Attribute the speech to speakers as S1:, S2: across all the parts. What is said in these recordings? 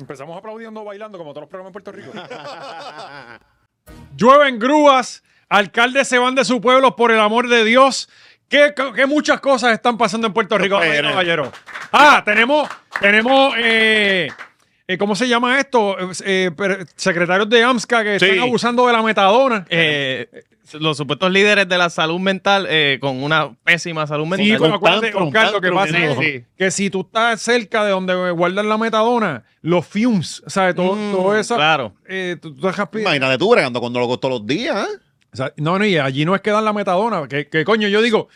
S1: Empezamos aplaudiendo, bailando, como todos los programas en Puerto Rico. Llueven grúas, alcaldes se van de su pueblo por el amor de Dios. ¿Qué, qué muchas cosas están pasando en Puerto Rico,
S2: puede
S1: Ay,
S2: ser.
S1: caballero? Ah, tenemos, tenemos, eh, eh, ¿cómo se llama esto? Eh, per- secretarios de AMSCA que
S2: Sí.
S1: están abusando de la metadona.
S3: Eh, los supuestos líderes de la salud mental eh, con una pésima salud
S1: Sí,
S3: mental.
S1: pero
S2: un
S1: acuérdate,
S2: tantrum,
S1: Oscar, lo que
S2: tantrum,
S1: pasa es
S2: menudo.
S3: Sí.
S1: que si tú estás cerca de donde guardan la metadona, los fumes, ¿sabes? Todo,
S3: Mm,
S1: todo eso.
S3: Claro.
S1: eh, tú, tú dejas pi-
S2: Imagínate tú bregando cuando lo todos los días. ¿eh?
S1: O sea, no, no, y allí no es que dan la metadona. Que, que coño, yo digo,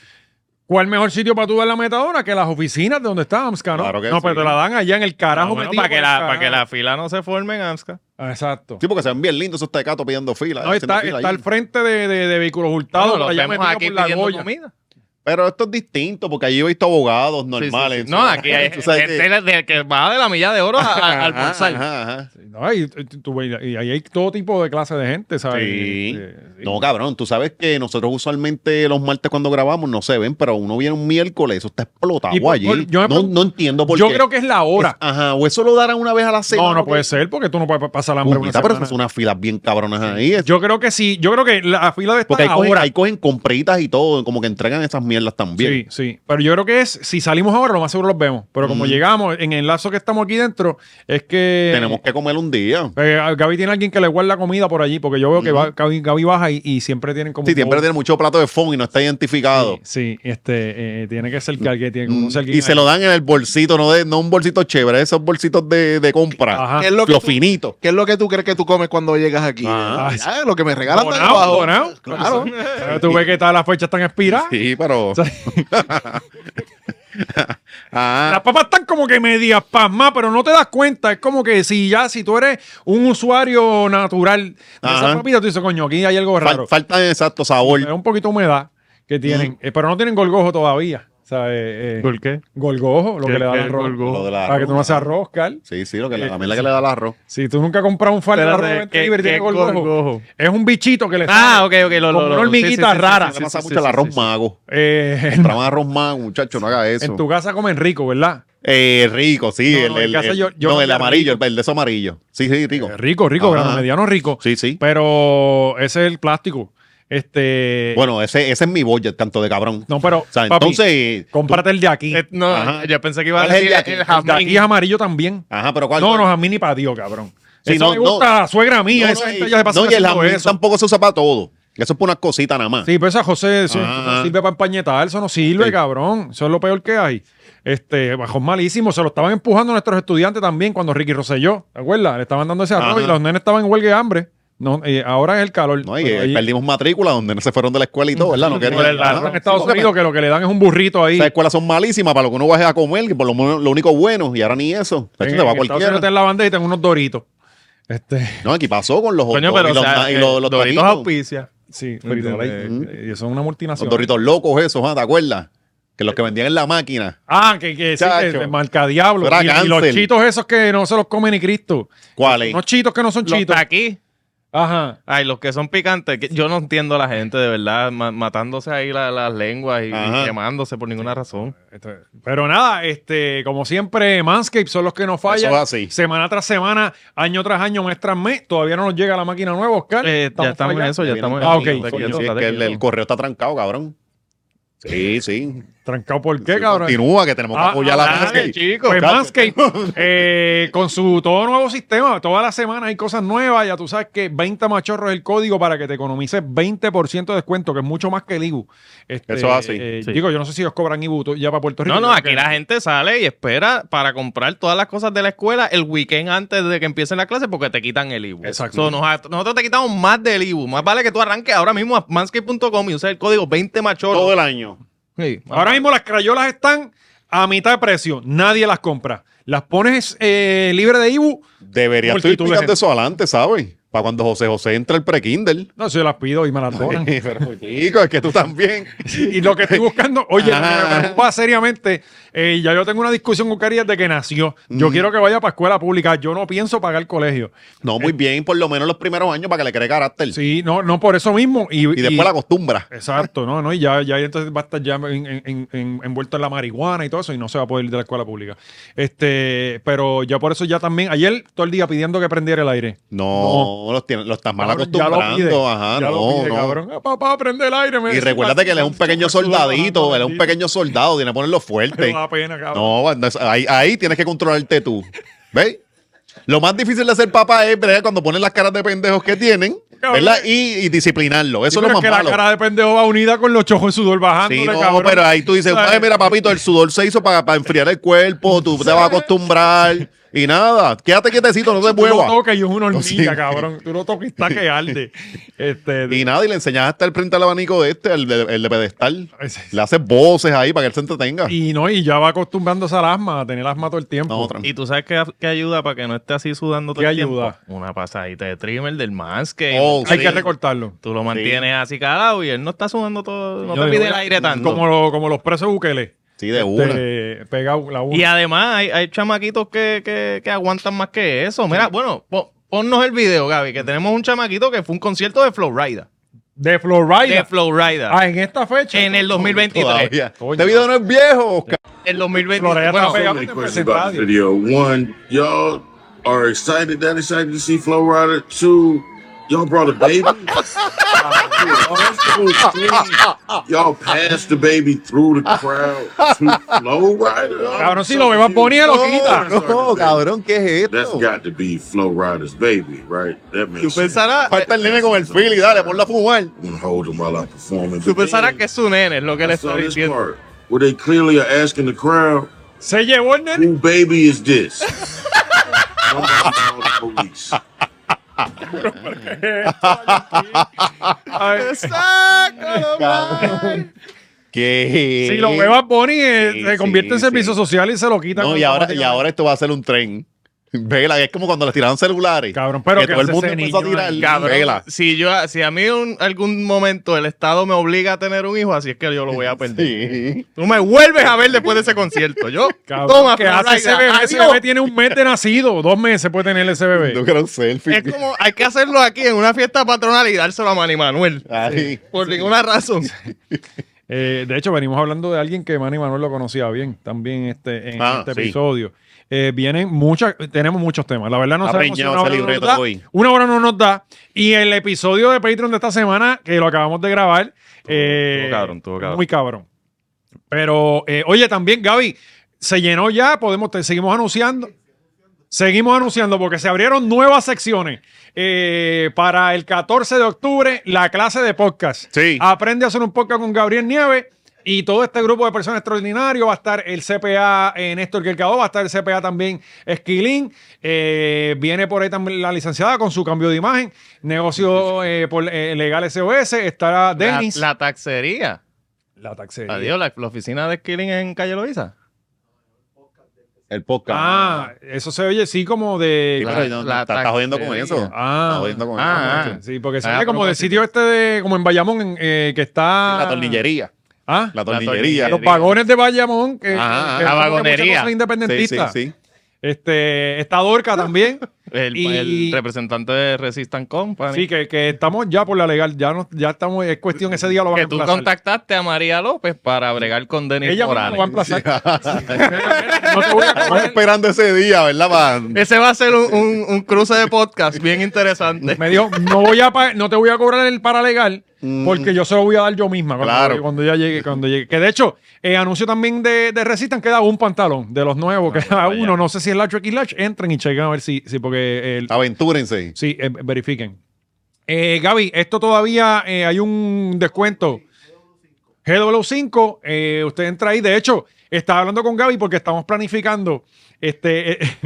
S1: ¿cuál mejor sitio para tú dar la metadona que las oficinas de donde está AMSCA, no?
S2: Claro que
S1: no, pero
S2: sí.
S1: te la dan allá en el carajo.
S3: Ah, bueno,
S1: metido
S3: para, que
S1: por
S3: la,
S1: el
S3: para que la
S1: carajo.
S3: fila no se forme en AMSCA.
S1: Ah, Exacto.
S2: Sí, porque se ven bien lindos esos tecatos pidiendo fila.
S1: No,
S2: haciendo
S1: está,
S2: fila
S1: está
S2: ahí.
S1: al frente de, de- de vehículos hurtados.
S3: Bueno, los
S1: allá
S3: vemos
S1: metido
S3: aquí
S1: por la
S3: pidiendo
S1: Goya.
S3: comida.
S2: Pero esto es distinto, porque allí he visto abogados normales.
S3: Sí, sí, sí. No, aquí hay
S2: Tú sabes
S3: gente de- que va de la milla de oro a- a- al bolsal.
S2: Ajá, ajá, ajá.
S1: Sí, no, y, tú- tú- y ahí hay todo tipo de clase de gente, ¿sabes?
S2: Sí.
S1: Eh, sí.
S2: No, cabrón, tú sabes que nosotros usualmente los martes cuando grabamos no se ven, pero uno viene un miércoles, eso está explotado
S1: Y por-
S2: allí.
S1: por- yo me
S2: no,
S1: pregun-
S2: no entiendo por
S1: Yo
S2: qué.
S1: creo que es la hora.
S2: Es- ajá, o eso lo darán una vez a la semana.
S1: no, no
S2: porque-
S1: puede ser, porque tú no puedes pa- pasar hambre una
S2: Puñeta, pero
S1: semana.
S2: esas son unas filas bien cabronas ahí. es-
S1: Yo creo que sí, yo creo que la fila de
S2: porque ahí
S1: esta
S2: cogen,
S1: ahora.
S2: ahí cogen compritas y todo, como que entregan esas mierdas
S1: Sí,
S2: también.
S1: sí. Pero yo creo que es, si salimos ahora, lo más seguro los vemos. Pero como
S2: Mm.
S1: llegamos, en el lazo que estamos aquí dentro, es que.
S2: Tenemos que comer un día.
S1: Eh, Gaby tiene alguien que le guarda comida por allí, porque yo veo que
S2: Ujú.
S1: va- Gaby, Gaby baja y, y siempre tienen como.
S2: Sí,
S1: un
S2: siempre
S1: bowl.
S2: tiene mucho plato de fondo y no está identificado.
S1: Sí, sí, este, eh, tiene que ser que alguien tiene que
S2: Mm,
S1: conocer alguien
S2: Y se
S1: ahí.
S2: lo dan en el bolsito, no, de, no un bolsito chévere, esos bolsitos de, de compra.
S1: Ajá.
S4: ¿Qué es lo que
S2: Lo
S4: tú-
S2: finito.
S4: ¿Qué es lo que tú crees que tú comes cuando llegas aquí?
S2: Ah.
S4: Ah, ya, lo que me regalan de
S1: Donao,
S4: abajo.
S1: donao.
S4: Claro.
S1: Pero tú ves que todas las fechas están expiradas.
S2: Sí, pero.
S1: sea,
S2: Ah,
S1: Las papas están como que medias pasmas, pero no te das cuenta. Es como que si ya, si tú eres un usuario natural de esas
S2: Ajá.
S1: papitas, tú dices, coño, aquí hay algo
S2: fal-
S1: raro.
S2: falta exacto sabor.
S1: Es un poquito de humedad que tienen, eh, pero no tienen golgojo todavía. O sea, eh, eh,
S3: ¿Por qué?
S1: golgojo, lo que
S3: ¿Qué-
S1: le da
S3: qué
S1: el
S3: es
S1: arroz.
S3: golgojo?
S2: Lo del
S1: Para que tú no
S2: arroz.
S1: haces arroz, Carl.
S2: Sí, sí, lo que le- la mierda que le da el arroz.
S1: Si tú nunca has comprado un falda de arroz
S3: Espérate,
S1: en
S3: ¿qué-
S1: Delivery,
S3: qué
S1: tiene golgojo.
S3: golgojo?
S1: Es un bichito que le
S3: Ah,
S1: sale
S3: ok, ok. Lo,
S1: como
S3: lo, lo,
S1: una hormiguita
S3: sí, sí, sí,
S1: rara.
S3: sí,
S2: Se
S3: sí,
S2: le pasa
S3: sí,
S2: mucho
S3: sí,
S2: el arroz
S3: sí, sí.
S2: mago.
S1: Eh, en,
S2: Entra más arroz mago, muchacho, no haga eso.
S1: en tu casa comen rico, ¿verdad?
S2: Eh, rico, sí.
S1: No,
S2: el,
S1: no, el
S2: el-
S1: que hace
S2: el-
S1: yo- yo
S2: no,
S1: comía
S2: el amarillo,
S1: rico.
S2: el verde, eso amarillo. Sí, sí, rico.
S1: Eh, Rico, Pues, rico,
S2: Ajá.
S1: grano mediano rico.
S2: Sí, sí.
S1: Pero ese es el plástico. Este.
S2: Bueno, ese, ese es mi budget, tanto de cabrón.
S1: no, pero.
S2: o sea,
S1: papi,
S2: entonces.
S1: Cómprate el de aquí.
S3: Eh, no,
S2: Ajá.
S3: yo pensé que iba a
S2: ¿Cuál es el
S3: decir
S2: de aquí?
S3: el,
S2: El de
S1: El de
S3: jamón.
S1: aquí es amarillo también.
S2: Ajá, pero ¿cuál?
S1: No, no, a mí ni para Dios, cabrón.
S2: Sí,
S1: eso
S2: no,
S1: me gusta
S2: no.
S1: a la suegra mía.
S2: No,
S1: esa
S2: no,
S1: gente
S2: y-
S1: ya se pasa
S2: no, y el
S1: haciendo
S2: jamón
S1: eso.
S2: tampoco se usa para todo. Eso es para unas cositas nada más.
S1: Sí, pero esa José eso no
S2: Ajá.
S1: sirve para empañetar, eso no sirve,
S2: Sí.
S1: cabrón. Eso es lo peor que hay. Este, bajón malísimo. Se lo estaban empujando a nuestros estudiantes también cuando Ricky Rosselló, ¿te acuerdas? Le estaban dando ese arroz
S2: Ajá.
S1: y los nenes estaban en huelga de hambre. No, eh, ahora es el calor.
S2: No, y
S1: Pero
S2: eh,
S1: ahí-
S2: perdimos matrícula donde no se fueron de la escuela y todo, ¿verdad? No
S1: por el
S2: querían.
S1: arroz
S2: Ajá.
S1: en Estados
S2: Sí, porque
S1: Unidos que lo que le dan es un burrito ahí.
S2: Esas escuelas son malísimas para lo que uno baje a comer, que por lo, menos- lo único bueno, y ahora ni eso.
S1: En, en
S2: Tacho, se va
S1: Estados
S2: cualquiera.
S1: Unidos te dan la bandeja y te dan unos doritos. Este,
S2: No, aquí pasó con los hot
S3: Coño,
S2: dogs
S3: pero
S2: y
S3: o
S2: los,
S3: sea,
S2: na- y
S3: eh,
S2: los, los taquitos.
S3: Doritos auspicia.
S1: sí,
S3: Frito-Lay.
S1: Frito-Lay. Y eso es una
S2: Los
S1: multinacional.
S2: doritos locos esos, ¿ah? ¿te acuerdas? Que los que vendían en la máquina.
S1: Ah, que, que sí,
S2: Chacho.
S1: que se marca diablo.
S2: Eso era
S1: Y, y los
S2: cáncer.
S1: chitos esos que no se los come ni Cristo.
S2: ¿Cuáles?
S1: Unos chitos que no son
S3: Los
S1: chitos.
S3: taquí.
S1: Ajá.
S3: Ay, los que son picantes. que yo no entiendo a la gente, de verdad, ma- matándose ahí la- las lenguas y, y
S2: Ajá.
S3: quemándose por ninguna razón.
S1: Esto- Pero nada, este, como siempre, Manscape son los que nos fallan.
S2: Eso es así.
S1: Semana tras semana, año tras año, mes tras mes. Todavía no nos llega la máquina nueva, Oscar.
S3: Eh, ya estamos en
S1: fallando.
S3: eso, ya estamos en
S1: Ah,
S3: eso.
S1: ok.
S3: Estate
S2: Coño,
S3: quieto,
S2: sí, es
S3: estate
S2: que el,
S3: quieto.
S2: el correo está trancado, cabrón. Sí, sí.
S1: Trancado, ¿por qué,
S2: Sí,
S1: cabrón?
S2: Continúa, que tenemos que
S1: Ah,
S2: apoyar la
S1: ah,
S2: Manscaped.
S1: dale, Pues
S2: Chacho.
S1: Manscaped, eh, con su todo nuevo sistema, toda la semana hay cosas nuevas. Ya tú sabes que 20 machorros es el código para que te economices 20% de descuento, que es mucho más que el IBU. Este,
S2: Eso es así.
S1: eh,
S3: Sí.
S1: Digo, yo no sé si ellos cobran IBU to- ya para Puerto Rico.
S3: No, no,
S1: Creo
S3: aquí
S1: que-
S3: la gente sale y espera para comprar todas las cosas de la escuela el weekend antes de que empiecen las clases porque te quitan el IBU.
S1: Exacto.
S3: So, nos- nosotros te quitamos más del IBU. Más vale que tú arranques ahora mismo a manscape.com y uses el código 20
S2: Todo
S3: machorro.
S2: el año.
S1: Ahora mismo las crayolas están a mitad de precio. Nadie las compra. Las pones eh, libre de IBU.
S2: Debería estar
S1: Multitud de
S2: explicando
S1: gente.
S2: eso adelante, ¿sabes? Para cuando José José entra al pre-Kindle.
S1: No, si yo las pido y me las donan.
S2: Pero, chico, es que tú también.
S1: Y lo que estoy buscando, oye, lo que
S2: Ajá.
S1: me preocupa seriamente, eh, ya yo tengo una discusión con Carías de que nació. Yo
S2: Mm.
S1: quiero que vaya para escuela pública. Yo no pienso pagar colegio.
S2: No, muy bien, por lo menos los primeros años para que le cree carácter.
S1: Sí, no, no por eso mismo. Y,
S2: Y después la acostumbra.
S1: Exacto, no, no, y ya, ya entonces va a estar ya en- en- en- en- envuelto en la marihuana y todo eso, y no se va a poder ir de la escuela pública. Este, pero ya por eso ya también, ayer todo el día pidiendo que prendiera el aire.
S2: No, los, tiene- los estás mal
S1: Cabrón, ya lo
S2: acostumbrando.
S1: pide,
S2: Ajá,
S1: ya lo
S2: no,
S1: pide,
S2: no.
S1: cabrón. Pues, Ah, papá, prende el aire. me
S2: Y
S1: decía,
S2: recuérdate que él es un
S1: "Maldito,
S2: pequeño
S1: me suda la
S2: soldadito,
S1: mano,
S2: él es un
S1: maldito".
S2: pequeño soldado, tiene que ponerlo fuerte.
S1: Me da pena, cabrón.
S2: No, anda, es- ahí, ahí tienes que controlarte tú. ¿Ves? Lo más difícil de ser papá es ¿verdad? cuando ponen las caras de pendejos que tienen,
S1: Cabrón.
S2: ¿verdad? Y, y disciplinarlo. Eso
S1: Sí,
S2: es
S1: pero
S2: lo más
S1: que
S2: malo.
S1: la cara de pendejo va unida con los chojos de sudor bajándole,
S2: Sí, no,
S1: cabrón.
S2: pero ahí tú dices,
S1: ¿Sabes?
S2: ay, mira, papito, el sudor se hizo para, para enfriar el cuerpo, tú te vas a acostumbrar y nada, quédate quietecito, no te
S1: Tú lo
S2: muevas.
S1: toques y es una hormiga,
S2: Sí.
S1: cabrón. Tú lo toques y está que arde. Este,
S2: Y nada, y le enseñas a estar frente al abanico de este, el de, el de pedestal.
S1: Ese-
S2: Le haces voces ahí para que él se entretenga.
S1: y pues, no, y ya va acostumbrándose al asma, a tener asma todo el tiempo.
S2: No, tranquilo.
S3: Y tú sabes qué, qué ayuda para que no esté así sudando todo
S1: ¿Qué
S3: el tiempo?
S1: ayuda?
S3: Una pasadita de trimmer del Manscaped.
S2: Oh,
S1: Hay
S2: sí.
S1: que recortarlo.
S3: Tú lo mantienes así calado y él no está sudando todo, no
S1: Yo
S3: te
S1: digo,
S3: pide el aire tanto.
S1: Como, lo- como los presos buqueles.
S2: Sí, de una.
S1: Este, pega la una.
S3: Y además hay, hay chamaquitos que, que- que aguantan más que eso. Mira, bueno, po- ponnos el video, Gaby, que tenemos un chamaquito que fue un concierto de Flowrider.
S1: De Florida.
S3: De Flowrider.
S1: ah, en esta fecha.
S3: En el 2023.
S2: Todavía.
S1: Coño.
S2: Este video no es viejo, Oscar.
S3: El
S1: Florida
S3: 2023.
S1: está
S3: Bueno,
S1: pegado
S5: many
S1: en el
S5: questions about the
S1: presentadio.
S5: video. One, y'all are excited, that excited to see Flow Rider. Two, y'all brought a baby. Three, y'all passed the baby through the crowd to Flow Rider.
S1: Cabrón, si lo ve Bad Bunny, lo quita.
S5: Oh,
S2: No, cabrón, ¿qué es
S5: That's
S2: esto?
S5: got to be Flow Rider's baby, right? That
S3: tú
S5: makes sense.
S3: pensarás,
S2: Falta el nene con el fili, dale, ponlo a fumar.
S5: I'm gonna hold him while I perform it.
S3: tú
S5: But
S3: pensarás
S5: then,
S3: que es su nene, es lo que
S5: I
S3: le
S5: saw
S3: está
S5: this
S3: diciendo.
S5: part Where they clearly are asking the crowd,
S1: Se llevó el nene.
S5: Who baby is this? Somebody called the police.
S1: Ay,
S3: Sácalo, man.
S2: ¿Qué?
S1: si lo ve Bad Bunny, eh,
S2: Sí,
S1: se convierte en
S2: sí,
S1: servicio
S2: sí.
S1: social y se lo quitan.
S2: No, y ahora, y ahora esto va a ser un tren. Vela, es como cuando les tiraron celulares.
S1: Cabrón, pero
S2: que
S1: ¿qué
S2: todo el
S1: hace
S2: mundo
S1: ese
S2: empezó a
S1: niño
S2: tirar.
S1: ahí?
S2: Vela.
S3: Si, yo, si a mí en algún momento el Estado me obliga a tener un hijo, así es que yo lo voy a perder.
S2: Sí.
S3: Tú me vuelves a ver después de ese concierto. Yo,
S1: Cabrón,
S3: toma,
S1: ¿qué hace ese
S3: Florida,
S1: bebé? Ese
S3: adiós.
S1: bebé tiene un mes de nacido. Dos meses puede tener ese
S2: No
S1: bebé.
S2: quiero un selfie.
S3: Es como, hay que hacerlo aquí en una fiesta patronal y dárselo a Manny Manuel.
S2: Ay.
S3: Por ninguna razón.
S1: Eh, de hecho, venimos hablando de alguien que Manny Manuel lo conocía bien también este, en
S2: Ah,
S1: este
S2: sí.
S1: episodio. Eh, vienen muchas, tenemos muchos temas. La verdad no
S2: Está
S1: sabemos si
S2: preñado
S1: una hora,
S2: ese
S1: no nos
S2: libreto
S1: da,
S2: hoy.
S1: una hora no nos da. Y el episodio de Patreon de esta semana, que lo acabamos de grabar, eh,
S3: estuvo cabrón, estuvo cabrón.
S1: muy cabrón. Pero, eh, oye, también, Gaby, se llenó ya, podemos, te seguimos anunciando. Seguimos anunciando porque se abrieron nuevas secciones. Eh, para el 14 de octubre, la clase de podcast.
S2: Sí.
S1: Aprende a hacer un podcast con Gabriel Nieves y todo este grupo de personas extraordinario. Va a estar el CPA eh, Néstor Quelcado, va a estar el CPA también Esquilín. Eh, viene por ahí también la licenciada con su cambio de imagen. Negocio eh, por, eh, legal SOS. Estará
S3: La,
S1: Denis.
S3: la taxería.
S1: La taxería.
S3: Adiós, la, la oficina de Skilling en Calle Loiza.
S2: El podcast.
S1: Ah, eso se oye sí como de.
S2: Sí, pero no, no,
S3: la
S2: está, está jodiendo con
S3: taxería.
S2: eso.
S1: Ah.
S2: Está jodiendo con
S3: Ah,
S2: eso.
S3: ah.
S1: Sí, porque se
S3: Ah,
S1: oye como del
S3: propósito.
S1: sitio este de, como en Bayamón, en, eh, que está.
S2: La tornillería.
S1: Ah,
S2: La tornillería.
S1: los vagones de Bayamón. Que,
S2: Ah,
S1: que
S3: la
S1: son de
S3: vagonería.
S1: muchas cosas
S2: Sí, sí,
S1: independentistas.
S2: sí.
S1: Este, está Dorca también.
S3: El,
S1: Y-
S3: el representante de Resistant Company.
S1: sí, que, que estamos ya por la legal. Ya, no, ya estamos, es cuestión, ese día lo van a
S3: que tú
S1: emplazar.
S3: contactaste a María López para bregar con Denis
S1: Ella misma lo va a
S3: Morales.
S1: emplazar. no te voy a
S2: Estamos
S1: coger.
S2: esperando ese día, ¿verdad, man?
S3: Ese va a ser un, un- un cruce de podcast bien interesante.
S1: Me dijo, no, voy a pa- no te voy a cobrar el paralegal porque yo se lo voy a dar yo misma cuando,
S2: Claro.
S1: cuando ya llegue. Cuando llegue. Que de hecho, eh, anuncio también de, de Resistan queda un pantalón de los nuevos, queda
S3: vaya.
S1: uno. No sé si es Large o X-Large. Entren y chequen a ver si, si porque
S2: Ah.
S1: el,
S2: Aventúrense.
S1: Sí, eh, verifiquen. Eh, Gaby, esto todavía eh, hay un descuento. GW5, eh, usted entra ahí. De hecho, estaba hablando con Gaby porque estamos planificando. Este, eh,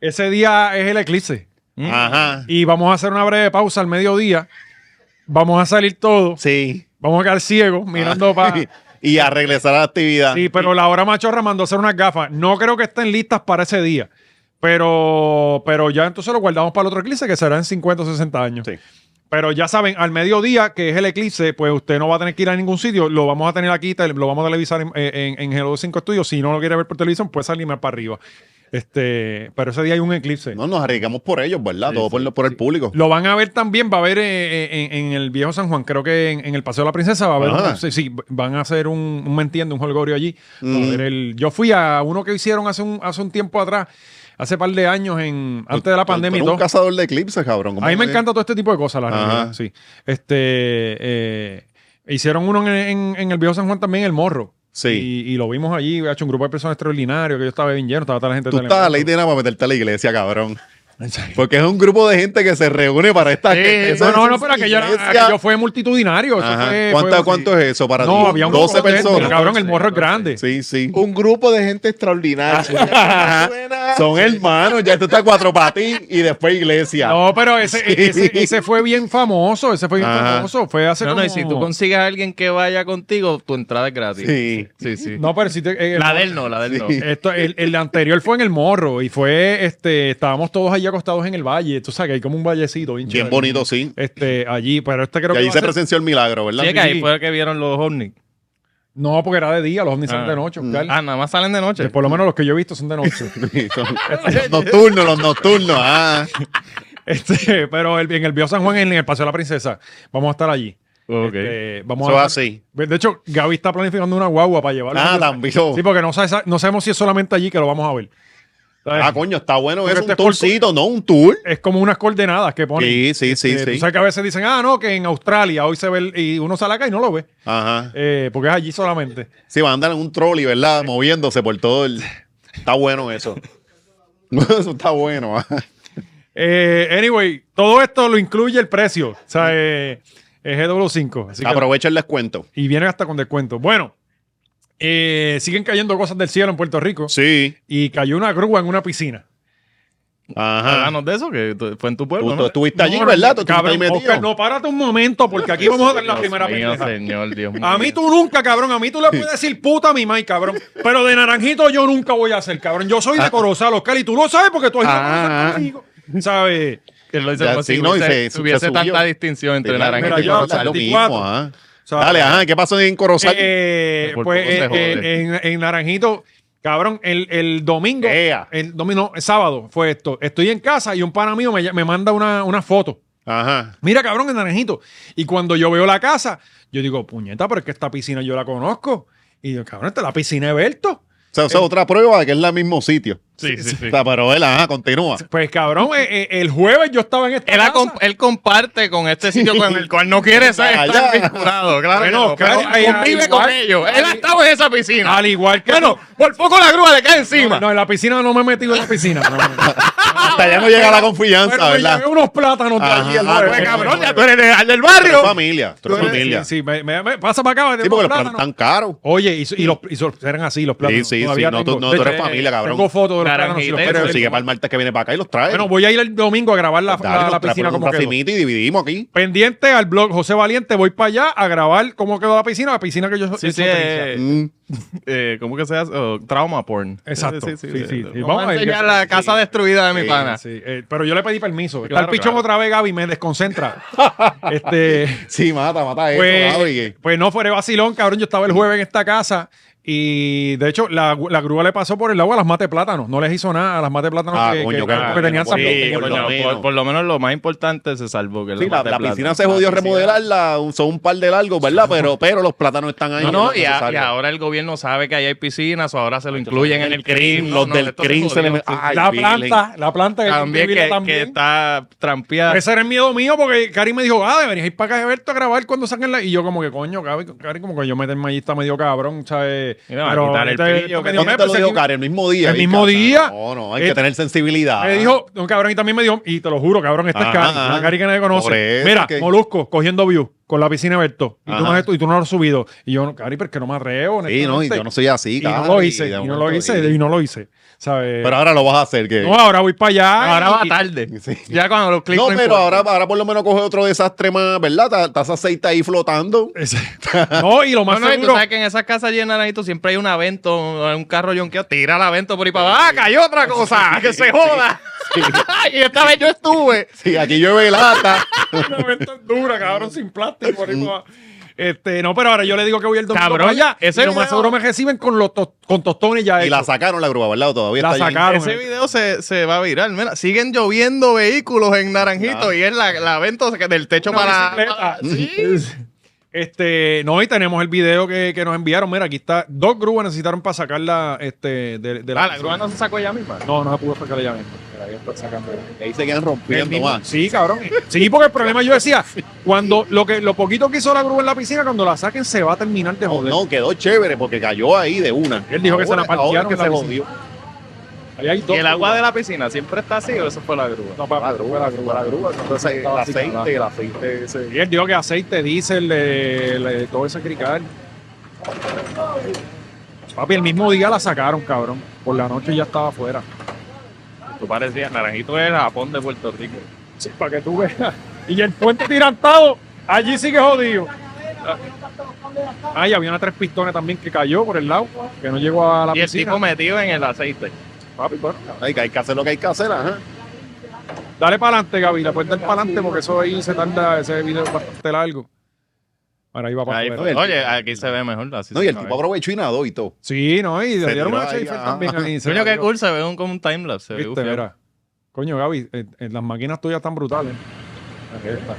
S1: ese día es el eclipse.
S2: Ajá.
S1: Y vamos a hacer una breve pausa al mediodía. Vamos a salir todos.
S2: Sí.
S1: Vamos a quedar ciegos
S2: Ah,
S1: mirando para.
S2: y a regresar a la actividad.
S1: Sí, pero la hora machorra mandó hacer unas gafas. No creo que estén listas para ese día. Pero, pero ya entonces lo guardamos para el otro eclipse que será en 50 o 60 años.
S2: Sí.
S1: Pero ya saben, al mediodía, que es el eclipse, pues usted no va a tener que ir a ningún sitio. Lo vamos a tener aquí, te- lo vamos a televisar en, eh, en, en Hello 5 Studios. Si no lo quiere ver por televisión, puede salir más para arriba. Este, pero ese día hay un eclipse.
S2: No, nos arriesgamos por ellos, ¿verdad? Todo por, por el público.
S1: Lo van a ver también, va a haber eh, en, en el viejo San Juan, creo que en, en el Paseo de la Princesa va a haber,
S2: Ajá.
S1: sí, sí, van a hacer un, un me entiende, un holgorio allí. Va a
S2: Mm.
S1: haber el- yo fui a uno que hicieron hace un, hace un tiempo atrás, hace par de años, en, antes de la
S2: Tú- tú
S1: pandemia y
S2: eres
S1: todo.
S2: un cazador de eclipses, cabrón. ¿Cómo
S1: A mí me
S2: que-
S1: encanta todo este tipo de cosas, la
S2: Ajá.
S1: realidad, sí. Este, eh, hicieron uno en, en- en el viejo San Juan también, el Morro.
S2: Sí.
S1: Y, y lo vimos allí, ha hecho un grupo de personas extraordinario, que yo estaba bien lleno, estaba toda la gente
S2: Tú
S1: de
S2: estás a
S1: Telemundo.
S2: ley de nada para meterte a la iglesia, cabrón. Porque es un grupo de gente que se reúne para esta. que- esa-
S1: No, no, no,
S2: esa
S1: pero aquello, era-
S2: iglesia.
S1: aquello fue multitudinario. eso
S2: Ajá.
S1: fue-
S2: ¿Cuánta-
S1: fue-
S2: ¿Cuánto es eso para ti?
S1: No, había un
S2: 12
S1: montón de gente,
S2: personas.
S1: Cabrón, el morro es grande.
S2: Sí, sí.
S4: Un grupo de gente
S2: Ah,
S4: extraordinaria.
S2: Son hermanos, ya esto está cuatro para ti y después iglesia.
S1: No, pero ese, ese, ese fue bien famoso. Ese fue bien
S2: Ajá.
S1: famoso. Fue hace
S3: No, no, y
S1: como-
S3: si tú consigues a alguien que vaya contigo, tu entrada es gratis.
S2: Sí.
S3: sí. sí.
S1: No, pero si te. eh,
S3: la
S1: no,
S3: del no, la del no.
S1: Esto, el, el anterior fue en el morro y fue, este, estábamos todos allí acostados en el valle. Tú sabes que hay como un vallecito bien,
S2: Bien
S1: chévere.
S2: bonito, sí.
S1: Este, allí, pero este creo
S2: Que
S1: que.
S2: allí
S1: va a
S2: se
S1: ser-
S2: presenció el milagro, ¿verdad?
S3: Sí, que
S1: sí.
S3: ahí fue que vieron los ovnis.
S1: No, porque era de día, los ovnis son
S3: Ah.
S1: de noche,
S2: Mm.
S1: Oscar.
S3: Ah, nada más salen de noche.
S1: Por lo menos los que yo he visto son de noche.
S2: Sí, son- los nocturnos, los nocturnos. Ah.
S1: Este, pero el- en el Bio San Juan, en el Paseo de la Princesa, vamos a estar allí.
S3: Ok.
S1: Este, vamos
S2: Eso
S1: a
S2: es
S1: hacer-
S2: así.
S1: De hecho, Gaby está planificando una guagua para llevarlo.
S2: Ah, también.
S1: Sí, porque no, sabe- no sabemos si es solamente allí que lo vamos a ver. ¿Sabes?
S2: Ah, coño, está bueno.
S1: Porque
S2: Es
S1: este
S2: un
S1: es por-
S2: tourcito, ¿no? Un tour.
S1: es como unas coordenadas que ponen.
S2: Sí, sí, sí,
S1: Eh, Tú
S2: sí.
S1: sabes que a veces dicen, ah, no, que en Australia hoy se ve, el- y uno sale acá y no lo ve,
S2: Ajá.
S1: Eh, porque es allí solamente.
S2: Sí, van a andar en un trolley, ¿verdad? Moviéndose por todo el. Está bueno eso. Eso está bueno. ah.
S1: Eh, anyway, todo esto lo incluye el precio, o sea, eh, es GW5. Así que-
S2: Aprovecha el descuento.
S1: y viene hasta con descuento. Bueno, eh, siguen cayendo cosas del cielo en Puerto Rico
S2: Sí.
S1: y cayó una grúa en una piscina.
S2: Ajá.
S3: Háblanos de eso, que tú- fue en tu pueblo.
S2: Ah. Tú, tú
S3: ¿no?
S2: estuviste allí,
S1: No, no,
S2: ¿verdad? Tú estuviste ahí
S1: cabrón,
S2: metido.
S1: Oscar, no, párate un momento, porque aquí vamos a dar la
S3: Dios
S1: primera
S3: mío,
S1: pendeja.
S3: señor, Dios mío.
S1: A mí tú nunca, cabrón. A mí tú le puedes decir puta a mi mai, cabrón. Pero de naranjito yo nunca voy a hacer, cabrón. Yo soy de Corozal, Oscar, y tú lo sabes porque tú has ido a Corozal
S2: Ah.
S1: conmigo. ¿Sabes?
S3: Que lo hice
S2: Ya,
S3: como
S2: sí,
S3: si
S2: no, y
S3: hubiese,
S2: se- se
S3: hubiese
S2: subió.
S3: tanta distinción entre
S2: Sí, claro,
S3: naranjito
S1: mira, pues,
S3: y
S1: yo-
S3: Corozal.
S2: lo mismo,
S1: 24.
S2: ajá.
S1: O sea,
S2: Dale, ajá. ¿Qué pasó en Corozal?
S1: Eh,
S3: Por
S1: pues
S3: poco se
S1: eh,
S3: jode.
S1: eh, en, en Naranjito, cabrón, el, el domingo,
S2: Ea.
S1: el domingo, no, el sábado fue esto. Estoy en casa y un pana mío me, ll- me manda una, una foto.
S2: Ajá.
S1: Mira, cabrón, en Naranjito. Y cuando yo veo la casa, yo digo, puñeta, pero es que esta piscina yo la conozco. Y yo, cabrón, esta es la piscina de Berto.
S2: O sea, o
S1: eh,
S2: sea, otra prueba de que es el mismo sitio.
S3: Sí, sí, sí.
S2: O sea, pero él, ajá, continúa.
S1: Pues, cabrón, eh, eh, el jueves yo estaba en esta
S3: Él, ha
S1: casa.
S3: comp- él comparte con este sitio con el cual no quiere ser
S2: Allá.
S3: estar vinculado, claro. que
S1: Bueno,
S3: no, pero
S1: Oscar, eh,
S3: convive
S1: al
S3: con
S1: igual- Ah,
S3: ellos. Él ha estado en esa piscina.
S1: Al igual que
S3: Bueno, por poco la grúa le cae encima.
S1: No, no, en la piscina no me he metido en la piscina. No, no, no.
S2: Hasta allá no llega la confianza,
S1: Pero me
S2: ¿verdad?
S1: llevé unos plátanos de
S2: Ajá.
S1: allí el
S2: Ah,
S1: jueves.
S3: Pues, cabrón, ya tú eres legal del
S2: Tú eres
S3: barrio.
S2: familia. Tú eres familia.
S1: Sí, sí, me- me- me- pasa para acá. me
S2: Sí,
S1: tengo
S2: porque los planos
S1: plátanos.
S2: están caros.
S1: Oye, y, y los y so- eran así los plátanos.
S2: Sí, sí,
S1: Todavía
S2: sí, no, tú-
S1: tengo-
S2: no, tú eres familia, cabrón.
S1: Tengo fotos de los plátanos. y los
S3: Naranjitero,
S1: quiero ver.
S2: Así que para el martes que viene para acá y los trae.
S1: Bueno, voy a ir el domingo a grabar la, la-
S2: Dale,
S1: la
S2: los trae
S1: piscina
S2: por un
S1: como quedó.
S2: racimito y dividimos aquí.
S1: Pendiente al blog José Valiente, voy para allá a grabar cómo quedó la piscina, la piscina que yo
S3: Sí,
S1: yo
S3: sí,
S1: soy-
S3: eh,
S2: Mm.
S3: eh, ¿Cómo que se hace? Oh, trauma porn.
S1: Exacto.
S3: Sí, sí,
S1: Sí, sí,
S3: sí.
S1: sí.
S3: Vamos a enseñar la casa destruida de mi pana.
S1: Sí, eh, pero yo le pedí permiso. Está
S3: Claro,
S1: el pichón
S3: claro.
S1: otra vez, Gaby, me desconcentra. este,
S2: Sí, mata, mata eso,
S1: Pues,
S2: Gaby.
S1: pues no, fuera de vacilón, cabrón. Yo estaba el jueves en esta casa y de hecho la, la grúa le pasó por el agua a las mate plátanos. No les hizo nada a las mate plátanos
S2: Ah,
S1: que,
S2: coño,
S1: que-
S2: claro,
S1: que tenían
S2: por
S1: zapatos.
S2: Sí,
S3: por,
S2: coño.
S3: lo, por- por lo menos lo más importante se salvó. Que
S2: Sí, la, la
S3: mata de plátano.
S2: piscina se jodió
S3: La piscina.
S2: remodelarla, un- son un par de largos, ¿verdad? Pero, pero los plátanos están ahí.
S3: No,
S2: no
S3: no,
S2: es
S3: y, a- y
S2: necesario.
S3: ahora el gobierno sabe que ahí hay piscinas, o ahora se lo incluyen en el crimen.
S2: los del crimen se le- Ay,
S1: la
S2: Billy.
S1: planta, la planta que
S3: También Pues,
S1: yo
S3: que,
S1: vi
S3: que está trampeada.
S1: Ese era el miedo mío porque Cari me dijo, ah, deberías ir para acá Alberto a grabar cuando saquen la... Y yo como que, coño, Cari, Cari, como que yo meterme allí está medio cabrón, ¿sabes?
S3: Mira, va a quitar el
S1: este- esto
S3: pillo, que
S1: me dijo,
S2: ¿Dónde
S1: "Eh,
S2: te
S1: pues
S2: lo
S1: aquí-
S2: dijo Karen? El mismo día.
S1: El
S2: Vika.
S1: mismo día.
S2: No, no, hay que
S1: Eh,
S2: tener sensibilidad.
S1: Me dijo, un cabrón, y también me dijo, y te lo juro, cabrón, esta es
S2: Ajá,
S1: Cari,
S2: ajá.
S1: una Cari que nadie
S2: Por
S1: conoce.
S2: eso
S1: Mira,
S2: que-
S1: Molusco, cogiendo view. con la piscina Berto. Y tú, no
S2: Ajá.
S1: has, y tú no lo has subido. Y yo, Cari, pero es que no me atrevo.
S2: Sí, no, y
S1: honestamente".
S2: yo no soy así,
S1: Y no
S2: Cari,
S1: lo hice,
S2: de
S1: y no
S2: momento,
S1: lo hice,
S2: y-
S1: y no lo hice. ¿Sabes?
S2: Pero ahora lo vas a hacer, que.
S1: no, ahora voy para allá.
S3: Ahora
S1: y-
S3: va
S1: y-
S3: tarde.
S2: Sí.
S3: Ya cuando los clics
S2: No, pero
S3: importan.
S2: ahora, ahora por lo menos coge otro desastre más, ¿verdad? Ta- Estás aceite ahí flotando.
S1: Exacto. No, y lo más
S3: no, no, y tú
S1: seguro.
S3: sabes que en esas casas llenas Nanito, siempre hay un avento, un carro yonqueo, tira el avento por ahí para abajo. ¡Ah, cayó otra cosa! ¡Que se joda! y esta vez yo estuve.
S2: Sí, aquí llueve lata.
S1: Una venta dura, cabrón, sin plástico. por
S2: Mm.
S1: ahí para- Este, no, pero ahora yo le digo que voy el domingo
S3: Cabrón,
S1: para allá.
S3: ese
S1: y lo más
S3: video-
S1: seguro me reciben con los to- con tostones ya
S2: y la
S1: hechos.
S2: sacaron la grúa, ¿verdad? Todavía
S1: La
S2: está allí.
S1: sacaron.
S3: Ese video se, se va a virar. Mira, siguen lloviendo vehículos en Naranjito
S2: Claro.
S3: y es la, la avento que- del techo
S1: Una
S3: para.
S2: Ah,
S1: bicicleta.
S3: Sí.
S1: Ah, Este, no, y tenemos el video que, que nos enviaron. Mira, aquí está. Dos grúas necesitaron para sacarla este, de, de
S3: Ah, la grúa no se sacó ella misma.
S1: No, no se pudo sacar ella misma. Mira, ahí está sacando.
S2: Y ahí se quedan
S1: El
S2: rompiendo
S1: mismo-
S2: más.
S1: Sí, cabrón. Sí, porque el problema yo decía, cuando lo que lo poquito que hizo la grúa en la piscina, cuando la saquen se va a terminar de
S2: No,
S1: joder.
S2: no, quedó chévere porque cayó ahí de una.
S1: Él dijo que se la parquearon
S2: ahora es que
S1: en la
S2: se
S1: piscina.
S2: jodió.
S1: Ahí hay
S3: ¿Y
S1: dos
S3: el agua
S1: grúas.
S3: de la piscina siempre está así o eso fue la grúa?
S1: No, papá, fue la grúa.
S2: La grúa, entonces el
S1: Estaba así,
S2: aceite, el
S1: cabrón.
S2: aceite ese.
S1: Este, Y él dijo que aceite, diésel, eh, le- todo ese crical. Papi, el mismo día la sacaron, cabrón. Por la noche ya estaba afuera.
S3: Tú parecías, Naranjito es el Japón de Puerto Rico.
S1: Sí, para que tú veas. Y el puente tirantado, allí sigue jodido. Ah, y había una tres pistones también que cayó por el lado, que no llegó a la
S3: Y el
S1: piscina.
S3: tipo metido en el aceite.
S1: Papi, bueno, cabrón.
S2: Ay, que hay que hacer lo que hay que hacer, ajá.
S1: Dale para adelante, Gaby. Le puedes dar para adelante porque eso ahí se tarda, ese video es bastante largo. Ahora ahí va para
S3: Ahí
S1: afuera.
S3: fue. Oye, aquí se ve mejor. Así
S2: No,
S3: se
S2: y el
S3: ve.
S2: tipo
S1: eh.
S2: aprovechó y nadó y todo.
S1: Sí, no, y le dieron
S2: tiró
S1: una
S2: ahí,
S1: Schaefer
S2: ah.
S1: también. ahí, se
S3: Coño,
S1: la
S3: qué
S1: dio.
S3: cool, se ve un, como un timelapse. se ve
S1: Viste,
S3: gufiado.
S1: mira. Coño, Gaby, eh, eh, las máquinas tuyas están brutales. Aquí está.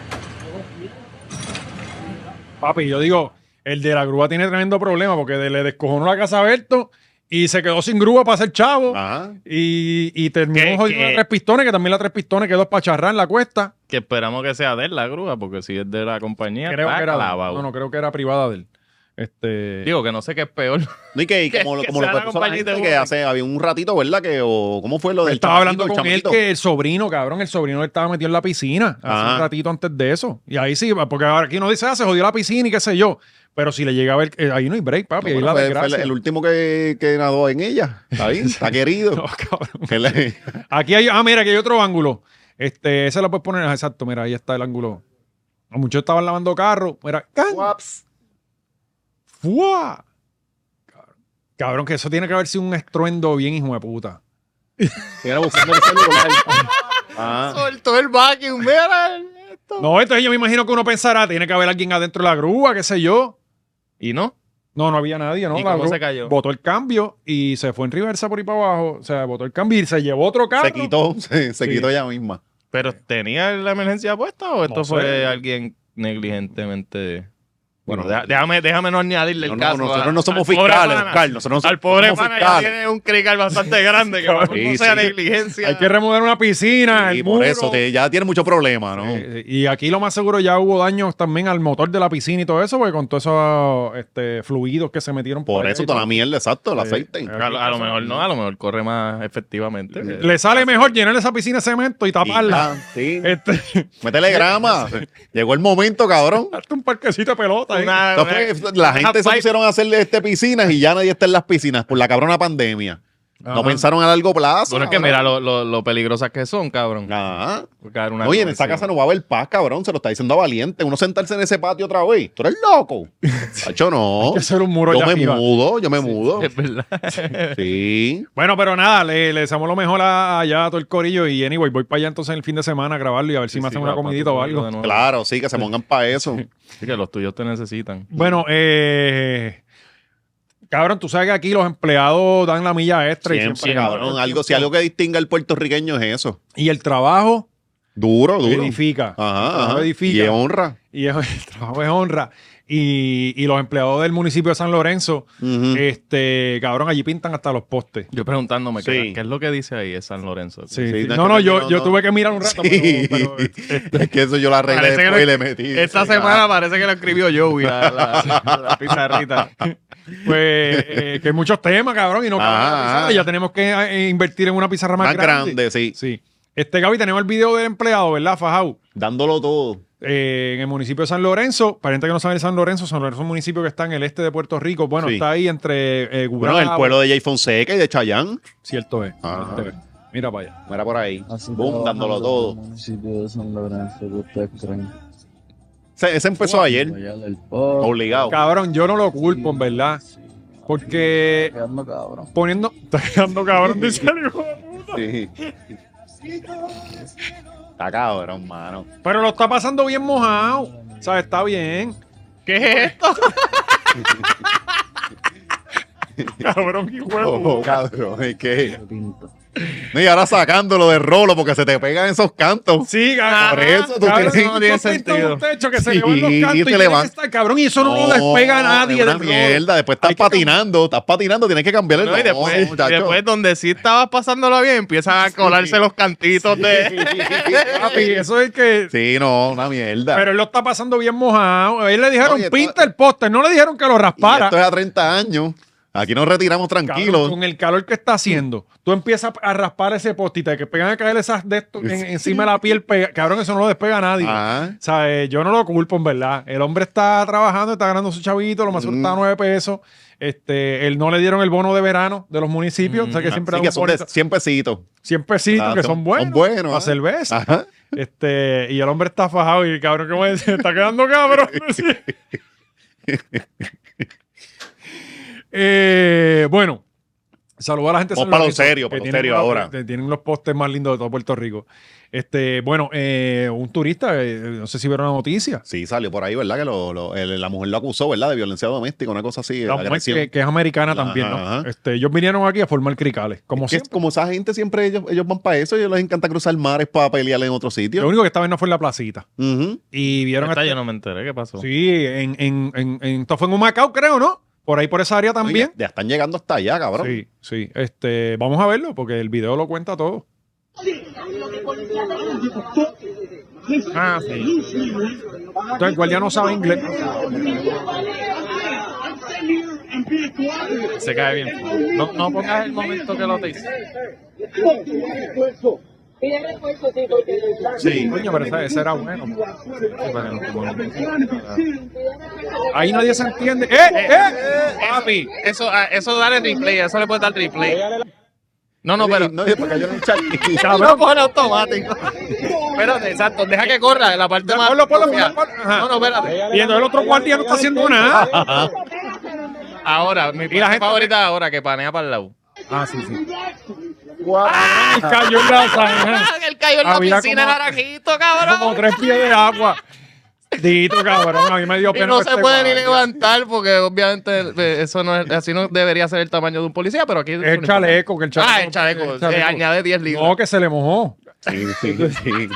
S1: Papi, yo digo, el de la grúa tiene tremendo problema porque de- le descojonó la casa a Berto y se quedó sin grúa para ser chavo.
S2: Ajá.
S1: Y, y terminó
S3: ¿Qué-
S1: jodiendo
S3: qué?
S1: a tres pistones, que también la tres pistones quedó para charrar en la cuesta.
S3: Que esperamos que sea de él la grúa, porque si es de la compañía,
S1: Creo
S3: está
S1: que era.
S3: clavado.
S1: No, no, creo que era privada de él. Este.
S3: Digo que no sé qué es peor.
S2: No, y que y como, lo-
S3: que
S2: como lo
S3: sea la
S2: pasó la
S3: compañía
S2: gente
S3: de
S2: que
S3: Uber.
S2: hace, había un ratito, ¿verdad? Que, o, ¿Cómo fue lo del
S1: estaba
S2: chamaquito,
S1: hablando con
S2: el
S1: él
S2: chamaquito?
S1: que el sobrino, cabrón, el sobrino él estaba metido en la piscina hace
S2: Ajá.
S1: un ratito antes de eso. Y ahí sí, porque ahora aquí no dice, ah, se jodió la piscina y qué sé yo. Pero si le llegaba el. eh, ahí no hay break,
S2: No,
S1: papi. ahí
S2: bueno,
S1: la
S2: fue- fue el,
S1: desgracia.
S2: el último que, que nadó en ella. Está bien, está querido.
S1: No, cabrón.
S2: Que le-
S1: Aquí hay. Ah, mira, aquí hay otro ángulo. Este, ese lo puedes poner. ah, Exacto, mira, ahí está el ángulo. Los muchachos estaban lavando carro. Mira, ¡can!
S2: Guaps.
S1: ¡Fua! Cabrón. Cabrón, que eso tiene que haber sido un estruendo bien, hijo de puta.
S2: Era buscando el celular. Ah,
S3: Soltó el vacuum, mira esto.
S1: No, entonces yo me imagino que uno pensará, tiene que haber alguien adentro de la grúa, qué sé yo.
S3: ¿Y no?
S1: No, no había nadie, ¿no?
S3: ¿Y
S1: La
S3: cómo
S1: grúa
S3: se cayó?
S1: Botó el cambio y se fue en reversa por ahí para abajo. O sea, botó el cambio y se llevó otro carro.
S2: se quitó, se, se
S1: Sí.
S2: quitó ella misma.
S3: ¿Pero tenía la emergencia puesta o esto
S1: No
S3: fue
S1: sé.
S3: alguien negligentemente?
S2: Bueno,
S3: Bueno, deja- déjame, déjame no añadirle el
S2: No, no,
S3: caso.
S2: nosotros
S3: a-
S2: no somos
S3: al pobre
S2: fiscales,
S3: pana.
S2: Carlos. Nosotros no
S3: Al pobre
S2: somos
S3: pana ya
S2: fiscales.
S3: tiene un crical bastante grande que
S1: Cabrón,
S3: no
S2: sí,
S3: sea
S2: sí.
S3: negligencia.
S1: Hay que remodelar una piscina.
S2: Y
S1: el
S2: por
S1: muro.
S2: eso te- ya tiene mucho problema, ¿no?
S1: Eh, y aquí lo más seguro ya hubo daños también al motor de la piscina y todo eso, porque con todos esos este, fluidos que se metieron
S2: Por
S1: ahí
S2: eso
S1: y
S2: toda
S1: todo.
S2: la mierda, exacto, el
S1: Sí.
S2: aceite.
S1: Eh,
S3: a, lo, a lo mejor no, a lo mejor corre más efectivamente. que-
S1: Le sale mejor llenar esa piscina de cemento y
S2: Y
S1: taparla.
S2: ya, sí.
S1: Este,
S2: Métele grama. Llegó el momento, cabrón.
S1: darte un parquecito de pelota. ahí.
S3: Una-
S2: Entonces,
S3: una-
S2: la gente se
S3: una-
S2: pusieron a hacerle este piscinas y ya nadie está en las piscinas por la cabrona pandemia. No
S1: Ajá.
S2: pensaron a largo plazo.
S3: Bueno, es que
S2: cabrón.
S3: mira lo, lo, lo peligrosas que son, cabrón.
S2: Ajá.
S3: Porque era una
S2: Oye, en esa
S3: conexión.
S2: casa no va a haber paz, cabrón. Se lo está diciendo a Valiente. Uno sentarse en ese patio otra vez. Tú eres loco. Hacho, no.
S1: Hay que hacer un muro
S2: Yo
S1: allá
S2: me
S1: arriba.
S2: mudo, yo me mudo.
S3: Es verdad.
S2: Sí.
S1: Bueno, pero nada, le, le deseamos lo mejor a, allá a todo el corillo y anyway, voy para allá entonces el fin de semana a grabarlo y a ver si me hacen una comidita o algo.
S2: Claro, sí, que se pongan para eso.
S3: Sí, que los tuyos te necesitan.
S1: Bueno, eh, cabrón, tú sabes que aquí los empleados dan la milla extra y,
S2: Siempre,
S1: siempre,
S2: cabrón. Algo, si algo que distinga al puertorriqueño es eso.
S1: y el trabajo
S2: Duro, duro. Ah.
S1: edifica. El
S2: Ajá,
S1: trabajo
S2: ajá.
S1: edifica.
S2: Y es honra.
S1: Y es- el trabajo es honra. Y, y los empleados del municipio de San Lorenzo,
S2: Ujú.
S1: este, cabrón, allí pintan hasta los postes.
S3: Yo preguntándome,
S2: Sí.
S3: ¿qué, qué es lo que dice ahí de San Lorenzo?
S1: Sí,
S2: Sí,
S1: sí.
S2: no,
S1: No, no,
S2: creo que
S1: yo,
S2: no,
S1: yo
S2: no.
S1: tuve que mirar un rato.
S2: Sí.
S1: pero- pero,
S2: es que eso yo la arreglé
S3: Parece que
S2: después
S3: lo-
S2: y le metí.
S3: Esta
S2: Sí,
S3: semana
S2: ajá.
S3: parece que lo escribió Joey, la, la- la pizarrita.
S1: Pues eh, que hay muchos temas, cabrón, y no cabe
S2: Ajá,
S1: la pizarra,
S2: ajá.
S1: Ya tenemos que eh, invertir en una pizarra más,
S2: Más ah. grande, sí.
S1: Sí. Este Gaby, tenemos el video del empleado, ¿verdad, Fajau?
S2: Dándolo todo.
S1: eh, en el municipio de San Lorenzo. Para gente que no sabe de San Lorenzo, San Lorenzo es un municipio que está en el este de Puerto Rico. Bueno,
S2: Sí.
S1: está ahí entre eh,
S2: Bueno, el
S1: Gurabo-
S2: pueblo de Jay Fonseca y de Chayán.
S1: Cierto es.
S2: Ajá.
S1: Cierto es. Mira para allá.
S2: Era por ahí.
S6: Así
S2: Boom,
S6: trabajamos
S2: dándolo
S6: los
S2: todo.
S6: municipios de San Lorenzo que ustedes creen.
S2: Se- ese empezó ayer,
S6: Allá del Pop,
S2: obligado.
S1: Cabrón, yo no lo culpo, en verdad.
S6: sí.
S1: Porque
S6: Quedando cabrón.
S1: poniendo. Está quedando cabrón, dice el hijo de puta.
S2: Sí. Está cabrón, mano.
S1: Pero lo está pasando bien mojado. O sea, está bien.
S3: ¿Qué es esto?
S1: Cabrón, hijo de puta.
S2: Oh, cabrón, es que.
S6: Qué pinta.
S2: No, Y ahora sacándolo de rolo porque se te pegan esos cantos.
S1: Sí, ah, cabrón.
S2: Por eso tú
S1: Cabrón,
S2: tienes-
S1: no tiene sentido. un techo que se le van los
S2: Sí,
S1: cantos y
S2: te
S1: tiene
S2: levanta.
S1: que estar, cabrón, y eso no, lo despega a nadie
S2: es una
S1: del rol.
S2: mierda. Después estás
S1: Hay que cam-
S2: patinando, estás patinando, tienes que cambiar el
S3: No, y
S2: rolo,
S3: después, y
S2: muchacho.
S3: después donde sí estabas pasándolo bien, empiezan a colarse los cantitos de...
S1: Papi, eso es que
S2: Sí, no, una mierda.
S1: pero él lo está pasando bien mojado. A él le dijeron
S2: Oye, esto-
S1: pinta el póster, no le dijeron que lo
S2: Y
S1: raspara.
S2: Esto es a 30 años. Aquí nos retiramos
S1: Cabrón,
S2: tranquilos.
S1: con el calor que está haciendo, tú empiezas a raspar ese postita que pegan a caer esas de esto en- encima de la piel. pega- cabrón, eso no lo despega a nadie.
S2: Ajá.
S1: O sea, eh, yo no lo culpo, en verdad. El hombre está trabajando, está ganando su chavito, lo más seguro
S2: Mm.
S1: está a nueve pesos. Este, él no le dieron el bono de verano de los municipios. O sea, que siempre da
S2: Así Mm. que
S1: un
S2: son de
S1: bonito-
S2: 100 pesitos.
S1: 100 pesitos
S2: Ah,
S1: que
S2: son-
S1: son buenos.
S2: son buenos,
S1: La
S2: ah.
S1: cerveza.
S2: Ajá.
S1: Este, y el hombre está fajado y cabrón, ¿cómo es? Se está quedando cabrón. Sí. Eh, bueno, saludo a la gente. de
S2: Vamos
S1: San
S2: para lo
S1: Lorenzo,
S2: serio,
S1: que
S2: para lo
S1: tienen
S2: serio
S1: unos-
S2: ahora.
S1: que Tienen los postes más lindos de todo Puerto Rico. Este, bueno, eh, un turista, eh, no sé si vieron la noticia.
S2: Sí, salió por ahí, ¿verdad? Que lo- lo- el- la mujer lo acusó, ¿verdad? De violencia doméstica, una cosa así.
S1: La mujer
S2: agresión.
S1: que, que es americana
S2: Ajá,
S1: también, ¿no?
S2: ajá.
S1: Este, ellos vinieron aquí a formar cricales, como
S2: Que es
S1: siempre.
S2: como esa gente siempre ellos, ellos van para eso, ellos les encanta cruzar mares para pelear en otro
S1: Lo
S2: sitio.
S1: único que esta vez no fue en la placita.
S2: Ujú.
S1: Y vieron
S3: Esta
S1: este-
S3: yo no me enteré, ¿qué pasó?
S1: Sí, en, en, en, en, esto fue en Humacao, creo, ¿no? Por ahí, por esa área también.
S2: Oye, ya, están llegando hasta allá, cabrón.
S1: Sí, sí. Este, vamos a verlo porque el video lo cuenta todo.
S3: Ah, sí.
S1: Entonces, el guardia no sabe inglés.
S3: Se cae bien. No, no pongas el momento que lo te hice.
S7: Pide refuerzo, sí, porque
S1: Sí, coño, pero ese, ese era bueno.
S3: Ah.
S1: Ahí nadie se entiende. ¡Eh, eh!
S3: Papi, eso, a- eso dale replay, a eso le puedes dar replay. No, no, pero...
S2: No, y después cayó en un chat.
S3: No, pon automático. Espérate, exacto. Deja que corra la parte más.
S1: ponlo, ponlo,
S3: obvia.
S1: ponlo, ponlo. Ajá.
S3: No, no, espérate.
S1: Y entonces el otro guardia no está haciendo nada.
S3: Ahora, mi
S1: la gente-
S3: parte favorita ahora que panea para el lado.
S1: Ah, sí, sí.
S2: Ah.
S1: ¡Ay, Ah, cayó en la zanja!
S3: Él cayó
S1: en la Había piscina como-
S3: naranjito,
S1: Como tres pies de agua. Dito, cabrón, a mí me dio
S3: Y
S1: pena.
S3: no
S1: con
S3: se
S1: este
S3: puede ni
S1: guardia.
S3: levantar porque obviamente eh, eso no es, así no debería ser el tamaño de un policía, pero aquí
S1: El chaleco, que el chaleco.
S3: Ah, el chaleco,
S1: el chaleco.
S3: eh, añade 10 libras.
S1: No, que se le mojó.
S2: Sí, sí, sí.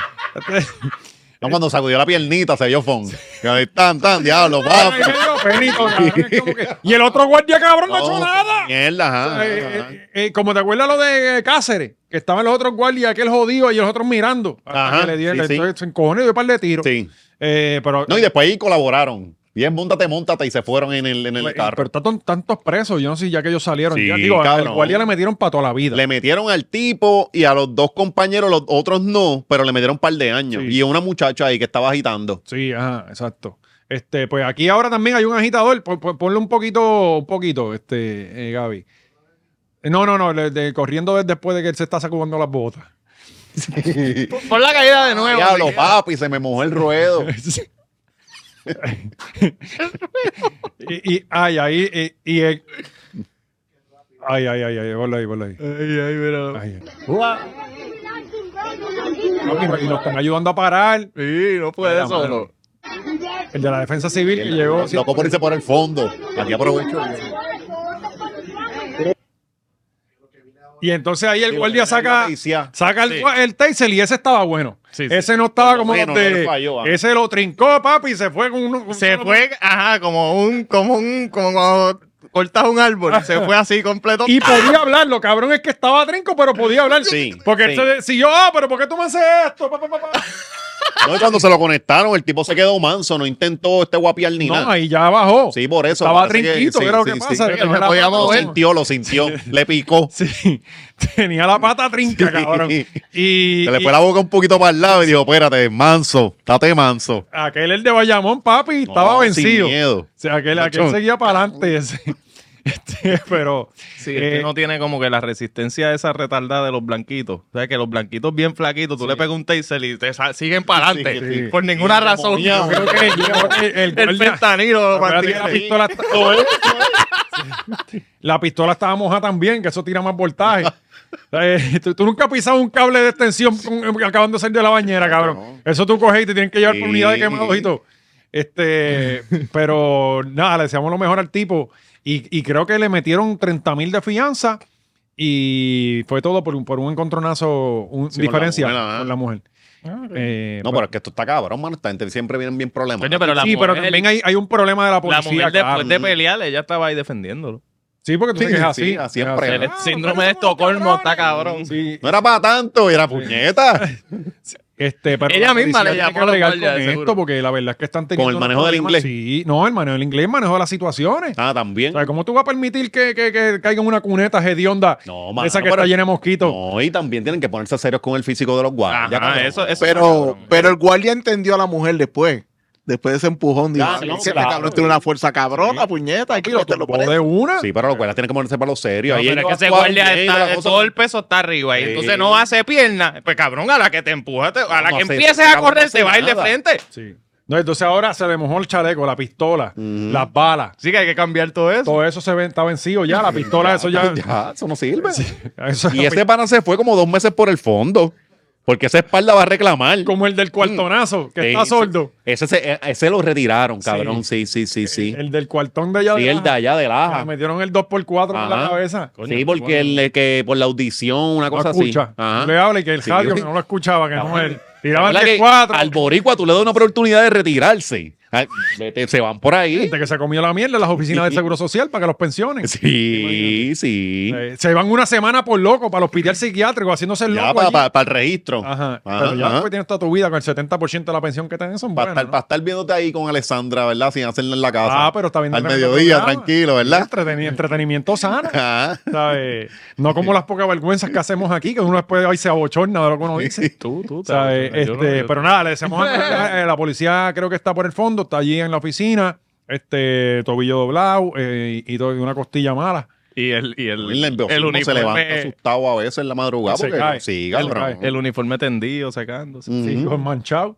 S2: No, cuando sacudió la piernita se vio fon. Que Tan, tan, diablo,
S1: Ay,
S2: papi.
S1: me dio penito, cabrón, es como que- Y el otro guardia, cabrón, no ha hecho
S2: No,
S1: nada.
S2: Oh, Mierda, ajá.
S1: Eh,
S2: ajá.
S1: eh, eh, como te acuerdas lo de eh, Cáceres, que estaban los otros guardias, aquel jodido y los otros mirando. Hasta
S2: Ajá,
S1: que le dieron,
S2: sí, sí.
S1: entonces se encojonó y dio un par de tiros.
S2: Sí.
S1: Eh, pero,
S2: No, y después ahí colaboraron. Bien, montate, montate y se fueron en el, en el
S1: eh,
S2: carro.
S1: pero están tantos presos, yo no sé ya que ellos salieron.
S2: Sí,
S1: ya, digo, al
S2: cabrón.
S1: guardia le metieron para toda la vida.
S2: Le metieron al tipo y a los dos compañeros, los otros no, pero le metieron un par de años.
S1: Sí.
S2: Y una muchacha ahí que estaba agitando.
S1: Sí, ajá, exacto. Este, pues aquí ahora también hay un agitador. Pon- pon- Ponle un poquito, un poquito, este, eh, Gaby. No, no, no, le- de- corriendo de- después de que él se está sacudiendo las botas.
S3: Pon la caída de nuevo.
S2: Diablo,
S3: sí.
S2: papi, se me mojó el ruedo.
S1: Y, y- ay, ay, y, y el- Ay, ay, ay, ay, ponlo ahí, ponlo ahí. Ay, ay. No, y- y nos están ayudando a parar.
S3: Sí, no puede solo.
S1: El de la defensa civil que llegó. sí.
S2: Loco por irse por el fondo. Aquí aprovecho.
S1: Y entonces ahí el guardia saca,
S2: Policía.
S1: saca el,
S3: Sí.
S1: el taser y ese estaba bueno.
S3: Sí, sí.
S1: Ese no estaba como
S2: menos,
S1: los de-
S2: no le falló, ah.
S1: ese lo trincó, papi, y se fue con uno. con
S3: Se
S1: solo-
S3: fue, ajá, como un, como un, como cuando cortas un árbol, se fue así completo. Ah,
S1: Y podía hablar, lo cabrón es que estaba trinco, pero podía hablar.
S2: Sí,
S1: Porque
S2: sí.
S1: él se, si yo, ah, pero ¿por qué tú me haces esto? Pa, pa, pa, pa.
S2: No, y cuando se lo conectaron, el tipo se quedó manso, no intentó este guapiar ni
S1: No,
S2: nada.
S1: ahí ya bajó.
S2: Sí, por eso.
S1: Estaba
S2: parece que-
S1: trinquito,
S2: sí,
S1: era lo que
S2: sí, sí.
S1: pasa.
S3: que
S1: tenía
S3: no me
S1: la
S3: podía
S1: pata-
S2: Lo
S3: mover.
S2: sintió, lo sintió, le picó.
S1: eh. Sí, tenía la pata trinca,
S2: Sí.
S1: cabrón. Y,
S2: Se le
S1: y
S2: fue la boca un poquito para el lado y dijo, espérate, manso, estate manso.
S1: aquel el de Bayamón, papi,
S2: No,
S1: estaba
S2: sin
S1: vencido.
S2: miedo.
S1: O sea, aquel, aquel
S2: Machón.
S1: seguía para adelante. ese. Este, pero
S3: Sí,
S1: eh,
S3: este no tiene como que la resistencia a esa retardada de los blanquitos. O sea, que los blanquitos bien flaquitos, tú le pegas un taser y te sa- siguen para adelante.
S1: sí, sí.
S3: Por ninguna razón.
S1: yo creo que, yo creo que el,
S3: El
S1: guardia-
S3: fentanilo lo
S1: Acuérdate que la
S3: mantiene.
S1: pistola está- La pistola estaba mojada también, que eso tira más voltaje. O sea, eh, ¿Tú, tú nunca has pisado un cable de extensión con- eh, acabando de salir de la bañera, cabrón. Eso tú coges y te tienen que llevar por
S2: Sí.
S1: unidad de quemados y todo. Este, pero nada, le deseamos lo mejor al tipo. Y, y creo que le metieron 30 mil de fianza y fue todo por un, por un encontronazo, un,
S2: Sí, con la
S1: diferencia con
S2: mujer,
S1: la,
S2: ajá.
S1: mujer.
S3: Ah,
S1: Eh,
S2: No, pero es que esto está cabrón, mano. Esta gente siempre viene bien problemas.
S3: Coño, pero la
S1: sí, pero
S3: mujer,
S1: también hay, hay un problema de la
S3: la
S1: policía.
S3: mujer después
S1: cabrón.
S3: de pelear, ella estaba ahí defendiéndolo.
S1: Sí, porque tú
S2: Sí,
S1: sabes que es
S2: sí,
S1: así.
S2: así
S1: es
S2: es pre-
S3: El
S2: Ah,
S3: síndrome de Estocolmo está cabrón.
S1: Sí,
S2: No era para tanto, era puñeta.
S1: Este, pero
S3: Ella
S1: la
S3: misma
S1: policía
S3: le
S1: tiene
S3: llamó
S1: que
S3: a los
S1: bregar
S3: guardias,
S1: con
S3: de
S1: esto
S3: seguro.
S1: porque la verdad es que están teniendo
S2: el
S1: unos
S2: manejo del
S1: problemas.
S2: inglés.
S1: Sí, no, el manejo del inglés, el manejo de las situaciones.
S2: Ah, también.
S1: O sea, ¿cómo tú vas a permitir que, que, que caiga en una cuneta hedionda?
S2: No, mano,
S1: esa que
S2: pero-
S1: está llena de mosquitos.
S2: No, y también tienen que ponerse serios con el físico de los guardias.
S3: Ajá,
S2: cabrón.
S3: eso- eso-
S4: Pero, pero el guardia entendió a la mujer después. Después de ese empujón, dijo,
S2: Ah,
S4: "Ah,
S2: no,
S4: ese
S2: claro.
S4: cabrón tiene una fuerza cabrona, puñeta. Aquí lo te lo
S1: O
S4: pones.
S1: de una.
S2: Sí, pero los guardias tienen que ponerse para los serios.
S3: No,
S2: Ahí
S3: pero es
S2: ellos
S3: que ese
S2: actúan
S3: guardia
S2: bien, la
S3: está,
S2: cosa-
S3: todo el peso está arriba ahí.
S2: Sí.
S3: Entonces no hace pierna. Pues cabrón, a la que te empuja, te- a la
S2: No
S3: que
S2: hace-
S3: empieces a
S2: cabrón, no
S3: correr,
S2: hace
S3: te va a ir de
S2: nada.
S3: frente.
S1: Sí. No, entonces ahora se le mojó el chaleco, la pistola, las balas.
S3: Sí que hay que cambiar todo eso.
S1: Todo eso se ve, está vencido ya, la pistola, eso ya.
S2: Ya, eso no sirve.
S1: eso-
S2: Y ese pana se fue como dos meses por el fondo. Porque esa espalda va a reclamar.
S1: como el del cuartonazo, que
S2: Sí,
S1: está
S2: Mm. sí.
S1: sordo.
S2: Ese, se- e, ese lo retiraron, cabrón. Sí, sí, sí, sí.
S1: El del cuartón de allá.
S2: Sí,
S1: de
S2: el de
S1: Laja,
S2: allá de
S1: que
S2: Laja.
S1: le metieron el 2x4 en la
S2: Ajá.
S1: cabeza.
S2: sí, porque el de que por la audición, una
S1: no
S2: cosa así.
S1: escucha.
S2: Ajá.
S1: Tú Le habla y que el
S2: Sí.
S1: radio que no lo escuchaba, que no
S2: Cabrón.
S1: él. Tiraban
S2: Habla
S1: el
S2: que
S1: 4.
S2: Al boricua tú le das una oportunidad de retirarse. Ay, vete, Se van por ahí.
S1: Gente que se comió la mierda en las oficinas del Seguro Social para que los pensionen.
S2: Sí, sí.
S1: Eh, se van una semana por loco para el hospital psiquiátrico haciéndose el
S2: Ya
S1: loco.
S2: para
S1: allí.
S2: el registro.
S1: Ajá. Pero ya después tienes toda tu vida con el 70% de la pensión que tenés son
S2: Para
S1: buenas.
S2: estar, pa' estar viéndote ahí con Alessandra, ¿verdad? Sin hacerla en la
S1: ¿no?
S2: casa.
S1: Ah, pero está bien.
S2: Al mediodía, tranquilo, ¿verdad?
S1: Entreteni- entretenimiento sano.
S2: Ajá.
S1: ¿sabes? No como las pocas vergüenzas que hacemos aquí, que uno después ahí se abochorna de lo que uno dice.
S3: Tú, tú,
S1: O sea, eh, este, pero nada, le deseamos a- a- a la policía, creo que está por el fondo, está allí en la oficina, este tobillo doblado eh, y, y todo- y una costilla mala.
S3: Y el, y el,
S2: El,
S3: el
S2: uniforme se levanta
S3: uniforme,
S2: asustado a veces en la madrugada.
S1: Se
S2: Porque,
S1: cae.
S2: sí,
S1: Se
S2: cabrón.
S1: cae.
S3: el uniforme tendido, sacándose.
S2: Ujú.
S1: Sí, con manchado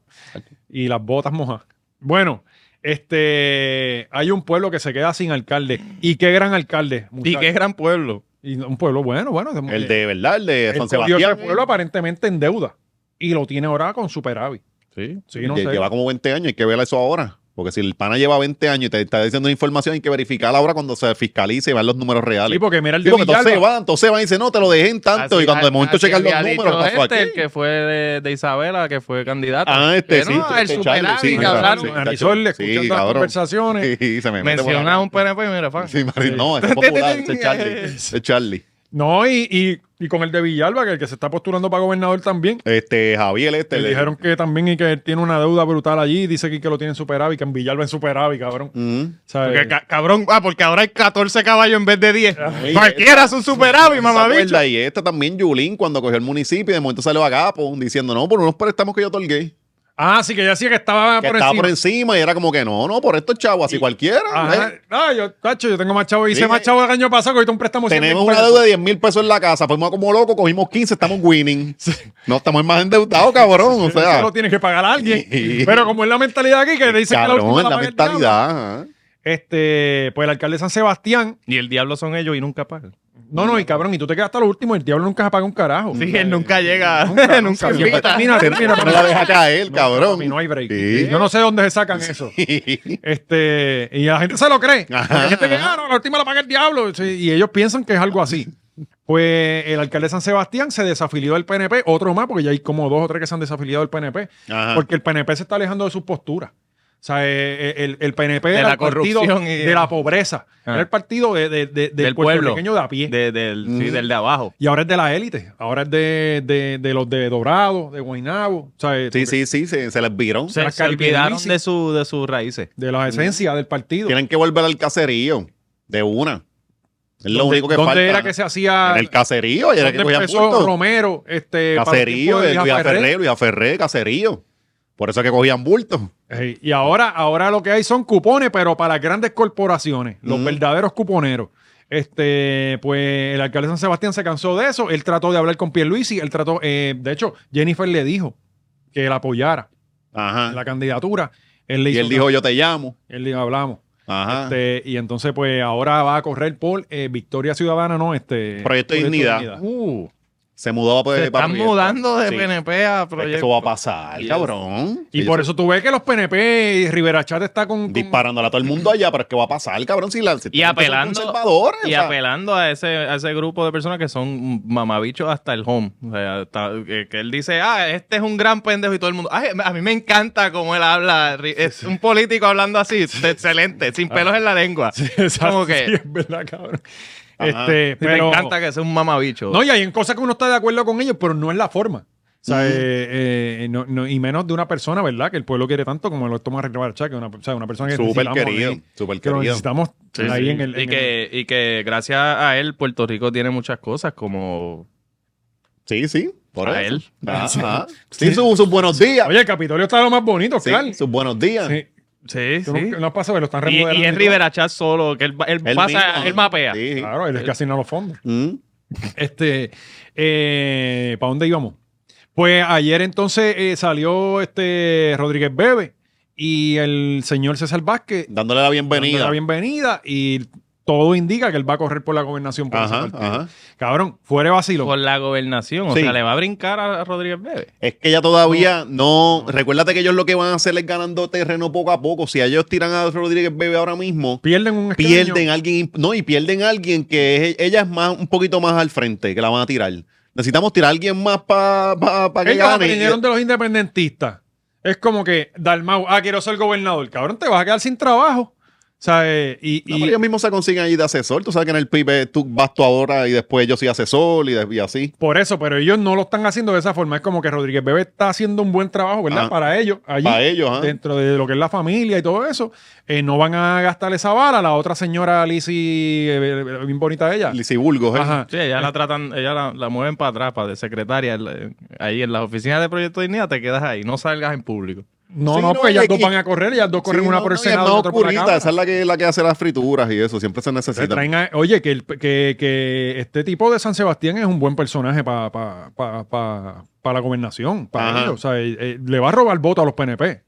S1: y las botas mojadas. Bueno, este hay un pueblo que se queda sin alcalde. Y qué gran alcalde.
S3: Y
S1: muchacho.
S3: qué gran pueblo.
S1: Y un pueblo bueno, bueno. eh,
S2: El de, ¿verdad? El de
S1: el
S2: San
S1: cogió ese
S2: Sebastián.
S1: pueblo aparentemente en deuda. Y lo tiene ahora con superávit.
S3: Sí.
S1: Sí, no
S2: Lle-
S1: sé.
S2: Lleva como 20 años, hay que ver eso ahora. Porque si el pana lleva 20 años y te está diciendo información, hay que verificarla ahora cuando se fiscalice y vean los números reales.
S1: Sí, porque mira el
S2: Sí,
S1: de
S2: porque entonces se
S1: Villalba.
S2: van, entonces van y dicen, no, te lo dejé en tanto.
S3: Así
S2: y cuando de
S3: ha-
S2: momento
S3: así
S2: checan los
S3: había
S2: números,
S3: dicho
S2: pasó
S3: este,
S2: aquí.
S3: El que fue de, de Isabela, que fue candidato.
S2: Ah, este,
S3: Que
S2: sí.
S3: no,
S2: este,
S3: el
S2: este
S3: superávit,
S2: Charlie, sí,
S3: cabrón.
S2: sí,
S1: Marisol,
S2: cacho. Sí,
S1: escuchando las
S2: cabrón.
S1: conversaciones.
S2: Sí, se me mete por la
S3: Menciona un PNP, mira, fan.
S2: Sí, Mari- no,
S1: Este
S2: es popular, ese es Charlie. Ese es Charlie.
S1: No, y, y- y con el de Villalba, que el que se está postulando para gobernador también.
S2: Este, Javier, este.
S1: Te
S2: le-
S1: dijeron que también y que él tiene una deuda brutal allí. Dice que, que lo tienen superávit, que en Villalba en superávit, cabrón. eh,
S2: Mm.
S1: ¿Sabes?
S3: Porque, ca- cabrón, ah, porque ahora hay 14 caballos en vez de 10.
S2: Oye,
S3: Cualquiera es un superávit,
S2: ¿Se
S3: mamabicho.
S2: acuerda? Y esta también, Yulín, cuando cogió el municipio, y de momento salió a Gapo diciendo, no, por unos préstamos que yo otorgué.
S1: Ah, sí, que ya decía que estaba
S2: Que
S1: por
S2: estaba
S1: encima.
S2: por encima y era como que no, no, por estos chavos, así cualquiera.
S1: Ajá.
S2: ¿eh?
S1: Ah, yo, tacho, yo tengo más chavo. Hice
S2: Dije-
S1: más chavo el año pasado, que ahorita un préstamo. de 100
S2: Tenemos
S1: mil
S2: una
S1: pesos.
S2: deuda de 10 mil pesos en la casa, fuimos como locos, cogimos 15, estamos winning. No estamos más endeudados, cabrón. O
S1: Eso
S2: sea,
S1: lo tienes que pagar a alguien.
S2: Sí.
S1: Pero como es la mentalidad aquí, que le dicen que la
S2: cabrón,
S1: última
S2: es la
S1: paga el diablo.
S2: mentalidad. ajá.
S1: Este, pues el alcalde de San Sebastián.
S3: Y el diablo son ellos y nunca pagan.
S1: No, no, y cabrón, y tú te quedas hasta lo último. El diablo nunca se paga un carajo.
S3: Sí, él nunca llega.
S1: Nunca,
S3: Nunca,
S1: nunca. Siempre
S3: invita.
S1: termina, termina.
S2: No la deja caer,
S1: No,
S2: cabrón.
S1: papi, no hay break.
S2: Sí.
S1: Yo no sé dónde se sacan eso. Este, y la gente se lo cree.
S2: Ajá.
S1: La gente que, ah, no, la última la paga el diablo. Sí, y ellos piensan que es algo así. Pues el alcalde de San Sebastián se desafilió del PNP, otro más, porque ya hay como dos o tres que se han desafiliado del PNP,
S2: Ajá.
S1: porque el PNP se está alejando de sus posturas. O sea, eh, el, el PNP
S3: De
S1: era
S3: la
S1: el partido
S3: corrupción y de-
S1: de la pobreza.
S3: Ah.
S1: Era el partido de, de- de- del,
S3: Del pueblo.
S1: puertorriqueño de a pie.
S3: De- del, Sí,
S2: Mm.
S3: del de abajo.
S1: y ahora es de la élite. Ahora es de, de- de los de Dorado, de Guaynabo. o sea,
S2: Sí,
S1: porque-
S2: sí, sí, se, se les vieron.
S3: Se,
S1: las
S3: se olvidaron
S1: caripirensis.
S3: de, su, de sus raíces.
S1: De la esencia del partido.
S2: Tienen que volver al caserío de una. Es lo único que
S1: ¿Dónde
S2: falta.
S1: era que se hacía?
S2: En el caserío, y era que
S1: Ah, ¿Dónde
S2: cogían
S1: empezó
S2: bulto.
S1: Romero? Este, para el tiempo
S2: Caserío,
S1: de
S2: de
S1: Luis
S2: Luis
S1: Aferré?
S2: Aferré, Luis Aferré, caserío. Por eso es que cogían bultos.
S1: Ey, y ahora, ahora lo que hay son cupones, pero para las grandes corporaciones, los verdaderos cuponeros. Este, pues el alcalde de San Sebastián se cansó de eso. Él trató de hablar con Pierluisi. Él trató, eh, de hecho, Jennifer le dijo que la apoyara en
S2: Ajá.
S1: la candidatura. Él le
S2: Ah. Y
S1: hizo
S2: él dijo, Ah. yo te llamo.
S1: él dijo, hablamos.
S2: Ajá.
S1: Este, y entonces, pues ahora va a correr por eh, Victoria Ciudadana, no, este.
S2: Proyecto Dignidad.
S1: Uh,
S2: se pues mudó para
S3: Se están
S2: Proyecto.
S3: mudando
S2: Eh,
S3: de
S2: este, Sí.
S3: PNP a
S2: Es que
S3: proyecto.
S2: Eso va a pasar,
S3: Yes.
S2: cabrón.
S1: y por eso tú ves que los PNP y Rivera Chat está con. con-
S2: disparándole a todo el mundo allá, pero es que va a pasar, cabrón, si la si
S3: Y
S2: están
S3: apelando,
S2: conservadores,
S3: y
S2: o sea,
S3: apelando a ese, a ese grupo de personas que son mamabichos hasta el home. O sea, hasta- que, que él dice, ah, este es un gran pendejo y todo el mundo. "Ay, a mí me encanta cómo él habla. ri- Es un político hablando así, excelente,
S2: Ah.
S3: sin pelos en la lengua.
S1: Exacto,
S3: Como que
S1: sí, es verdad, cabrón.
S2: Ajá.
S1: Este,
S3: me
S1: pero,
S3: encanta que sea un mamabicho.
S1: No, y hay en cosas que uno está de acuerdo con ellos, pero no es la forma. O sea, eh, eh, no- no- y menos de una persona, ¿verdad? Que el pueblo quiere tanto como lo toma Rebarcha, que una, o sea, una persona que
S2: súper
S1: necesitamos
S2: querido,
S1: ahí,
S2: súper
S1: que lo
S2: querido.
S1: necesitamos
S3: Sí,
S1: ahí
S3: sí.
S1: en el...
S3: y,
S1: en el-
S3: que, y que gracias a él, Puerto Rico tiene muchas cosas como
S2: Sí, sí, por
S3: a
S2: eso.
S3: él.
S2: Ajá. Sí, sus sus buenos días.
S1: Oye, el Capitolio está lo más bonito,
S2: Sí,
S1: claro.
S2: sus buenos días.
S1: Sí.
S3: Sí,
S1: Tú No,
S3: sí.
S1: no has pasado, lo están
S3: Y,
S1: remodelando.
S3: y es
S1: todo.
S3: Rivera Chat solo, que él, él
S2: Él
S3: pasa,
S2: mismo.
S3: él mapea.
S2: Sí.
S1: Claro, él es el que
S3: Eh.
S1: asigna los fondos.
S2: Mm.
S1: Este, eh, ¿para dónde íbamos? Pues ayer entonces eh, salió este Rodríguez Bebe y el señor César Vázquez
S2: Dándole la
S1: dándole
S2: bienvenida.
S1: la bienvenida y todo indica que él va a correr por la gobernación. por ese
S2: Ajá,
S1: partido.
S2: ajá.
S1: Cabrón, fuera de vacilo.
S3: Por la gobernación. O
S2: Sí.
S3: sea, le va a brincar a Rodríguez Bebe.
S2: Es que ya todavía no, Recuérdate que ellos lo que van a hacer es ganando terreno poco a poco. Si ellos tiran a Rodríguez Bebe ahora mismo,
S1: pierden un escaño.
S2: pierden a alguien, imp- no, y pierden a alguien que es- ella es más, un poquito más al frente, que la van a tirar. Necesitamos tirar a alguien más para que
S1: Es como que
S2: gane.
S1: vinieron de los independentistas. Es como que Dalmau, ah, quiero ser gobernador. Cabrón, te vas a quedar sin trabajo. ¿Sabes? Y,
S2: No,
S1: y-
S2: pero ellos mismos se consiguen ahí de asesor. Tú sabes que en el PIB tú vas tú ahora y después yo soy asesor y, de- y así.
S1: Por eso, pero ellos no lo están haciendo de esa forma. Es como que Rodríguez Bebe está haciendo un buen trabajo, ¿verdad?
S2: Ah.
S1: Para ellos, allí,
S2: Para ellos, ¿ah?
S1: dentro de lo que es la familia y todo eso, eh, no van a gastar esa bala. La otra señora Lizzy, eh, bien bonita ella.
S2: Licibulgos, ¿eh?
S1: Ajá.
S3: Sí, ella la tratan, ella la, la mueven para atrás, para de secretaria. el- Ahí en las oficinas de Proyecto Dignidad te quedas ahí, no salgas en público.
S1: No,
S2: Sí,
S1: no,
S2: no,
S1: pues ellas
S2: y-
S1: dos
S2: y-
S1: van a correr, ellas dos corren
S2: Sí,
S1: una
S2: no,
S1: por el
S2: no, y
S1: Senado
S2: es
S1: y
S2: más
S1: otra por la
S2: oscurita.
S1: Cámara.
S2: Esa es la que, la que hace las frituras y eso. Siempre se
S1: Se
S2: necesita.
S1: traen a- oye, que, el- que, que este tipo de San Sebastián es un buen personaje para la gobernación, para
S2: Ajá.
S1: ellos. O sea, eh, eh, le va a robar voto a los PNP.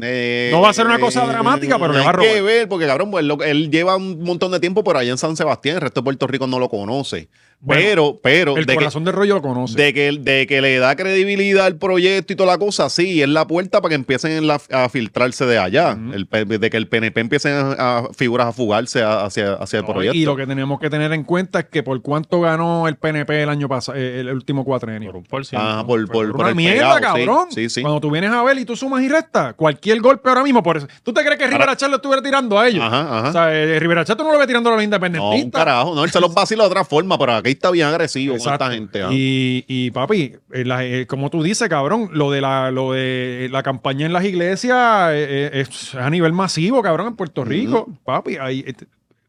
S2: Eh,
S1: No va a ser una cosa dramática, pero le va a
S2: Hay que
S1: robar.
S2: ver, porque cabrón, pues, lo- él lleva un montón de tiempo por allá en San Sebastián. El resto de Puerto Rico no lo conoce.
S1: Bueno,
S2: pero, pero,
S1: El
S2: de que,
S1: corazón de rollo lo conoce.
S2: de, que, de que le da credibilidad al proyecto y toda la cosa, sí, es la puerta para que empiecen en la- a filtrarse de allá.
S1: Ujú.
S2: El P- de que el PNP empiecen a, a figuras a fugarse a- hacia, hacia el
S1: No,
S2: proyecto.
S1: Y lo que tenemos que tener en cuenta es que por cuánto ganó el PNP el año pasado, el último cuatrenio.
S3: Por ciento.
S2: Ajá, por, por,
S1: Por
S2: por
S1: una
S2: el
S1: mierda,
S2: pegado, sí,
S1: cabrón.
S2: Sí, sí.
S1: Cuando tú vienes a ver y tú sumas y restas, cualquier golpe ahora mismo, por eso. ¿Tú te crees que Rivera Chat lo estuviera tirando a ellos?
S2: Ajá, ajá.
S1: O sea, eh, Rivera Chat tú no lo ves tirando a los
S2: ¿Ah? no, un
S1: independentistas.
S2: carajo. No, él se los vacila de otra forma, pero aquí está bien agresivo
S1: Exacto.
S2: con esta gente. ah. ajá.
S1: Y, y, papi, eh, la- eh, como tú dices, cabrón, lo de la, lo de la campaña en las iglesias eh, eh, es a nivel masivo, cabrón, en Puerto Rico. Papi, ahí, este-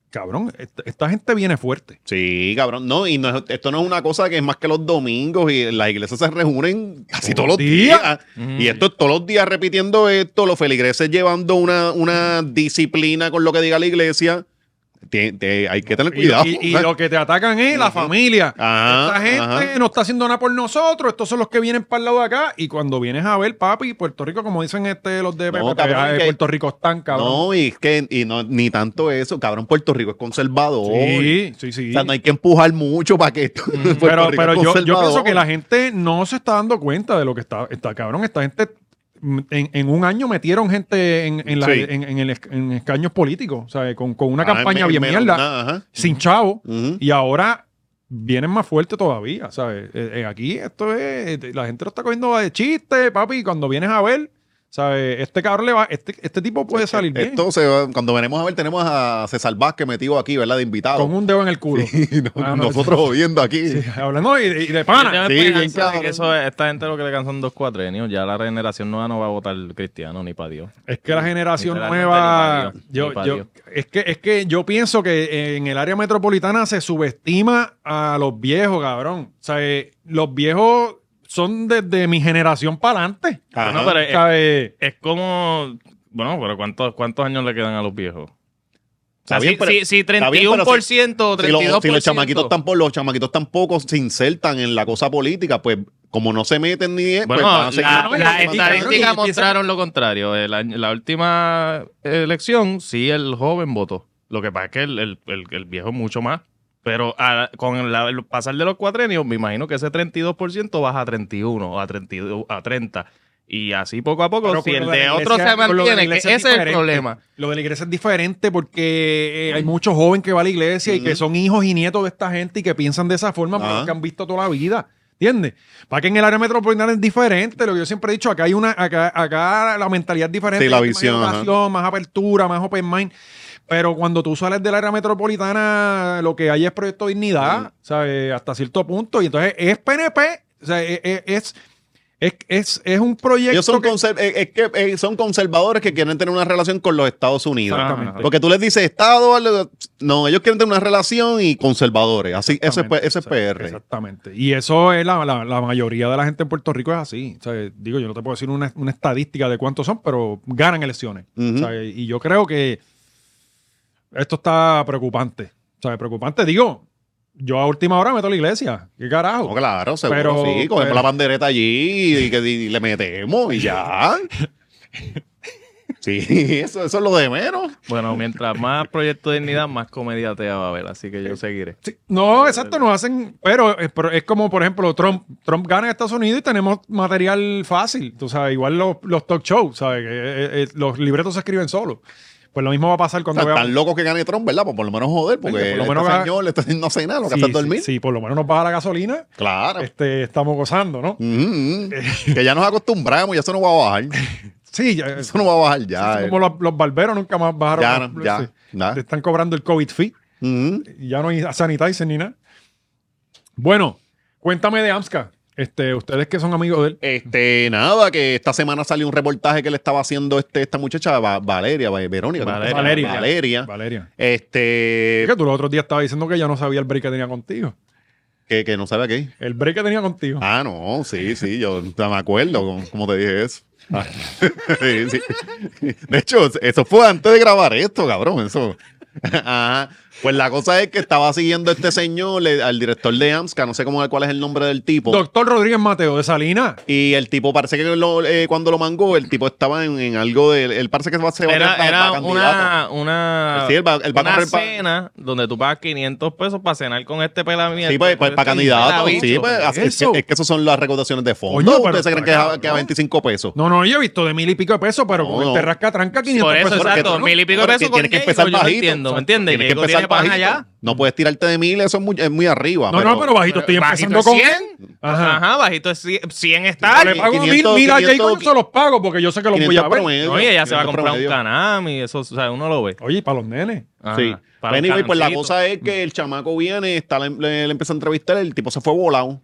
S1: cabrón, esta, esta gente viene fuerte.
S2: Sí, cabrón. No, y no es- esto no es una cosa que es más que los domingos y las iglesias se reúnen casi
S1: Todos
S2: todos los
S1: días.
S2: días. Y esto es todos los días repitiendo esto, los feligreses llevando una, una disciplina con lo que diga la iglesia. Tien- te- hay que tener
S1: Y,
S2: cuidado. ¿eh?
S1: y- y lo que te atacan es la
S2: Ujú.
S1: familia.
S2: Ajá,
S1: Esta gente
S2: ajá.
S1: no está haciendo nada por nosotros. Estos son los que vienen para el lado de acá. Y cuando vienes a ver, papi, Puerto Rico, como dicen este, los de
S2: No,
S1: PPP,
S2: cabrón,
S1: ah, de
S2: que-
S1: Puerto Rico están, cabrón.
S2: No, y es que y no, ni tanto eso, cabrón, Puerto Rico es conservador.
S1: sí, sí, sí.
S2: O sea, no hay que empujar mucho para que esto. Puerto
S1: pero
S2: Rico
S1: pero
S2: es
S1: yo, yo pienso
S2: conservador.
S1: que la gente no se está dando cuenta de lo que está, está cabrón. Esta gente mm, en, en un año metieron gente en, en, la-
S2: Sí.
S1: en- en el esc- en escaños políticos, ¿sabes? Con, con una
S2: Ah,
S1: campaña
S2: me-
S1: bien
S2: menos
S1: mierda,
S2: nada, ajá.
S1: sin chavo,
S2: Ujú.
S1: y ahora vienen más fuerte todavía, eh, ¿sabes? Eh, eh, aquí esto es, la gente lo está cogiendo de chiste, papi, y cuando vienes a ver, ¿Sabes? Este cabrón le va, este, este tipo puede salir bien.
S2: Entonces, va- cuando venimos a ver, tenemos a César Vázquez metido aquí, ¿verdad? De invitado.
S1: Con un dedo en el culo.
S2: Y no-
S1: Ah, no,
S2: nosotros jodiendo aquí.
S1: Hablando y, y de
S3: Yo tengo
S1: pana.
S2: Sí,
S3: esperanza
S2: bien
S3: de
S2: claro.
S3: que eso, esta gente lo que le cansan dos cuatrenios, ya la generación nueva no va a votar cristiano ni para Dios.
S1: Es que la generación
S3: Literalmente, ni
S1: nueva.
S3: pa' Dios,
S1: Yo,
S3: ni pa'
S1: yo-
S3: Dios.
S1: es, que, es que yo pienso que en el área metropolitana se subestima a los viejos, cabrón. O sea, eh, los viejos son desde mi generación para adelante.
S2: Ajá.
S3: No, pero es,
S1: ¿Sabes?
S3: es como. Bueno, pero ¿cuántos, ¿cuántos años le quedan a los viejos? Ah, O
S2: Está
S3: sea,
S2: bien,
S3: si,
S2: pero-
S3: si, si
S2: está bien,
S3: 31%
S2: pero
S3: o 32%.
S2: Si, los- si los chamaquitos tampoco, los chamaquitos tampoco se insertan en la cosa política, pues como no se meten ni es, pues, van
S3: Bueno,
S2: a seguir
S3: la,
S2: en
S1: no,
S3: la
S1: y- y- y- y-
S3: estadística
S1: y-
S3: mostraron lo contrario. El año- la última elección, sí, el joven votó. Lo que pasa es que el, el- el- el viejo mucho más. Pero a- con la- el pasar de los cuatrenios, me imagino que ese 32% baja a 31 o a, 32, a 30. Y así poco a poco,
S1: Pero
S3: si
S1: con
S3: el
S1: lo de
S3: de
S1: la
S3: otro
S1: iglesia-
S3: se
S1: con lo de la
S3: mantiene, que
S1: iglesia
S3: ese es el
S1: diferente.
S3: problema.
S1: Lo de la iglesia es diferente porque eh, hay muchos jóvenes que van a la iglesia y que son hijos y nietos de esta gente y que piensan de esa forma
S2: Ajá.
S1: porque han visto toda la vida. ¿Entiendes? Para que en el área metropolitana es diferente. Lo que yo siempre he dicho, acá hay una, acá, acá la mentalidad es diferente.
S2: Sí, la
S1: hay
S2: visión,
S1: Más
S2: ajá.
S1: educación, más apertura, más open mind. Pero cuando tú sales del área metropolitana, lo que hay es proyecto dignidad, ¿sabes? Hasta cierto punto. Y entonces es PNP, o sea, es, es, es, es- es un proyecto.
S2: Ellos son,
S1: que-
S2: conser- eh, es que, eh, son conservadores que quieren tener una relación con los Estados Unidos.
S1: Exactamente.
S2: Porque tú les dices Estado, algo- no, ellos quieren tener una relación y conservadores. Así, ese es,
S1: Exactamente,
S2: ese es
S1: exact-
S2: PR.
S1: Exactamente. Y eso es la, la- la mayoría de la gente en Puerto Rico es así. O sea, digo, yo no te puedo decir una, una estadística de cuántos son, pero ganan elecciones.
S2: Ujú.
S1: O sea, y yo creo que esto está preocupante. O sea, preocupante, digo, yo a última hora meto a la iglesia. ¿Qué carajo?
S2: No, claro, seguro
S1: Pero-
S2: sí. Cogemos
S1: pero-
S2: la bandereta allí y, que- y le metemos y ya. Sí, eso, eso es lo de menos.
S3: Bueno, mientras más proyecto de dignidad, más comedia te va a haber, así que yo seguiré.
S1: Sí. No, exacto, no hacen, pero es, pero es como, por ejemplo, Trump, Trump gana en Estados Unidos y tenemos material fácil, tú sabes, igual los, los talk shows, ¿sabes? Que, eh, eh, los libretos se escriben solos. Pues lo mismo va a pasar
S2: O
S1: cuando
S2: sea,
S1: veamos-
S2: tan locos que gane Trump, ¿verdad? Pues por lo menos joder, porque
S1: Oye, por lo
S2: este
S1: menos haga-
S2: señor este, no hace nada, lo que hace es dormir.
S1: sí, por lo menos nos baja la gasolina,
S2: Claro.
S1: este, estamos gozando, ¿no?
S2: Ujú, ujú. que ya nos acostumbramos, ya eso no va a bajar.
S1: Sí, ya,
S2: Eso no va a bajar ya. eh.
S1: como los, los barberos nunca más bajaron.
S2: Ya,
S1: los-
S2: no, ya, Ah.
S1: sí.
S2: nada. Mm-hmm.
S1: Te están cobrando el COVID fee,
S2: Ujú.
S1: y ya no hay sanitizer ni nada. Bueno, cuéntame de AMSCA. Este, ustedes que son amigos de él.
S2: Este, nada, que esta semana salió un reportaje que le estaba haciendo este, esta muchacha, Va- Valeria, Va- Verónica. ¿cómo se llama?
S1: Valeria.
S2: Valeria.
S1: Valeria.
S2: Este,
S1: Es que tú los otros días estabas diciendo que ya no sabía el break que tenía contigo.
S2: que, que no sabe aquí.
S1: El break que tenía contigo.
S2: Ah, no, sí, sí, yo ya me acuerdo como, como te dije eso. Ah, sí, sí. De hecho, eso fue antes de grabar esto, cabrón, eso. Ajá. Pues la cosa es que estaba siguiendo este señor, le- al director de AMSCA, no sé cómo, cuál es el nombre del tipo.
S1: Doctor Rodríguez Mateo de Salina.
S2: Y el tipo parece que lo- eh, cuando lo mangó, el tipo estaba en, en algo de. Él parece que se va a se va a
S3: Era,
S2: tirar para-
S3: era
S2: para candidato. Pues
S3: una, una,
S2: Sí, él va- él va a
S3: una
S2: correr pa-
S3: cena donde tú pagas 500 pesos para cenar con este pelamiento.
S2: Sí, pues, pues, para candidato. Sí, pues, así es,
S1: Eso.
S2: que, es que esas son las recaudaciones de fondo.
S1: Coño,
S2: ¿Ustedes
S1: pero
S2: se creen
S1: está
S2: que es a-
S1: cabrón.
S2: que a 25 pesos?
S1: No, no, yo he visto de mil y pico de pesos, pero
S2: No,
S1: con
S2: no.
S1: el terrasca tranca 500
S3: Por eso,
S1: pesos.
S3: exacto,
S1: Porque-
S3: mil y pico de
S2: Pero es
S3: pesos
S2: que
S3: con
S2: tienes que
S3: Diego,
S2: empezar
S3: yo lo
S2: bajito.
S3: entiendo, ¿me entiendes?
S2: Tienes que
S3: Diego
S2: empezar
S3: tiene pan
S2: bajito.
S3: allá.
S2: No puedes tirarte de mil, eso es muy, es muy arriba.
S1: No, no, pero bajito, estoy
S3: Bajito
S1: empezando
S3: es
S1: con
S3: 100.
S1: Ajá.
S3: Ajá. bajito es 100, 100
S1: Ah,
S3: está.
S1: le pago
S2: 500,
S1: mil, mil a Jay
S2: 500,
S1: Coño, se los pago porque yo sé que los voy a
S2: 500
S1: ver.
S2: promedio.
S3: Oye, ella se va a
S2: 500
S3: comprar un
S2: promedio.
S3: Canami, eso, o sea, uno lo ve.
S1: Oye, para los nenes.
S3: Ajá,
S2: Sí.
S3: Ah, para un
S2: Anyway, pues la
S3: canancito.
S2: cosa es que el chamaco viene, está, le, le- le empieza a entrevistar, el tipo se fue volado.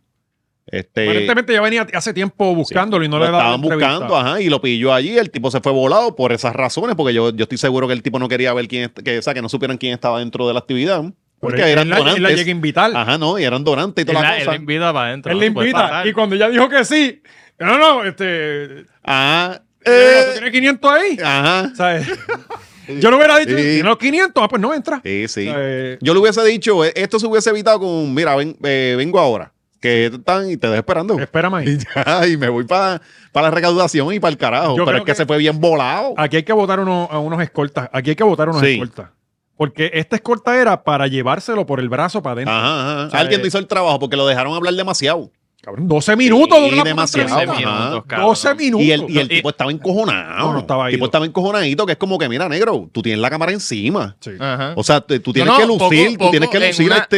S2: Este,
S1: Aparentemente ya venía hace tiempo buscándolo y no
S2: lo
S1: le daba
S2: estaban buscando, ajá, y lo pilló allí, el tipo se fue volado por esas razones, porque yo, yo estoy seguro que el tipo no quería ver quién, est- que, o sea, que no supieran quién estaba dentro de la actividad. Porque
S1: Porque
S2: eran
S1: él, la, él la
S2: donantes. Ah.
S1: llega a invitar.
S2: Ajá, no, y eran donantes y
S3: Él
S2: toda la,
S3: la, él la
S2: cosa.
S3: invita para adentro.
S1: él
S3: no
S1: le
S3: se puede
S1: invita.
S3: pasar.
S1: Y cuando ella dijo que sí, no, no,
S2: Eh.
S1: este.
S2: Ajá.
S1: ¿Tú
S2: eh,
S1: tienes 500 ahí?
S2: ajá.
S1: ¿Sabes? Yo lo hubiera dicho,
S2: Sí.
S1: ¿tienes los 500? Ah, pues no entra.
S2: Sí, sí.
S1: Eh,
S2: Yo le hubiese dicho, eh, esto se hubiese evitado con, mira, ven, eh, vengo ahora, que están y te dejo esperando.
S1: Espérame
S2: Y,
S1: ahí.
S2: ya, y me voy para la recaudación y para el carajo.
S1: Yo
S2: Pero
S1: creo
S2: es que,
S1: que-
S2: se fue bien volado.
S1: Aquí hay que votar uno- a unos escoltas. Aquí hay que votar a unos
S2: Sí.
S1: escoltas. Porque esta escolta era para llevárselo por el brazo para adentro.
S2: Ajá, ajá.
S1: O sea,
S2: Alguien
S1: eh,
S2: no hizo el trabajo porque lo dejaron hablar demasiado.
S1: Cabrón, 12 minutos.
S2: Sí,
S1: dura la puta
S2: demasiado,
S1: entrevista.
S2: ajá.
S1: 12 minutos.
S2: Y el, y el
S3: Y-
S2: tipo estaba encojonado.
S1: No, no estaba
S2: el tipo
S1: ido.
S2: estaba encojonadito, que es como que, mira, negro, tú tienes la cámara encima.
S1: Sí.
S3: Ajá.
S2: O sea, te- tú tienes
S3: No, no,
S2: que lucir,
S3: poco-
S2: tú tienes
S3: poco
S2: que
S3: en
S2: lucir
S3: una-
S2: este,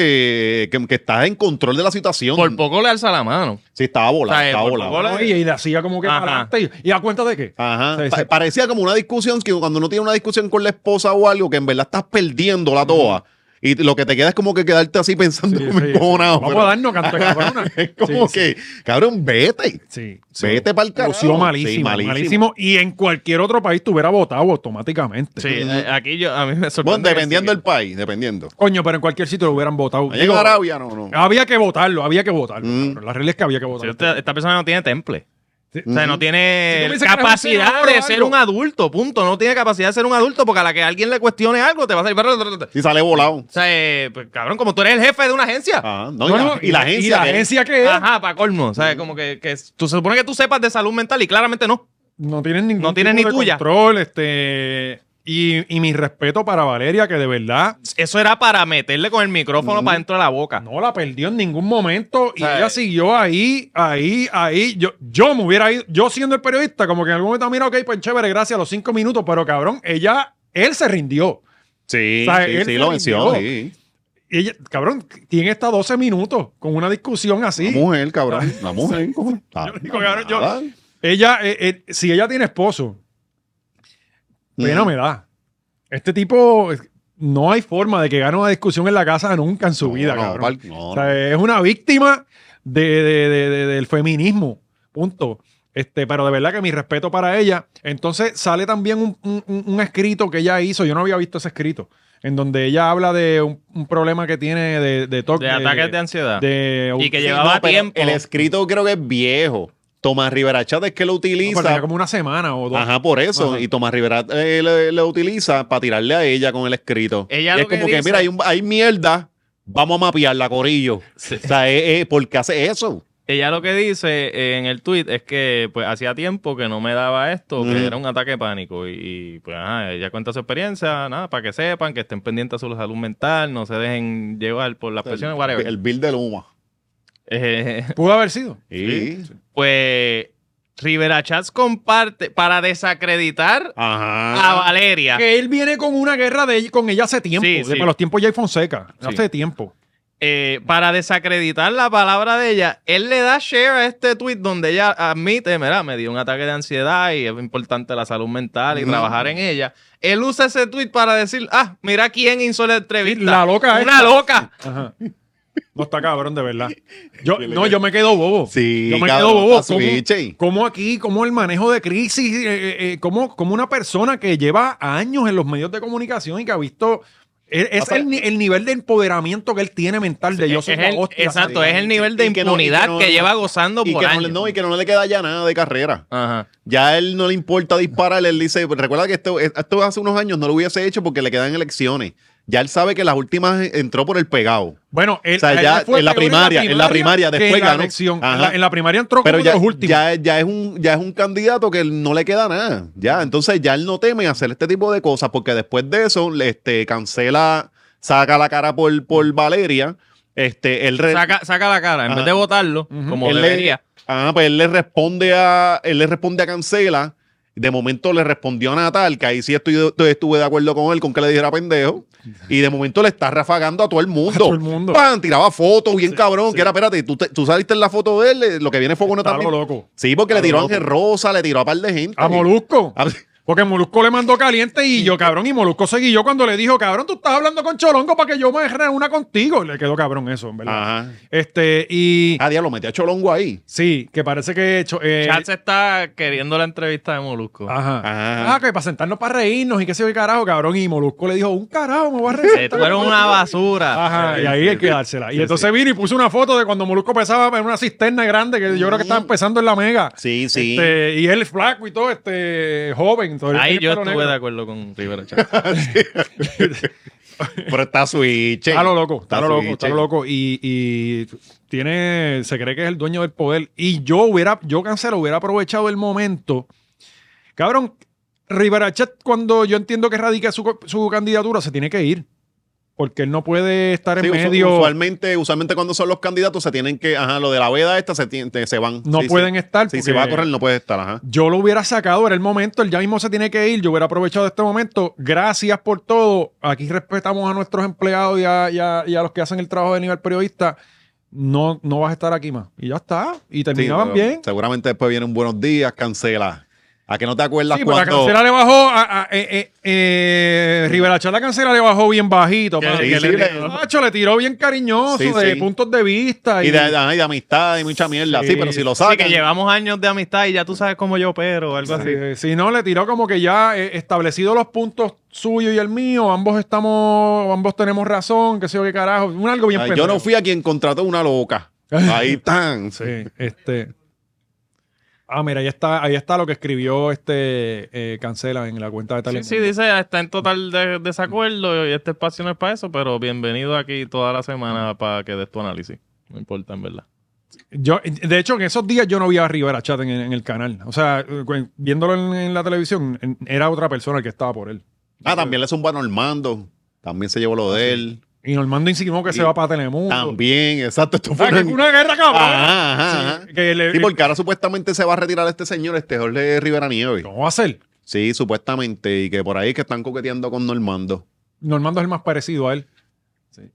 S2: que, que estás en control de la situación.
S3: Por poco le alza la mano.
S2: Sí, estaba volado,
S3: O sea,
S2: estaba
S3: por
S2: volado.
S3: poco le-
S1: Oye, y le hacía como que
S3: Ajá.
S1: adelante. ¿Y y a cuenta de qué?
S2: Ajá.
S1: Sí,
S2: Pa-
S1: sí.
S2: Parecía como una discusión que cuando uno tiene una discusión con la esposa o algo, que en verdad estás perdiendo la toa. Y lo que te queda es como que quedarte así pensando
S1: Sí,
S2: como
S1: sí.
S2: encojonado.
S1: Vamos
S2: pero-
S1: a darnos canto de cabrona.
S2: Es como
S1: Sí,
S2: que, cabrón, vete.
S1: Sí.
S2: Vete para el carajo.
S1: Lució malísimo,
S2: Sí,
S1: malísimo. Y en cualquier otro país te hubiera votado automáticamente.
S3: Sí, eh, aquí yo, a mí me sorprende.
S2: Bueno,
S3: que
S2: dependiendo
S3: sí.
S2: del país, dependiendo.
S1: Coño, pero en cualquier sitio lo hubieran votado.
S2: Allá en
S1: Digo, ah,
S2: Arabia, no, no.
S1: Había que votarlo, había que votarlo.
S2: Mm.
S1: cabrón. La regla es que había que
S3: Sí,
S1: votarlo.
S3: esta, esta persona no tiene temple.
S1: Sí.
S3: O sea, no
S1: Si
S3: tiene
S1: tú me dices que eres un
S3: capacidad
S1: senador o
S3: de ser
S1: algo.
S3: un adulto, punto. No tiene capacidad de ser un adulto porque a la que alguien le cuestione algo te va a salir. O
S2: Y sale volado.
S3: sea, eh, pues, cabrón, como tú eres el jefe de una agencia.
S2: Ajá.
S1: Ah. No,
S2: No, y,
S1: no,
S2: la, y la agencia.
S1: Y la
S2: que-
S1: agencia que es,
S3: Ajá, para colmo. O sea, como que, que tú se supone que tú sepas de salud mental y claramente no.
S1: no tienen ningún
S3: No tienen
S1: tipo
S3: ni
S1: de
S3: tuya.
S1: control. Este, y, y mi respeto para Valeria, que de verdad
S3: Eso era para meterle con el micrófono para dentro de la boca.
S1: no la perdió en ningún momento. Y
S3: O sea,
S1: ella siguió ahí, ahí, ahí. Yo, yo me hubiera ido, yo siendo el periodista, como que en algún momento, mira, ok, pues chévere, gracias, los cinco minutos, pero cabrón, ella, él se rindió.
S2: Sí,
S1: O sea,
S2: sí,
S1: él
S2: sí,
S1: se
S2: lo mencionó.
S1: rindió.
S2: sí.
S1: Y ella, cabrón, tiene esta 12 minutos con una discusión así.
S2: La mujer, cabrón. La mujer. Ah, ¿cómo?
S1: Yo digo, cabrón, yo- Ella, eh, eh, si ella tiene esposo, pena
S2: Ujú.
S1: me da. Este tipo, eh, no hay forma de que gane una discusión en la casa nunca en su
S2: No,
S1: vida,
S2: no,
S1: cabrón.
S2: pal- no,
S1: O sea, es una víctima de, de- de- de- del feminismo. Punto. Este, pero de verdad que mi respeto para ella. Entonces sale también un, un- un- un escrito que ella hizo. Yo no había visto ese escrito. En donde ella habla de un, un problema que tiene de, de TOC,
S3: De ataques de ansiedad.
S1: de-
S3: Y que
S1: Sí,
S3: llevaba
S2: pero
S3: tiempo.
S2: El escrito creo que es viejo. Tomás Rivera Chat es que lo
S1: no, pero
S2: utiliza.
S1: tenía como una semana o dos.
S2: Ajá, por eso.
S1: Ajá.
S2: Y Tomás Rivera eh, le- lo utiliza para tirarle a ella con el escrito.
S3: Ella
S2: Y
S3: lo
S2: es
S3: que
S2: como que,
S3: dice-
S2: mira, hay, un- hay mierda, vamos a mapearla, Corillo.
S3: Sí.
S2: O sea, es, es- ¿por qué hace eso?
S3: Ella lo que dice eh, en el tweet es que pues hacía tiempo que no me daba esto,
S2: Mm.
S3: que era un ataque de pánico. Y, y, pues ajá, ella cuenta su experiencia, nada, para que sepan, que estén pendientes a su salud mental, no se dejen llevar por las presiones, whatever.
S2: el, el bill de Luma.
S3: Eh,
S1: Pudo haber sido.
S2: Sí.
S3: pues Rivera Chats comparte para desacreditar a
S2: Ajá.
S3: Valeria.
S1: Que él viene con una guerra de, con ella hace tiempo.
S3: Sí,
S1: de-
S3: sí.
S1: Para los tiempos ya hay Fonseca.
S3: Sí.
S1: Hace tiempo.
S3: eh, para desacreditar la palabra de ella, él le da share a este tweet donde ella admite, mira, me dio un ataque de ansiedad y es importante la salud mental y
S2: Mm.
S3: trabajar en ella. Él usa ese tweet para decir, ah, mira quién hizo la entrevista.
S1: La loca
S3: Una
S1: esta.
S3: loca.
S1: Ajá. No está cabrón, de verdad. Yo, no, yo me quedo bobo.
S2: Sí,
S1: yo me
S2: cabrón,
S1: quedo bobo.
S2: está
S1: ¿Cómo,
S2: switche.
S1: cómo aquí, cómo el manejo de crisis, eh, eh, eh, cómo, cómo una persona que lleva años en los medios de comunicación y que ha visto... Es es
S2: Pasa-
S1: el, ni- el nivel de empoderamiento que él tiene mental de yo
S3: Es
S1: soy la
S3: el-
S1: hostia.
S3: exacto,
S1: sí.
S3: es el nivel
S2: Y
S3: de
S2: que no- y que
S3: impunidad que,
S2: no-
S3: lleva gozando
S2: Y
S3: por
S2: que, no,
S3: años.
S2: le- no, y que no le queda ya nada de carrera.
S3: Ajá.
S2: Ya él no le importa disparar, él dice, recuerda que esto, esto hace unos años no lo hubiese hecho porque le quedan elecciones. Ya él sabe que las últimas entró por el pegado.
S1: Bueno, él,
S2: O sea,
S1: a él
S2: ya
S1: le fue
S2: en la
S1: peor
S2: primaria, en la primaria,
S1: que
S2: después
S1: en la
S2: ganó.
S1: elección. En
S2: Ajá.
S1: la, en la primaria entró
S2: Pero
S1: como de
S2: ya,
S1: los últimos.
S2: ya, ya es un, ya es un candidato que él no le queda nada. Ya, entonces ya él no teme hacer este tipo de cosas porque después de eso, le- este, cancela, saca la cara por, por Valeria. Este, él, re-
S3: Saca, saca la cara, en
S2: Ajá.
S3: vez de votarlo,
S1: Ujú.
S3: como
S2: él le,
S3: debería.
S2: ah, pues él le responde a, él le responde a cancela. De momento le respondió a Natal, que ahí sí estoy, estoy- estuve de acuerdo con él, con que le dijera pendejo. Y de momento le está rafagando a todo el mundo.
S1: A todo el mundo.
S2: ¡Pam! Tiraba fotos, bien cabrón. Que era, espérate, tú, te- tú saliste en la foto de él, eh, lo que viene fue con
S1: Está
S2: también.
S1: lo loco.
S2: Sí, porque
S1: Claro,
S2: le tiró a
S1: loco.
S2: Ángel Rosa, le tiró a par de gente. Ah,
S1: A Molusco.
S2: A-
S1: Porque Molusco le mandó caliente y yo, cabrón, y Molusco seguí yo cuando le dijo, cabrón, tú estás hablando con Cholongo para que yo me reúna contigo. Le quedó cabrón eso, en
S3: Ah.
S1: verdad.
S2: Ajá.
S1: Este, y
S2: Ah, diablo, metió a Cholongo ahí.
S1: sí, que parece que... cho- eh,
S3: Chats está queriendo la entrevista de Molusco.
S1: ajá.
S2: Ajá.
S1: Ah, que para sentarnos para reírnos y qué sé yo, y carajo, cabrón. Y Molusco le dijo, un carajo, me voy a
S3: Eh,
S1: reír.
S3: tú eres una basura.
S1: Ajá, y ahí hay que dársela. Y
S3: Sí,
S1: entonces vino y puso una foto de cuando Molusco pesaba en una cisterna grande, que yo creo
S3: Mm.
S1: que estaba empezando en la mega.
S2: Sí, sí.
S1: Este, y él flaco y todo, este, joven. todavía
S3: Ahí
S1: tiene
S3: yo
S1: pelo
S3: estuve
S1: negro.
S3: de acuerdo con Rivera Chats.
S2: Pero está switch.
S1: Está Ah, lo loco, está, lo loco,
S2: switch.
S1: está lo loco. Y, y tiene, se cree que es el dueño del poder. Y yo hubiera, yo Cancelo hubiera aprovechado el momento. Cabrón, Rivera Chat, cuando yo entiendo que radica su, su candidatura, se tiene que ir. porque él no puede estar en
S2: Sí, usu-
S1: medio.
S2: usualmente, usualmente cuando son los candidatos se tienen que, ajá, lo de la veda esta se, tien- te- se van.
S1: No
S2: Sí, sí.
S1: pueden estar
S2: Sí, si
S1: porque-
S2: va a correr no puede estar, ajá.
S1: Yo lo hubiera sacado, era el momento, él ya mismo se tiene que ir, yo hubiera aprovechado este momento. Gracias por todo. Aquí respetamos a nuestros empleados y a, y a- y a los que hacen el trabajo de nivel periodista. No, no vas a estar aquí más. Y ya está. Y
S2: Sí,
S1: terminaban
S2: pero
S1: bien.
S2: Seguramente después viene un buenos días, cancela. ¿A que no te acuerdas
S1: Sí, pero la
S2: cuando
S1: cancela le bajó. A, a- eh, eh, eh, Rivera Chá, la cancela le bajó bien bajito.
S3: Que-
S1: pa.
S3: que
S2: sí,
S3: le
S2: sí,
S3: tiró.
S2: le-
S1: Macho, le tiró bien cariñoso
S2: Sí,
S1: de
S2: sí.
S1: puntos de vista. Y,
S2: y de, ajá, y de amistad y mucha mierda,
S1: Sí,
S2: sí, pero si lo
S3: Sí,
S2: sacan.
S3: que llevamos años de amistad y ya tú sabes cómo yo pero o algo así.
S1: Eh, si no, le tiró como que ya eh, establecido los puntos suyos y el mío, ambos estamos, ambos tenemos razón, qué sé yo qué carajo, un algo bien
S2: Ay, yo
S1: pendejo.
S2: no fui a quien contrató una loca. Ahí tan.
S1: Sí, este. Ah, mira, ahí está, ahí está lo que escribió este eh, Cancela en la cuenta de
S3: Sí,
S1: Telemundo.
S3: sí, dice, ah, está en total de- desacuerdo y este espacio no es para eso, pero bienvenido aquí toda la semana para que des tu análisis. No importa, en verdad.
S1: Yo, de hecho, en esos días yo no vi a Rivera Chat en, en el canal. O sea, eh, viéndolo en, en la televisión, en- era otra persona el que estaba por él.
S2: Ah, también le zumbó a Normando. También se llevó lo de él.
S1: Y Normando insinuó que se va para Telemundo.
S2: También, exacto. Esto
S1: O
S2: fue
S1: sea, Ah, que
S2: una-
S1: fue una guerra cabrón.
S2: Ajá, ajá, ajá.
S1: Sí, que le-
S2: Sí, porque ahora supuestamente se va a retirar este señor, este Jorge Rivera Nieves.
S1: ¿Cómo va a ser?
S2: Sí, supuestamente. Y que por ahí que están coqueteando con Normando.
S1: Normando es el más parecido a él.
S2: Ujú,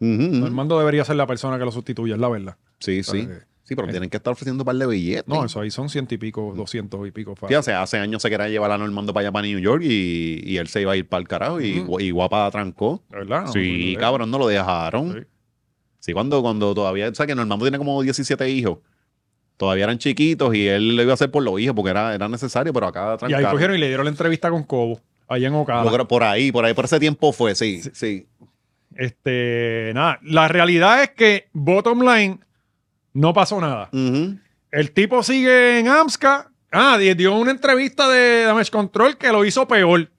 S2: ujú.
S1: Normando debería ser la persona que lo sustituya, es la verdad.
S2: Sí, sí.
S1: Eh,
S2: Sí, pero tienen que estar ofreciendo un par de billetes.
S1: No, eso ahí son ciento y pico, doscientos y pico. fa-
S2: Sí, hace, hace años se quería llevar a Normando para allá, para New York, y, y él se iba a ir para el carajo, y,
S1: Ujú.
S2: y guapa trancó.
S1: ¿Verdad? No,
S2: sí,
S1: no, no,
S2: cabrón, no lo dejaron.
S1: Sí.
S2: Sí, cuando, cuando todavía, o sea, que Normando tiene como 17 hijos. Todavía eran chiquitos y él lo iba a hacer por los hijos porque era, era necesario, pero acá
S1: Y ahí
S2: trancaron.
S1: cogieron y le dieron la entrevista con Cobo, allá en Ocala.
S2: Yo creo por ahí, por ahí, por ese tiempo fue, sí, sí.
S1: Este, nada, la realidad es que bottom line no pasó nada.
S2: Ujú.
S1: El tipo sigue en AMSCA. Ah, di- dio una entrevista de Damage Control que lo hizo peor.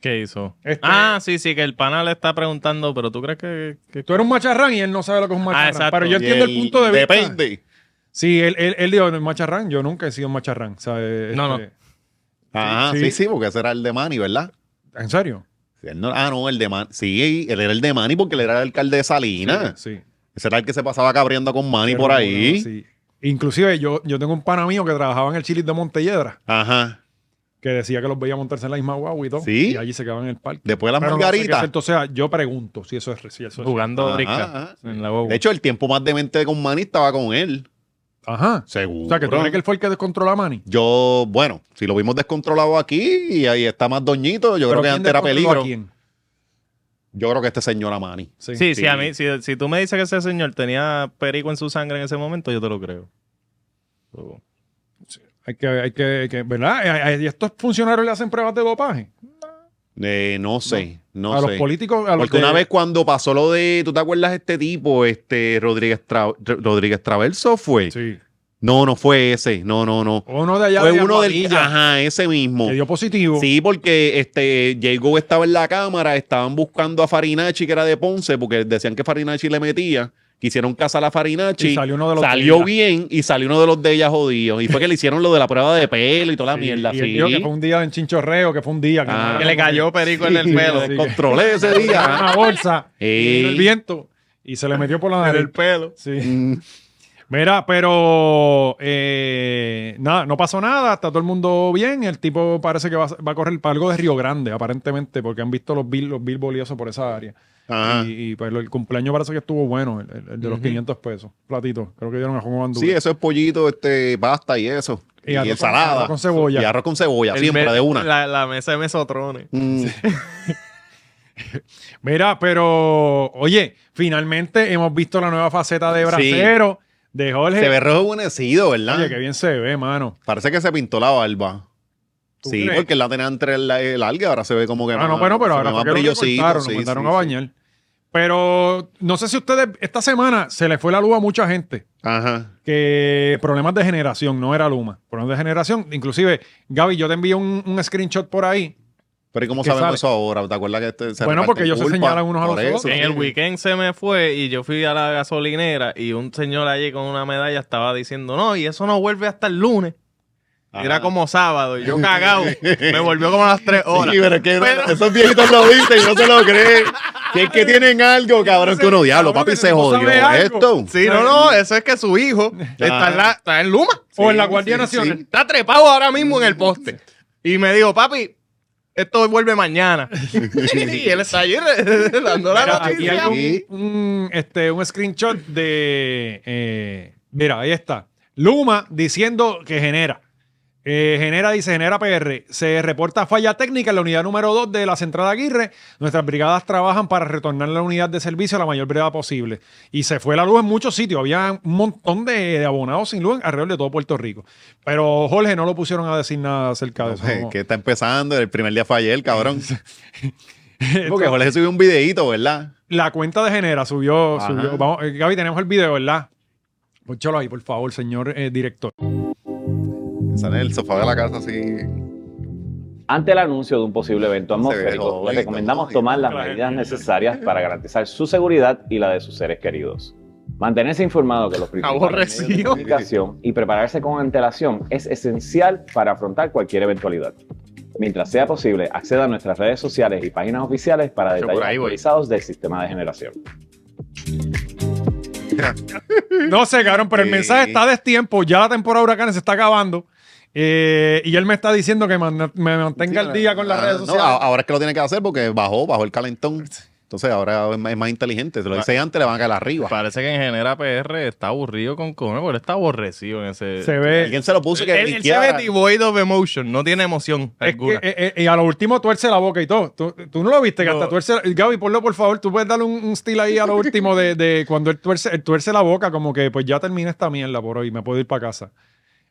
S3: ¿Qué hizo?
S1: Este-
S3: Ah, sí, sí, que el pana le está preguntando, pero ¿tú crees que...? que-
S1: Tú eres un macharrán y él no sabe lo que es un macharrán.
S3: Ah, exacto.
S1: pero yo
S2: Y
S1: entiendo el
S2: él-
S1: punto de vista.
S2: Depende.
S1: Sí, él, él, él dijo, "No, macharrán, yo nunca he sido un macharrán. o sea, eh,
S3: No,
S1: este,
S2: Ajá,
S1: Sí,
S2: sí,
S1: sí.
S2: sí, porque ese era el de Manny, ¿verdad?
S1: ¿En serio?
S2: Él no- ah, no, el de Manny. Sí, él era el de Manny porque él era el alcalde de Salinas.
S1: Sí.
S2: Ese era el que se pasaba cabriendo con Manny
S1: Pero
S2: por
S1: no,
S2: ahí.
S1: no, sí. Inclusive yo, yo tengo un pana mío que trabajaba en el Chili de Montelledra
S2: Ajá.
S1: que decía que los veía montarse en la misma guagua y todo.
S2: ¿Sí?
S1: Y allí se quedaban en el parque.
S2: Después de las
S1: Pero no sé qué es
S2: margaritas.
S1: cierto, o sea, yo pregunto si eso es, si eso es-
S3: Jugando
S2: Ajá,
S3: brisca
S2: ajá.
S3: en la boca.
S2: ah, de hecho, el tiempo más demente con Manny estaba con él.
S1: Ajá.
S2: Seguro.
S1: O sea, que tú crees que él fue el que descontrola a Manny.
S2: Yo, bueno, si lo vimos descontrolado aquí y ahí está más doñito, yo
S1: Pero
S2: creo que
S1: ¿quién
S2: antes era
S1: descontroló
S2: peligro.
S1: a quién?
S2: Yo creo que este señor a Manny.
S1: Sí.
S3: sí, sí,
S2: sí.
S3: a mí, si, si tú me dices que ese señor tenía perico en su sangre en ese momento, yo te lo creo. So,
S1: Hay que, hay que, hay que- ¿verdad? Eh, eh, ¿Y estos funcionarios le hacen pruebas de dopaje?
S2: Eh, no sé, no,
S1: a
S2: sé.
S1: los políticos, a los
S2: Porque
S1: de-
S2: una vez cuando pasó lo de, ¿tú te acuerdas de este tipo, este Rodríguez, Tra- Rodríguez Traverso fue?
S1: Sí.
S2: No, no fue ese, no, no, no.
S1: Uno de allá
S2: Fue
S1: de
S2: uno del,
S1: Aguadilla,
S2: ajá, ese mismo.
S1: que dio positivo.
S2: Sí, porque este llegó estaba en la cámara, estaban buscando a Farinacci, que era de Ponce, porque decían que Farinacci le metía. Quisieron cazar a Farinacci.
S1: Y salió uno de los
S2: Salió
S1: de ella.
S2: bien y salió uno de los de ellas jodidos. Y fue que le hicieron lo de la prueba de pelo y toda la
S1: Sí,
S2: mierda.
S1: y
S2: sí.
S1: él dijo que fue un día en chinchorreo, que fue un día que,
S2: Ah.
S1: no-
S3: que le cayó perico en el
S1: Sí,
S3: pelo.
S1: sí, que-
S2: Controlé ese día.
S1: una bolsa
S2: Ey.
S1: y el viento y se le metió por la
S3: En
S1: nariz.
S3: el pelo.
S1: Sí.
S2: Mm,
S1: Mira, pero eh, nada, no pasó nada, está todo el mundo bien. El tipo parece que va, a- va a correr para algo de Río Grande, aparentemente, porque han visto los Bill, los Billboard y eso por esa área.
S2: ajá.
S1: Y, y, pues, el cumpleaños parece que estuvo bueno, el, el- el de los 500 pesos. Platito, creo que dieron a Juan Bandú.
S2: Sí, eso es pollito, este, pasta y eso.
S1: Y arroz
S2: Y,
S1: con- arroz
S2: ensalada.
S1: con cebolla.
S2: Y arroz con cebolla,
S3: El
S2: siempre
S3: me-
S2: de una.
S3: La, la mesa de mesotrones.
S2: Mm,
S1: Mira, pero oye, finalmente hemos visto la nueva faceta de
S2: Sí.
S1: Bracero, de Jorge.
S2: Se ve rejuvenecido, ¿verdad?
S1: Oye, qué bien se ve, mano.
S2: Parece que se pintó la barba.
S1: ¿Tú
S2: Sí,
S1: crees?
S2: porque la tenía entre la, larga, ahora se ve como que
S1: Ah, no, bueno, pero
S2: se
S1: ahora
S2: ve
S1: fue
S2: más
S1: que lo
S2: brillosito,
S1: recortaron,
S2: sí,
S1: lo mandaron
S2: sí,
S1: a
S2: sí.
S1: bañar. Pero no sé si ustedes, esta semana se le fue la luz a mucha gente.
S2: Ajá.
S1: Que problemas de generación, no era Luma. Problemas de generación. Inclusive, Gaby, yo te envié un, un screenshot por ahí.
S2: Pero ¿y cómo
S1: ¿Qué
S2: sabemos
S1: sabe?
S2: eso ahora? ¿Te acuerdas que este, se
S1: Bueno,
S2: reparten
S1: porque ellos se
S2: culpa?
S1: señalan unos a los
S2: Por eso,
S1: otros.
S2: sí.
S3: En el weekend se me fue y yo fui a la gasolinera y un señor allí con una medalla estaba diciendo, no, y eso no vuelve hasta el lunes. Era como sábado y yo cagado. me volvió como a las tres horas.
S2: Sí, pero es que no-
S3: Pero-
S2: esos viejitos lo viste y no se lo creen. Que es que tienen algo, cabrón, que uno diablo,
S1: Cabrón,
S2: papi
S1: que
S2: se
S1: no
S2: jodió
S1: sabe algo.
S2: esto.
S3: Sí, no, no, eso es que su hijo está en, la- está en Luma.
S1: O en la Guardia
S2: sí,
S1: Nacional.
S2: sí.
S3: Está trepado ahora mismo en el poste. Y me dijo, papi, esto vuelve mañana. y él está allí re- dando la
S1: Mira, aquí
S3: noticia.
S1: hay un, un, este, un screenshot de. eh, mira, ahí está. Luma diciendo que genera. Eh, genera, dice, genera PR. Se reporta falla técnica en la unidad número 2 de la central Aguirre. Nuestras brigadas trabajan para retornar la unidad de servicio a la mayor brevedad posible. Y se fue la luz en muchos sitios. Había un montón de, de abonados sin luz alrededor de todo Puerto Rico. Pero Jorge no lo pusieron a decir nada acerca de eso.
S2: Eh,
S1: ¿no?
S2: Que está empezando, el primer día fue ayer, cabrón. Porque
S1: Esto-
S2: Jorge subió un videíto, ¿verdad?
S1: La cuenta de Genera subió,
S2: Ajá.
S1: subió. Vamos, eh, Gaby, tenemos el video, ¿verdad? Pónchalo ahí, por favor, señor eh, director.
S2: Sale del sofá de la casa así.
S8: Ante el anuncio de un posible evento
S2: Se ve
S8: atmosférico,
S2: jodido,
S8: les recomendamos
S2: jodido.
S8: tomar las
S1: Claro.
S8: medidas necesarias para garantizar su seguridad y la de sus seres queridos. Mantenerse informado de los principales medios de
S3: Aborrecido.
S8: comunicación y prepararse con antelación es esencial para afrontar cualquier eventualidad. Mientras sea posible, acceda a nuestras redes sociales y páginas oficiales para
S2: Yo por
S8: detalles
S2: ahí voy.
S8: actualizados del sistema de generación.
S1: No sé, cabrón, pero el
S2: Sí.
S1: mensaje está a destiempo. Ya la temporada de huracanes se está acabando. Eh, y él me está diciendo que man- me mantenga al día con las
S2: Ah,
S1: redes
S2: no,
S1: sociales.
S2: a- ahora es que lo tiene que hacer porque bajó, bajó el calentón. Entonces ahora es más, es más inteligente. Se lo
S1: Ah.
S2: hice antes, le van a caer arriba.
S3: Parece que en Genera PR está aburrido con Comer, porque él está aborrecido en ese.
S1: se ve.
S2: Alguien se lo puso que
S3: Eh, Él, él se ve
S2: liqueara.
S3: devoid of emotion, no tiene emoción
S1: es que,
S3: alguna.
S1: eh, eh, y a lo último tuerce la boca y todo. Tú, tú no lo viste, que
S3: No.
S1: hasta tuerce. Gaby, ponlo por favor. Tú puedes darle un, un estilo ahí a lo último de, de cuando él tuerce, él tuerce la boca, como que pues ya termina esta mierda por hoy, me puedo ir para casa.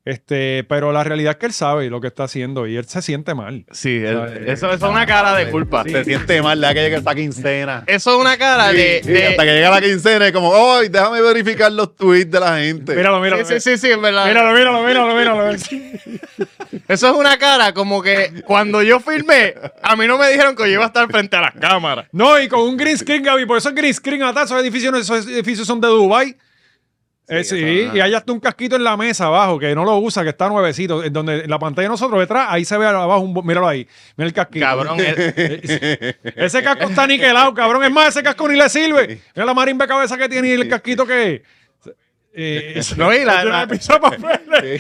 S1: Este, pero la realidad es que él sabe lo que está haciendo y él se siente mal.
S3: sí, él-
S1: eh,
S3: eso, eso es una cara de culpa.
S2: Se siente mal, la que llega esta quincena.
S3: Eso es una cara de.
S2: Sí,
S3: de-
S2: hasta que llega la quincena es como, ¡ay, déjame verificar los tweets de la gente!
S1: Míralo, míralo.
S3: sí, sí, sí, sí, en verdad.
S1: Míralo, míralo, míralo, míralo.
S3: Eso es una cara como que cuando yo filmé, a mí no me dijeron que yo iba a estar frente a las cámaras.
S1: No, y con un green screen, Gaby. Por eso el green screen atrás, esos edificios, esos edificios son de Dubai. Eh, Sí,
S2: Sí, eso,
S1: y hay hasta un casquito en la mesa abajo que no lo usa, que está nuevecito. En donde en la pantalla de nosotros detrás, ahí se ve abajo, un, bo- míralo ahí. Mira el casquito.
S3: Cabrón, eh. es-
S1: Ese casco está niquelado, cabrón. Es más, ese casco ni le sirve. Mira la marimba cabeza que tiene y el casquito que. Eh,
S3: No, y la-
S1: tiene
S3: la-
S1: piso de papel.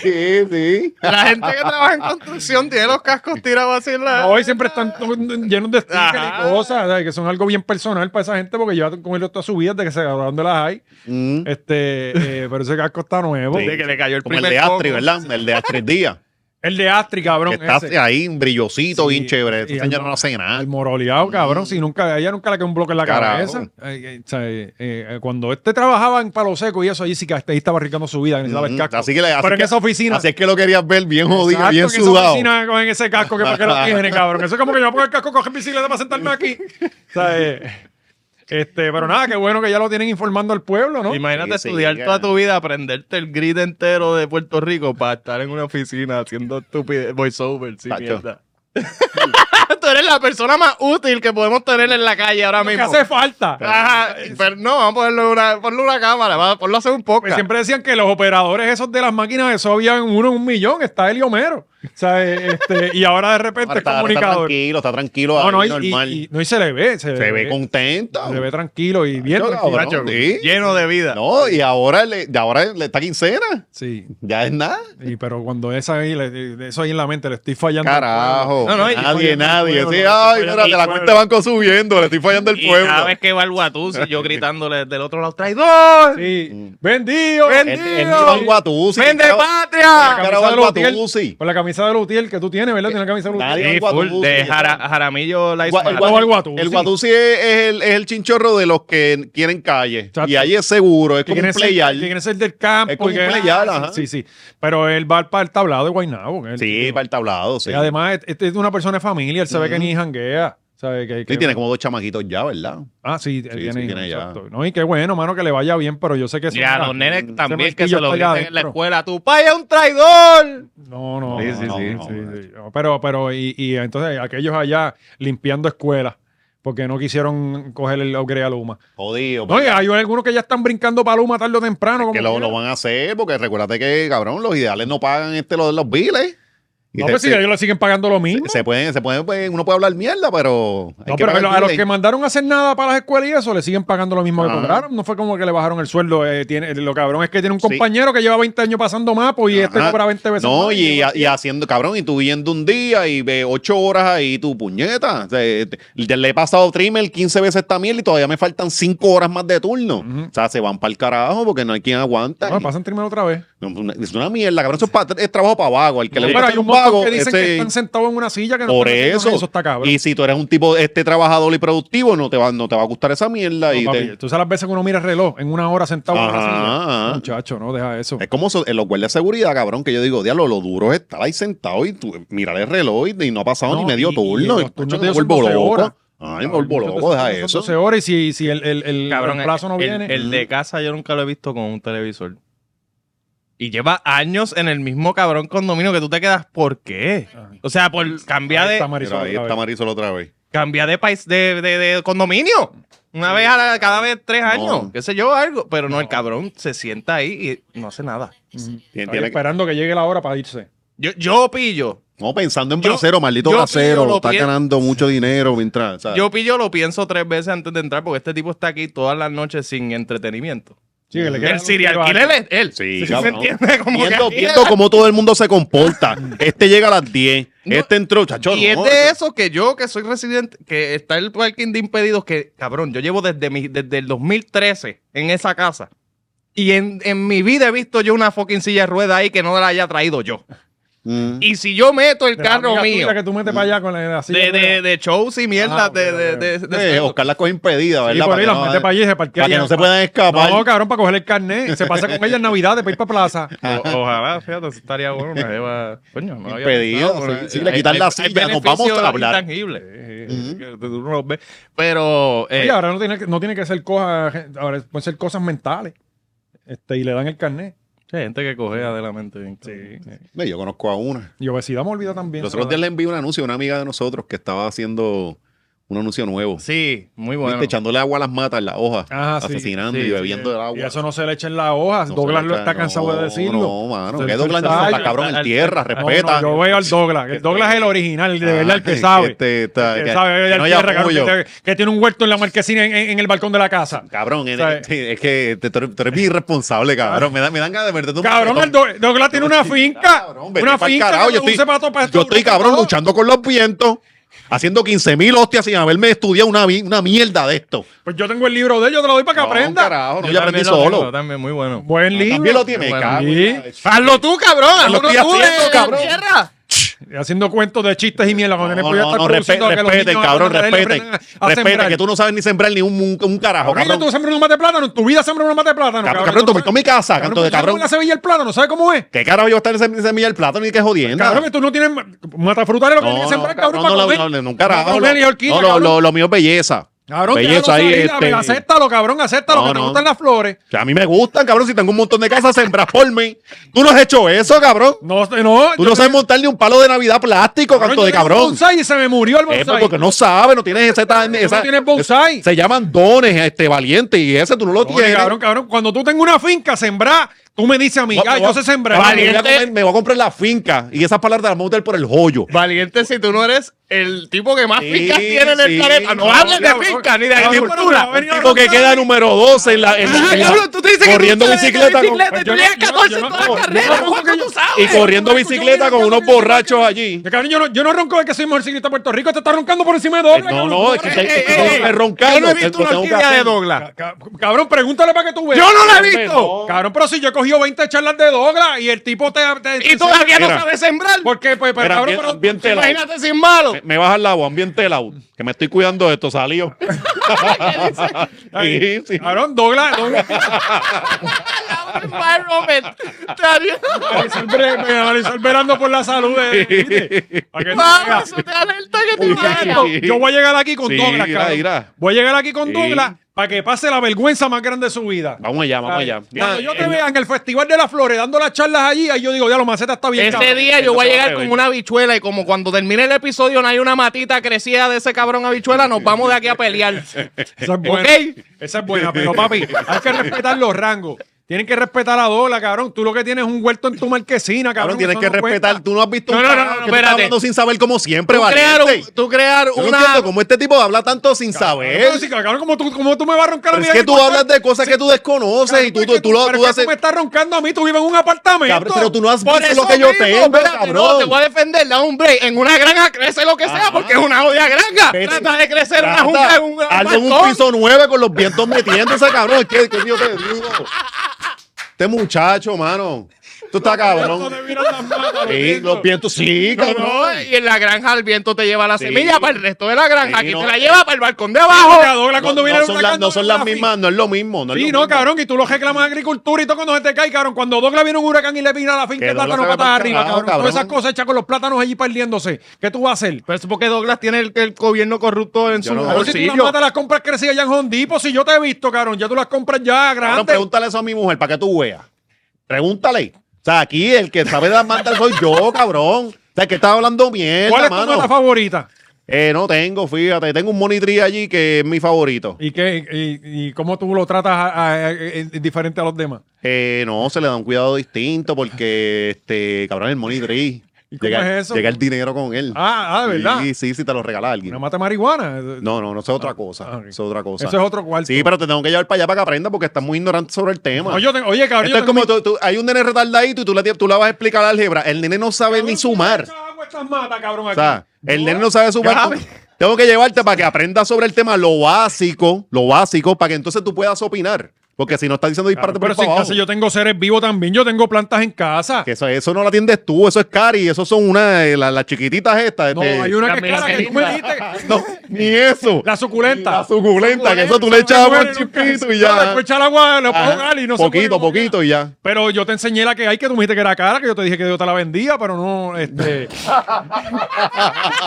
S2: Sí, sí.
S3: la gente que trabaja en construcción tiene los cascos tirados así en la.
S1: Hoy siempre están to- llenos de stickers
S3: Ajá.
S1: y cosas, ¿sabes? que son algo bien personal para esa gente porque llevan con ellos todas sus vidas de que se graduaron de las hay.
S2: Mm.
S1: Este, eh, pero ese casco está nuevo.
S3: De que le cayó el
S2: Como el
S3: primer
S2: de Astri,
S3: coco.
S2: ¿verdad? El de Astrid Díaz.
S1: El de Astri, cabrón.
S2: que está
S1: ese.
S2: ahí, un
S1: Sí,
S2: brillosito, bien chévere.
S1: y
S2: Esta
S1: al-
S2: señora no hace nada.
S1: Al moroleado, cabrón. Si nunca, a ella nunca le quedó un bloque en la
S2: Mm. Carajo.
S1: cabeza. Ay, ay, o sea, eh, eh, cuando este trabajaba en Palo Seco y eso, ahí sí que este ahí estaba arriesgando su vida. que necesitaba el
S2: Mm,
S1: casco.
S2: así que le- así
S1: pero en
S2: que-
S1: esa oficina.
S2: Así es que lo querías ver bien jodido,
S1: Exacto,
S2: bien
S1: que esa
S2: sudado.
S1: oficina con ese casco que para qué lo tiene, cabrón. Eso es como que yo me pongo el casco, coge mi bicicleta para sentarme aquí. O sea, eh, este, pero nada, qué bueno que ya lo tienen informando al pueblo, ¿no?
S3: Imagínate
S2: Sí, sí,
S3: estudiar
S2: ya.
S3: toda tu vida, aprenderte el grid entero de Puerto Rico para estar en una oficina haciendo estupidez, voiceover, sí,
S2: Tacho.
S3: mierda. Tú eres la persona más útil que podemos tener en la calle ahora
S1: ¿Qué
S3: mismo.
S1: hace falta?
S3: Ajá, pero no, vamos a ponerle una, ponle una cámara, vamos a ponlo a hacer un
S1: Pues
S3: podcast.
S1: siempre decían que los operadores esos de las máquinas, eso había uno en un millón, está el Homero. O sea, eh, este, y ahora de repente
S2: Ahora
S1: es
S2: está, ahora está
S1: comunicador.
S2: tranquilo, está tranquilo.
S1: No, no,
S2: ahí,
S1: y, y-
S2: normal.
S1: y- no, y se le ve, se,
S2: se ve contento.
S1: se ve tranquilo y bien.
S2: Yo,
S1: tranquilo.
S2: cabrón,
S3: Tacho,
S2: sí.
S3: Lleno de vida.
S2: No, y ahora le, de ahora le está quincena.
S1: Sí,
S2: Ya es nada.
S1: y- pero cuando esa ahí, le- eso ahí en la mente, le estoy fallando. al
S2: Carajo.
S3: No, no, y-
S2: nadie,
S1: y-
S2: nadie.
S1: pueblo,
S2: Sí,
S1: le estoy
S2: ay,
S1: fallando
S2: espérate,
S1: al
S2: la
S1: pueblo.
S2: cuenta de banco subiendo, le estoy fallando el
S3: Y
S2: pueblo.
S3: cada vez que va el Guatuzzi, yo gritándole del otro lado, ¡traidor!
S1: Sí. Vendido,
S2: Mm. El,
S1: vendido.
S2: el no al Guatusi.
S3: ¡Vende
S2: carajo-
S3: patria!
S1: Camisa
S2: carajo al
S1: de Lutiel.
S2: Guatusi.
S1: Con la camisa de Lutiel que tú tienes, ¿verdad? Tienes la camisa de Lutiel.
S2: Nadie-
S3: Sí,
S2: Guatuzzi,
S3: full, de
S2: ya.
S3: Jara- Jaramillo la hizo
S2: Gua- El,
S3: Jara-
S1: Guatuzzi. al Guatusi.
S2: el Guatusi es, es el, es el chinchorro de los que quieren calle.
S1: Exacto.
S2: Y ahí es seguro, es
S1: Que
S2: como un
S1: quiere ser-
S2: player.
S1: que quiere ser del campo.
S2: Es como
S1: y
S2: un
S1: que- Ah,
S2: playal, ajá.
S1: Sí, sí. Pero él va para el tablado de Guaynabo. él-
S2: Sí, para el tablado, sí.
S1: Y además, este es una persona de familia, él se ve que
S2: Ujú.
S1: ni janguea. ¿sabe? Que, que-
S2: Sí, tiene como dos chamaquitos ya, ¿verdad?
S1: Ah, sí, él
S2: sí,
S1: tiene,
S2: sí, tiene ya.
S1: exacto. No, y qué bueno, mano, que le vaya bien, pero yo sé que ah, eso
S3: Ya,
S1: era-
S3: los nenes también
S1: martillo
S3: que se lo
S1: está allá
S3: griten en la
S1: adentro.
S3: escuela. ¡Tu padre es un traidor!
S1: No, no.
S3: Sí,
S1: no,
S3: sí,
S1: no, no,
S3: sí,
S2: sí.
S1: no, sí. No, Pero, pero, y, y entonces aquellos allá limpiando escuelas, porque no quisieron coger el upgrade a Luma.
S2: Jodido.
S1: No, y hay algunos que ya están brincando para Luma tarde o temprano. como
S2: que lo,
S1: quiera.
S2: lo van a hacer porque recuérdate que, cabrón, los ideales no pagan este lo de los biles. Y
S1: No,
S2: se-
S1: pues si
S2: se-
S1: ellos le siguen pagando lo mismo.
S2: se, se pueden, se pueden, pues, uno puede hablar mierda, pero. hay
S1: No,
S2: que
S1: pero a
S2: pagar
S1: los- a los
S2: ley.
S1: que mandaron a hacer nada para las escuelas y eso, le siguen pagando lo mismo que
S2: Ajá.
S1: cobraron. No fue como que le bajaron el sueldo. eh, tiene, lo cabrón es que tiene un
S2: Sí.
S1: compañero que lleva 20 años pasando mapos y este
S2: Ajá.
S1: cobra 20 veces.
S2: No,
S1: más
S2: y,
S1: lleva-
S2: y haciendo, cabrón, y tú yendo un día y ve ocho horas ahí tu puñeta. O sea, eh, te- te- le he pasado trimmer 15 veces esta mierda y todavía me faltan cinco horas más de turno.
S1: Ujú.
S2: O sea, se van para el carajo porque no hay quien aguanta.
S1: No,
S2: Y-
S1: pasan trimel otra vez.
S2: no, es una- es una mierda, cabrón. Eso es, pa- es trabajo para vago. Al que
S1: No,
S2: le
S1: pero
S2: gusta
S1: hay
S2: ser
S1: un
S2: un
S1: montón
S2: vago,
S1: que dicen
S2: ese-
S1: que están sentados en una silla que no
S2: por
S1: están haciendo
S2: eso.
S1: nada, Eso está cabrón.
S2: Y si tú eres un tipo este trabajador y productivo, no te va, no te va a gustar esa mierda.
S1: No,
S2: y
S1: papi,
S2: te-
S1: Tú sabes las veces que uno mira el reloj en una hora sentado en una
S2: Ajá,
S1: silla.
S2: ajá.
S1: Muchacho, no, deja eso.
S2: Es como so- en los guardias de seguridad, cabrón, que yo digo, diablo, lo duro es estar ahí sentado y tú, mirar el reloj y, y no ha pasado
S1: No,
S2: ni medio
S1: y- y
S2: turno.
S1: los
S2: Y,
S1: turnos
S2: coño,
S1: de
S2: me
S1: ellos son
S2: vuelvo
S1: 12
S2: loco.
S1: horas.
S2: Ay, me vuelvo loco, deja
S1: Son
S2: eso.
S1: 12 horas y si, si el, el, el
S3: Cabrón,
S1: reemplazo no
S3: el,
S1: viene.
S3: el de casa yo nunca lo he visto con un televisor. Y lleva años en el mismo cabrón condominio que tú te quedas. ¿Por qué?
S1: Ay.
S3: O sea, por cambiar
S1: Ahí está
S3: de,
S1: Marisol
S2: Mira, ahí
S1: otra
S2: está
S1: vez.
S2: Marisol otra vez.
S3: cambiar de país de, de- de condominio. Una vez a la- cada vez tres años, qué sé yo, algo. Pero no, el cabrón se sienta ahí y no hace nada.
S2: Tiene-
S1: Ahí
S2: tiene-
S1: esperando que llegue la hora para irse.
S3: Yo, yo pillo,
S2: no, pensando en
S3: Yo-
S2: bracero, maldito
S3: yo
S2: bracero.
S3: pido lo
S2: está
S3: pien-
S2: ganando mucho dinero mientras. o sea,
S3: yo pillo, lo pienso tres veces antes de entrar porque este tipo está aquí todas las noches sin entretenimiento.
S1: Sí, que le queda
S3: El serial
S1: algo que
S3: killer
S1: va-
S3: es él.
S2: Sí,
S3: ¿Sí se
S2: cabrón.
S3: entiende como que
S2: viendo,
S3: aquí
S2: viendo cómo todo el mundo se comporta. Este llega a las 10.
S3: No,
S2: este entró, chacho.
S3: y es
S2: no, este,
S3: de eso que yo, que soy residente, que está el parking de impedidos, que cabrón, yo llevo desde, mi, desde el 2013 en esa casa. Y en, en mi vida he visto yo una fucking silla de rueda ahí que no la haya traído yo.
S2: Mm.
S3: Y si yo meto el
S1: de la
S3: carro
S1: amiga
S3: mío
S1: tuya que tú metes para allá con la, la silla
S3: de, de,
S1: rueda.
S3: de shows y
S1: Ah,
S3: mierda,
S1: ok,
S3: de,
S1: ok,
S3: de,
S1: ok.
S3: de- de-
S2: Eh, Oscar la coge impedida,
S1: Sí,
S2: ¿verdad?
S1: por ahí
S2: que
S1: las
S2: no-
S1: mete para allí y se parquea
S2: para que
S1: allá.
S2: no se puedan escapar.
S1: No, cabrón, para coger el carnet. Se pasa con ella en Navidad de ir para plaza.
S2: Ah,
S3: O- ojalá, fíjate, eso estaría bueno. Una jeva, coño, no había
S2: Impedido,
S3: pensado,
S2: sí,
S3: pero-
S2: sí, le
S3: hay-
S2: quitan
S3: hay-
S2: la
S3: hay
S2: silla, nos vamos a
S3: beneficios
S2: hablar.
S3: intangibles, eh, que tú no los ves. Pero, eh,
S1: Oye, ahora no tiene, que- no tiene que ser cosas, ahora pueden ser cosas mentales. Este, y le dan el carnet.
S3: hay gente que cogea de la mente. bien cabrón.
S2: No, yo conozco a una.
S1: Y obesidad me olvida también.
S2: Los otros días le envié un anuncio a una amiga de nosotros que estaba haciendo un anuncio nuevo.
S3: Sí, muy
S2: Viste,
S3: bueno.
S2: echándole agua a las matas en la hoja,
S1: Ajá, Ah, sí.
S2: asesinando
S3: Sí,
S2: y
S3: sí.
S2: bebiendo el agua.
S1: Y eso no se le echa en la hoja.
S2: No
S1: Douglas lo
S2: se le echa-
S1: está cansado
S2: no,
S1: de decirlo.
S2: No, mano.
S1: Se
S2: Que
S1: le
S2: Douglas
S1: echa-
S2: está
S1: Ay,
S2: cabrón en
S3: al-
S2: tierra,
S1: No, no,
S2: respeta.
S1: yo veo al Douglas. El Douglas es el original, el de verdad, el que sabe.
S2: Este, está-
S1: que,
S2: que-
S1: sabe,
S2: que
S1: el
S2: no hay
S1: tierra, cabrón,
S2: apoyo.
S1: que, te- que tiene un huerto en la marquesina en, en- en el balcón de la casa.
S2: Cabrón, en-
S1: ¿Sabes?
S2: sí, es que te- tú eres tú eres bien irresponsable, cabrón. Me, da- me dan ganas de meterte un
S1: Cabrón, el
S2: bofetón.
S1: Do- Douglas tiene una finca.
S2: Cabrón, vete
S1: Una
S2: pa'l
S1: finca
S2: carajo,
S1: que
S2: yo
S1: produce
S2: estoy,
S1: para todo- para
S2: yo
S1: todo
S2: estoy
S1: Europa,
S2: cabrón
S1: todo.
S2: luchando con los vientos, haciendo 15 mil hostias sin haberme estudiado una, vi- una mierda de esto.
S1: Pues yo tengo el libro de ellos, te lo doy para que
S2: No,
S1: aprenda.
S2: carajo, no,
S3: Yo
S2: yo
S3: también
S2: aprendí
S3: lo tengo,
S2: solo.
S3: También muy bueno.
S1: Buen libro.
S2: También lo tiene,
S3: Bueno,
S2: cabrón.
S1: sí.
S3: Hazlo tú, cabrón.
S2: Lo
S3: Hazlo tú,
S2: estoy haciendo,
S3: eh,
S2: cabrón.
S3: tierra.
S1: Haciendo cuentos de chistes y mierda. cuando
S2: No,
S1: después ya
S2: no,
S1: está
S2: no,
S1: produciendo
S2: respe-
S1: que los
S2: respeten,
S1: niños
S2: cabrón,
S1: aprendan a leer y
S2: respeten.
S1: aprendan a
S2: Respeten,
S1: sembrar.
S2: que tú no sabes ni sembrar ni un, un- un carajo,
S1: Cabrón,
S2: cabrón.
S1: tú sembras un mate de plátano, en tu vida sembras un mate de plátano.
S2: Cabrón, cabrón, tú me mi casa, canto de
S1: tú sembras
S2: cabrón.
S1: una semilla el plátano, ¿sabes cómo es?
S2: ¿Qué carajo yo voy a estar en ese semilla del plátano ni que jodiendo?
S1: Cabrón, que tú no tienes ma- matafruta es lo que tienes que sembrar, cabrón,
S2: no,
S1: para
S2: no,
S1: comer.
S2: no, no, no, carajo,
S1: Para
S2: no,
S1: comer y horquilla,
S2: no, lo-
S1: cabrón.
S2: lo- lo mío es belleza.
S1: Cabrón,
S2: belleza
S1: déjalo
S2: ahí,
S1: salir,
S2: este-
S1: cabrón, acéptalo, cabrón, acéptalo,
S2: No,
S1: que te
S2: no.
S1: gustan las flores.
S2: O sea, a mí me gustan, cabrón, si tengo un montón de casas sembradas por mí. Tú no has hecho eso, cabrón.
S1: No, no.
S2: Tú no sabes montar ni un palo de Navidad plástico, canto de
S1: Un
S2: cabrón.
S1: bonsai y se me murió el
S2: Eh, pues,
S1: bonsai.
S2: porque no sabes, no tienes esa, tan- esa-
S1: tienes bonsai.
S2: Se llaman dones, este valiente, y ese tú no lo
S1: Coño,
S2: tienes.
S1: cabrón, cabrón, cuando tú tengas una finca, sembrar, tú me dices a mí,
S2: No,
S1: ah,
S2: me voy
S1: yo sé
S2: a-
S1: sembrar.
S2: cabrón, me voy a
S3: Valiente.
S2: comer- Me voy a comprar la finca y esas palabras las voy a botar por el joyo.
S3: Valiente si tú no eres el tipo que más
S2: Sí,
S3: fincas tiene en
S2: sí.
S3: el planeta. No,
S2: No,
S3: hables de
S1: cabrón,
S3: fincas ni de
S1: cabrón,
S3: agricultura.
S1: pero no, venía-
S2: Tipo que queda número 12 en la.
S1: Ah,
S2: en la-
S3: Ajá,
S2: en la-
S3: cabrón, tú te dices que
S2: corriendo
S3: tú sabes de
S2: bicicleta. con-
S3: bicicleta y tú
S1: Yo no-
S3: llevas
S1: yo no-
S3: 14
S1: yo no-
S3: en todas
S1: yo
S3: las
S1: no-
S3: carreras.
S1: yo no- yo
S3: ¿Cuánto tú
S1: no-
S2: y
S3: sabes?
S2: corriendo
S1: Yo no- yo no-
S2: bicicleta con
S1: yo no-
S2: unos borrachos allí.
S1: Yo, cabrón, yo no, yo no ronco de que soy mejor ciclista de Puerto Rico, te está roncando por encima de doble.
S2: No,
S1: cabrón.
S2: no, es que
S1: Eh,
S2: te-
S1: eh,
S2: te-
S1: eh,
S2: te- me roncando.
S3: Yo no he visto
S2: Lo
S3: una
S2: tengo que
S3: orquídea
S2: hacer.
S3: de Douglas.
S1: ca- Cabrón, pregúntale para que tú veas.
S3: Yo no la he
S2: No.
S3: visto.
S1: Cabrón, pero si yo he cogido 20 charlas de Douglas y el tipo te. te-
S3: Y todavía no
S2: Mira.
S3: sabes sembrar.
S1: ¿Por qué? Pues, pero,
S2: Mira,
S1: cabrón,
S2: bien-
S1: pero-
S2: bien tela.
S3: Imagínate sin malo.
S2: Me, me baja el agua, ambiente out. Que me estoy cuidando de esto, salió. sí, sí.
S1: Cabrón, Douglas. Douglas
S3: Environment.
S1: Marisol Bre- Marisol velando por la salud. eh, ¿viste? Para que tú veas.
S3: Eso te alerta que
S1: Uy,
S3: tú vas a-
S1: yo- Yo voy a llegar aquí con
S2: Sí,
S1: Douglas,
S2: irá,
S1: cabrón.
S2: irá.
S1: Voy a llegar aquí con
S2: Sí.
S1: Douglas para que pase la vergüenza más grande de su vida.
S2: Vamos allá, vamos
S1: ¿Sabes?
S2: allá.
S1: Cuando yo te
S2: Eh,
S1: vea en el Festival de las Flores dando las charlas allí, ahí yo digo, ya lo maceta está bien.
S3: Ese
S1: cabrón".
S3: día yo voy a llegar
S2: Eso
S3: con
S2: se va
S3: una habichuela y como cuando termine el episodio no hay una matita crecida de ese cabrón habichuela, nos vamos de aquí a pelear.
S1: Esa es buena.
S3: Ok.
S1: Esa es buena, pero papi, hay que respetar los rangos. Tienes Tienen que respetar a Dola, cabrón. Tú lo que tienes es un huerto en tu marquesina, cabrón.
S2: Cabrón, tienes
S1: eso
S2: que
S1: no cuenta.
S2: respetar. Tú no has visto
S3: No,
S2: un
S3: no, no,
S2: carajo
S3: no,
S2: que tú estás
S3: espérate.
S2: hablando sin saber como siempre,
S3: Tú crear,
S2: valiente.
S3: un- tú crear
S2: Yo no
S3: una...
S2: entiendo cómo este tipo habla tanto sin saber.
S1: Cabrón, sí, cabrón, ¿cómo tú, cómo tú me vas a roncar a
S2: Pero
S1: mí?
S2: es que
S1: ahí,
S2: tú
S1: cabrón?
S2: hablas de cosas que tú desconoces y tú,
S1: Cabrón, pero
S2: tú, tú, lo-
S1: es que
S2: tú haces.
S1: tú me estás roncando a mí, tú vives en un apartamento.
S2: Cabrón, pero tú no has
S3: Por
S2: visto
S3: eso
S2: lo que yo
S3: mismo,
S2: tengo,
S3: espérate, No, te
S2: cabrón.
S3: voy a defender, da un break. En una granja crece lo que sea,
S2: Ajá.
S3: porque es una odia granja.
S2: Vete.
S3: Trata de crecer
S2: Trata,
S3: una jungla en un
S2: algo en un
S3: balcón.
S2: piso nueve con los vientos metiéndose, cabrón. ¿Qué, qué yo te digo? Este muchacho, mano. Tú estás
S1: No
S2: cabrón.
S1: te miras las manos, lo
S2: Sí,
S1: siento.
S2: los vientos, sí,
S3: No,
S2: cabrón.
S3: no, y en la granja el viento te lleva la
S2: Sí.
S3: semilla para el resto de la granja.
S2: Sí,
S3: Aquí
S2: no.
S3: te la lleva para el balcón de
S1: Porque a
S3: abajo.
S1: Dola cuando
S2: No,
S1: viene
S2: no
S1: el
S2: son,
S1: huracán,
S2: las- no son las
S1: así.
S2: mismas, no es lo mismo. No es
S1: Sí,
S2: lo
S1: no,
S2: mismo.
S1: cabrón, y tú lo reclamas a agricultura y todo cuando se te cae, cabrón. Cuando Douglas viene un huracán y le vino a la finca
S2: Que
S1: el
S2: Douglas
S1: plátano
S2: se va
S1: patas
S2: pa'l
S1: arriba,
S2: carajo,
S1: cabrón. Todas esas
S2: cabrón.
S1: cosas hechas con los plátanos allí perdiéndose. ¿Qué tú vas a hacer?
S3: Pero es porque Douglas tiene el, el gobierno corrupto en
S2: Yo
S3: su
S2: no-
S1: Cabrón, si tú las matas, las compras crecidas ya en Hondipo, si yo te he visto, cabrón, ya tú las compras ya
S2: Cabrón,
S1: grandes.
S2: pregúntale eso a mi mujer para que tú veas. Pregúntale. O sea, aquí el que sabe de las mantas soy yo, cabrón. O sea, el que está hablando mierda,
S1: ¿Cuál es tu
S2: mano.
S1: mata favorita?
S2: Eh, no tengo, fíjate. Tengo un monitri allí que es mi favorito.
S1: ¿Y, qué, y, y cómo tú lo tratas a- a- a- diferente a los demás?
S2: Eh, no, se le da un cuidado distinto porque, este, cabrón, el monitri.
S1: ¿Y cómo
S2: Llega,
S1: es eso?
S2: llega el dinero con él.
S1: Ah, ah, de verdad.
S2: Sí, sí, si te lo regala alguien.
S1: ¿Una mata marihuana?
S2: No, no, no, eso es otra cosa.
S1: ah, ok.
S2: Eso es otra cosa.
S1: Eso es otro cuarto.
S2: Sí, pero te tengo que llevar para allá para que aprenda porque estás muy ignorante sobre el tema.
S1: No, yo tengo- oye, cabrón, yo
S2: Esto es
S1: tengo
S2: como
S1: mi-
S2: tú, tú- hay un nene retardadito y tú, le- tú le vas a explicar álgebra. El nene no sabe ni sumar.
S1: Estas matas, cabrón,
S2: O
S1: aquí.
S2: sea, el nene no sabe sumar.
S1: Gaby.
S2: Tengo que llevarte para que aprendas sobre el tema lo básico, lo básico, para que entonces tú puedas opinar. Porque si no estás diciendo
S1: Claro,
S2: disparate
S1: pero
S2: por
S1: si en casa yo tengo seres vivos también, yo tengo plantas en casa.
S2: Que eso, eso no lo atiendes tú, eso es cari, eso son una, eh, la- las chiquititas estas.
S1: No,
S2: este-
S1: hay una
S3: la
S1: que es cara que tú me dijiste.
S2: No, ni eso.
S1: La suculenta.
S2: La suculenta, que eso tú le echabas un chiquito y
S1: No,
S2: ya.
S1: después echar agua, le
S2: Ajá.
S1: pongo gal y no se muere
S2: poquito,
S1: como
S2: poquito
S1: quiera.
S2: y ya.
S1: Pero yo te enseñé la que hay, que tú me dijiste que era cara, que yo te dije que yo te la vendía, pero no, este.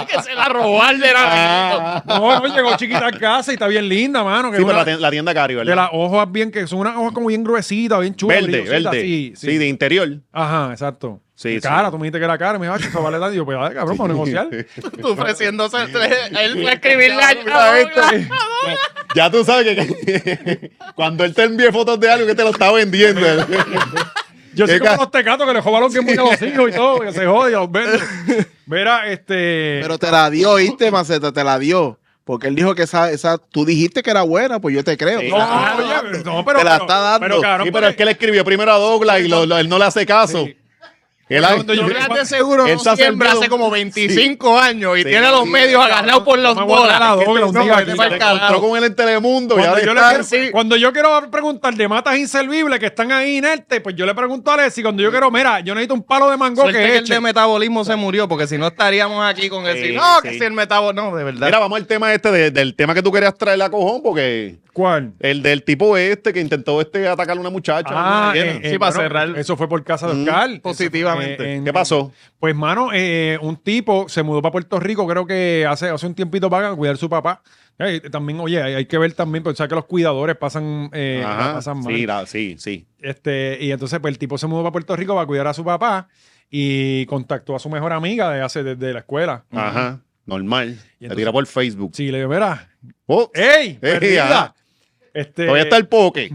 S3: que se la robar de
S2: Ah,
S1: No, no, llegó chiquita a casa y está bien linda, mano. Que
S2: sí,
S1: es
S2: pero
S1: una-
S2: la, tien- la tienda cari, ¿verdad?
S1: de las hojas bien, que son unas hojas como bien gruesitas, bien chulas.
S2: verde,
S1: brillositas,
S2: verde.
S1: Sí, sí.
S2: de interior.
S1: Ajá, exacto.
S2: Sí,
S1: De
S2: sí.
S1: cara, tú me dijiste que era cara, y me dijo, "Ah, eso vale la. Y yo, pues, dale, cabrón, para negociar.
S3: Tú ofreciéndose. Él fue a escribirle a-
S2: Mira
S3: a Douglas.
S2: este. Ya tú sabes que cuando él te envíe fotos de algo que te lo está vendiendo.
S1: Yo sé
S2: Qué
S1: como
S2: ca-
S1: los tecatos que le jodan los que muy a los hijos y todo, que se jode y los venden. Mira, este.
S4: Pero te la dio, ¿oíste, Maceta? Te la dio. Porque él dijo que esa, esa tú dijiste que era buena, pues yo te creo.
S2: Sí.
S1: no,
S2: Ah,
S1: oye, no, pero.
S4: te la
S1: pero-
S4: está dando.
S1: Pero, pues, cabrón,
S2: Sí, pero es que él escribió primero a Douglas y lo- lo- él no le hace caso.
S1: Sí.
S2: Él, ha-
S1: Cuando yo-
S3: Douglas de seguro
S2: Él
S3: no
S2: se ha
S3: siembra
S2: sembrado-
S3: hace como 25 años y
S2: Sí.
S3: tiene a los medios agarrados por los
S1: me voy a
S3: bolas.
S1: dar a Douglas un
S3: No,
S1: día
S3: vete
S1: aquí.
S3: pa'l
S2: se encontró
S3: carajo.
S2: con él en Telemundo.
S1: Cuando
S2: ya
S1: yo, le
S2: está.
S1: quiero, cuando yo quiero preguntar de matas inservibles que están ahí inertes, pues yo le pregunto a Alexi. Cuando yo quiero, mira, yo necesito un palo de mango
S3: Suerte
S1: que
S3: que el
S1: eche.
S3: de metabolismo se murió, porque si no estaríamos aquí con el
S2: Sí,
S3: decir, no, que
S2: sí.
S3: si el metabolismo. No, de verdad.
S2: Mira, vamos al tema este de- del tema que tú querías traer a cojón, porque
S1: ¿Cuál?
S2: el del tipo este que intentó este atacar a una muchacha. una nena.
S1: eh, eh,
S3: Sí, para
S1: bueno,
S3: cerrar.
S1: Eso fue por casa de Oscar. Eso fue, eh,
S3: positivamente.
S1: en-
S2: ¿Qué pasó?
S1: Pues, mano, eh, un tipo se mudó para Puerto Rico, creo que hace, hace un tiempito para acá, cuidar a su papá. Eh, también, oye, hay, hay que ver también, pensar que los cuidadores pasan, eh, la
S2: Ajá,
S1: pasan mal.
S2: sí, la- sí, sí.
S1: Este, y entonces, pues, el tipo se mudó para Puerto Rico para cuidar a su papá y contactó a su mejor amiga de hace, desde la escuela.
S2: Ajá, normal.
S1: Y
S2: Te tira por Facebook.
S1: Sí, le digo, mira,
S2: Oh,
S1: ¡ey! perdida!
S2: ajá.
S1: Este,
S2: todavía está el poke.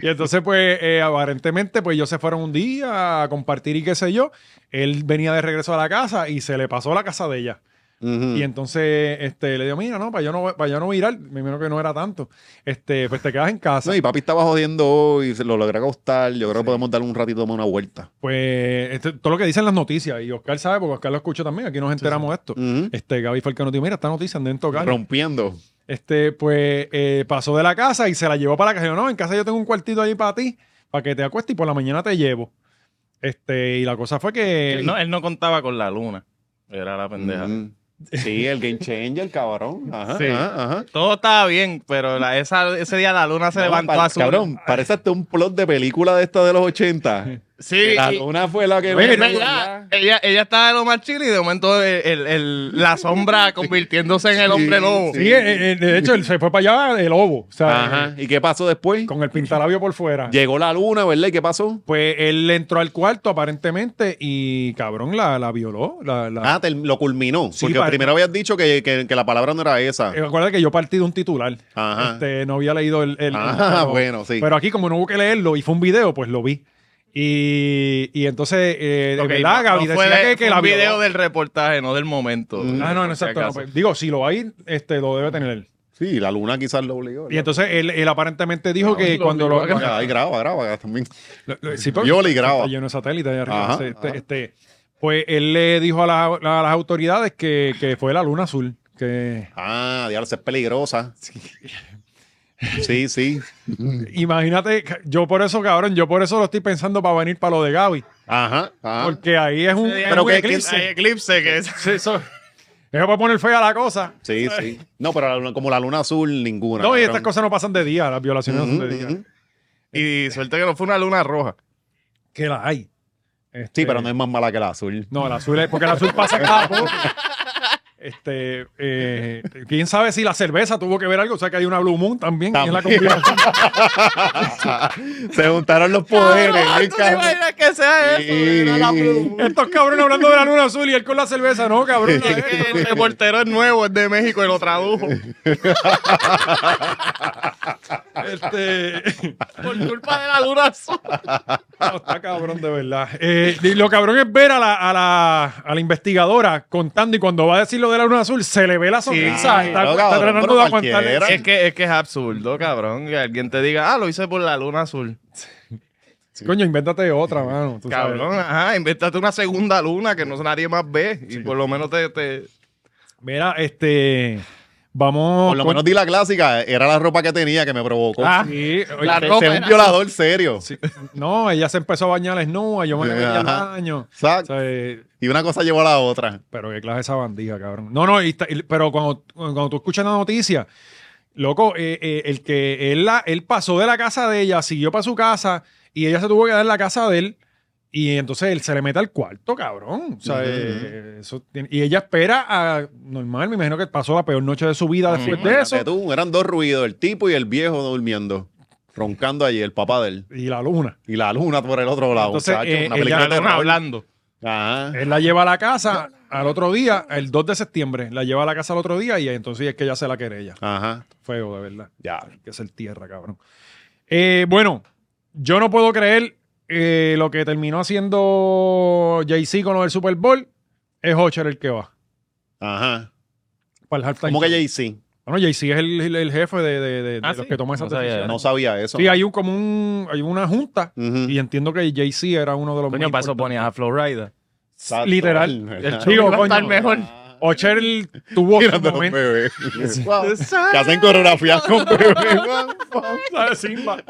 S1: Y entonces, pues, eh, aparentemente, pues ellos se fueron un día a compartir y qué sé yo. Él venía de regreso a la casa y se le pasó la casa de ella.
S2: Ujú.
S1: Y entonces este, le digo, mira, no, para yo no, para yo no virar, me imagino que no era tanto. Este, pues te quedas en casa.
S2: No, y papi estaba jodiendo hoy, se lo logré acostar. Yo creo que podemos darle un ratito más una vuelta.
S1: Pues este, todo lo que dicen las noticias, y Oscar sabe, porque Oscar lo escuchó también, aquí nos enteramos de esto.
S2: Ujú.
S1: Este, Gaby fue el que nos dijo, mira, esta noticia anden tocar.
S2: Rompiendo.
S1: Este, pues eh, pasó de la casa y se la llevó para la casa. Yo, no, en casa yo tengo un cuartito ahí para ti, para que te acuestes y por la mañana te llevo. Este, y la cosa fue que.
S3: Él no, eh, él no contaba con la luna. Era la pendeja.
S2: Ujú. Sí, el game changer, cabrón. Ajá,
S3: Sí.
S2: ajá, ajá.
S3: Todo estaba bien, pero la- esa- ese día la luna se
S2: No,
S3: levantó
S2: pa-
S3: a su.
S2: Cabrón, parece hasta un plot de película de esta de los 80.
S3: Sí,
S2: La
S3: y-
S2: luna fue la que...
S1: Oye,
S3: es verdad. Ella, ella estaba de lo más chill y de momento el- el- el- la sombra convirtiéndose en el hombre lobo.
S1: Sí, eh, eh, de hecho, él se fue para allá de lobo. O sea,
S2: Ajá. ¿Y qué pasó después?
S1: con el pintalabio por fuera.
S2: Llegó la luna, ¿verdad? ¿Y qué pasó?
S1: Pues él entró al cuarto aparentemente y cabrón la, la violó. La, la-
S2: Ah, te- lo culminó.
S1: Sí,
S2: porque
S1: para-
S2: primero habías dicho que, que- que la palabra no era esa.
S1: Eh, Recuerda que yo partí de un titular.
S2: Ajá.
S1: Este, no había leído el. el-
S2: Ah,
S1: pero-
S2: bueno, sí.
S1: Pero aquí, como no hubo que leerlo y fue un video, pues lo vi. Y, y entonces, eh, de
S3: Ok,
S1: verdad,
S3: no-
S1: Gaby
S3: no
S1: decía
S3: fue
S1: que, que
S3: fue
S1: la
S3: un
S1: violó.
S3: video del reportaje, no del momento.
S1: Ah, no, no,
S3: Por si
S1: exacto. no,
S3: acaso.
S1: pues, digo, si lo hay, este, lo debe tener él.
S2: Sí, la luna quizás lo obligó. ¿verdad?
S1: Y entonces él, él aparentemente dijo que
S3: Ah, lo
S1: cuando lo.
S3: obligó a
S2: Ahí graba, graba también.
S1: Lo- lo- sí, porque
S2: Viola y graba.
S1: está lleno de satélite allá arriba.
S2: Ajá,
S1: Sí, este-
S2: ajá.
S1: este, pues él le dijo a, la- la- a las autoridades que, que fue la luna azul. Que
S2: Ah, diablo, esa es peligrosa. Sí, sí.
S1: imagínate, yo por eso, cabrón, yo por eso lo estoy pensando para venir para lo de Gaby.
S2: Ajá. ajá.
S1: Porque ahí es un,
S3: Sí,
S1: es
S3: hay
S2: Pero
S1: un
S2: que-
S1: eclipse.
S3: Hay eclipse que es-
S1: Sí, eso, eso puede poner fea la cosa.
S2: Sí, sí. No, pero la luna- como la luna azul, ninguna.
S1: No, y
S2: cabrón.
S1: estas cosas no pasan de día, las violaciones no
S2: Ujú,
S1: son de día.
S2: ujú.
S3: Y suerte que no fue una luna roja.
S1: Que las hay.
S2: Sí,
S1: Este,
S2: pero no es más mala que la azul.
S1: No, el azul es porque el azul pasa cada poco. Este, eh, quién sabe si la cerveza tuvo que ver algo, o sea que hay una Blue Moon también, y es la
S2: También.
S1: combinación.
S2: Se juntaron los poderes.
S3: ¿Tú te imaginas que sea eso?
S2: Sí.
S3: Era la pluma.
S1: Estos cabrones hablando de la luna azul y él con la cerveza, no, cabrón.
S3: Es que el reportero es nuevo, es de México y lo tradujo.
S1: Este,
S3: Por culpa de la luna azul.
S1: no, está cabrón de verdad. Eh, y lo cabrón es ver a la, a, la, a la investigadora contando y cuando va a decir lo de la luna azul se le ve la sonrisa.
S2: Sí, Ah,
S1: está,
S2: no,
S1: está
S2: cabrón,
S1: tratando
S2: pero
S1: de aguantar.
S2: cualquiera.
S1: Sí,
S3: Es que, es que es absurdo, cabrón. Que alguien te diga, ah, lo hice por la luna azul.
S1: Coño, invéntate otra, mano. tú sabes.
S3: Cabrón, ajá, invéntate una segunda luna que no nadie más ve y por lo menos te... te-
S1: Mira, este. Vamos.
S2: Por lo
S1: con-
S2: menos di la clásica. Era la ropa que tenía que me provocó.
S1: Ah, sí, oye,
S3: La
S1: se-
S2: Se- se
S3: ropa
S2: un
S3: era-
S2: violador serio.
S1: sí. No, ella se empezó a bañar desnuda, yo me la metí al
S2: Ajá.
S1: baño. O
S2: Exacto.
S1: sea, eh,
S2: Y una cosa llevó a la otra.
S1: pero qué clase de esa bandija, cabrón. No, no, y está- y- pero cuando, cuando tú escuchas la noticia, loco, eh, eh, el que él, la, él pasó de la casa de ella, siguió para su casa y ella se tuvo que dar en la casa de él. Y entonces él se le mete al cuarto, cabrón. O sea,
S2: Ujú.
S1: eh, eso tiene- y ella espera a normal, me imagino que pasó la peor noche de su vida después de
S2: Mm, Imagínate
S1: eso.
S2: tú, eran dos ruidos, el tipo y el viejo durmiendo, roncando allí, el papá de él.
S1: Y la luna.
S2: Y la luna por el otro lado.
S1: Entonces,
S2: muchacho,
S1: eh,
S2: una
S1: ella-
S2: película de
S1: la
S2: terror.
S3: hablando. Eh,
S2: Ajá.
S1: Él la lleva a la casa al otro día, el 2 de septiembre, la lleva a la casa al otro día y entonces es que ella se la querella.
S2: Ajá.
S1: Feo, de verdad.
S2: Ya.
S1: Hay que ser tierra, cabrón. Eh, bueno, yo no puedo creer eh, lo que terminó haciendo Jay-Z con lo del Super Bowl. Es Hocher el que va
S2: Ajá.
S1: para el halftime.
S2: ¿Cómo que
S1: show.
S2: Jay-Z?
S1: Bueno, Jay-Z es el, el- el jefe de, de- de- de
S3: Ah,
S1: los
S3: sí.
S1: que toman esas
S3: No sabía
S1: decisiones.
S2: No sabía eso.
S1: Sí, hay un, como un, hay una junta
S2: Ujú.
S1: y entiendo que Jay-Z era uno de los más importantes.
S3: a Florida.
S2: Exacto.
S1: literal.
S2: ¿Verdad?
S1: Digo,
S3: Iba a estar
S1: coño.
S3: mejor.
S1: Usher tuvo su
S2: Mirando a los
S1: momento.
S2: bebés. Wow. Que hacen coreografías con bebés.
S1: ¿Sabes? Simba.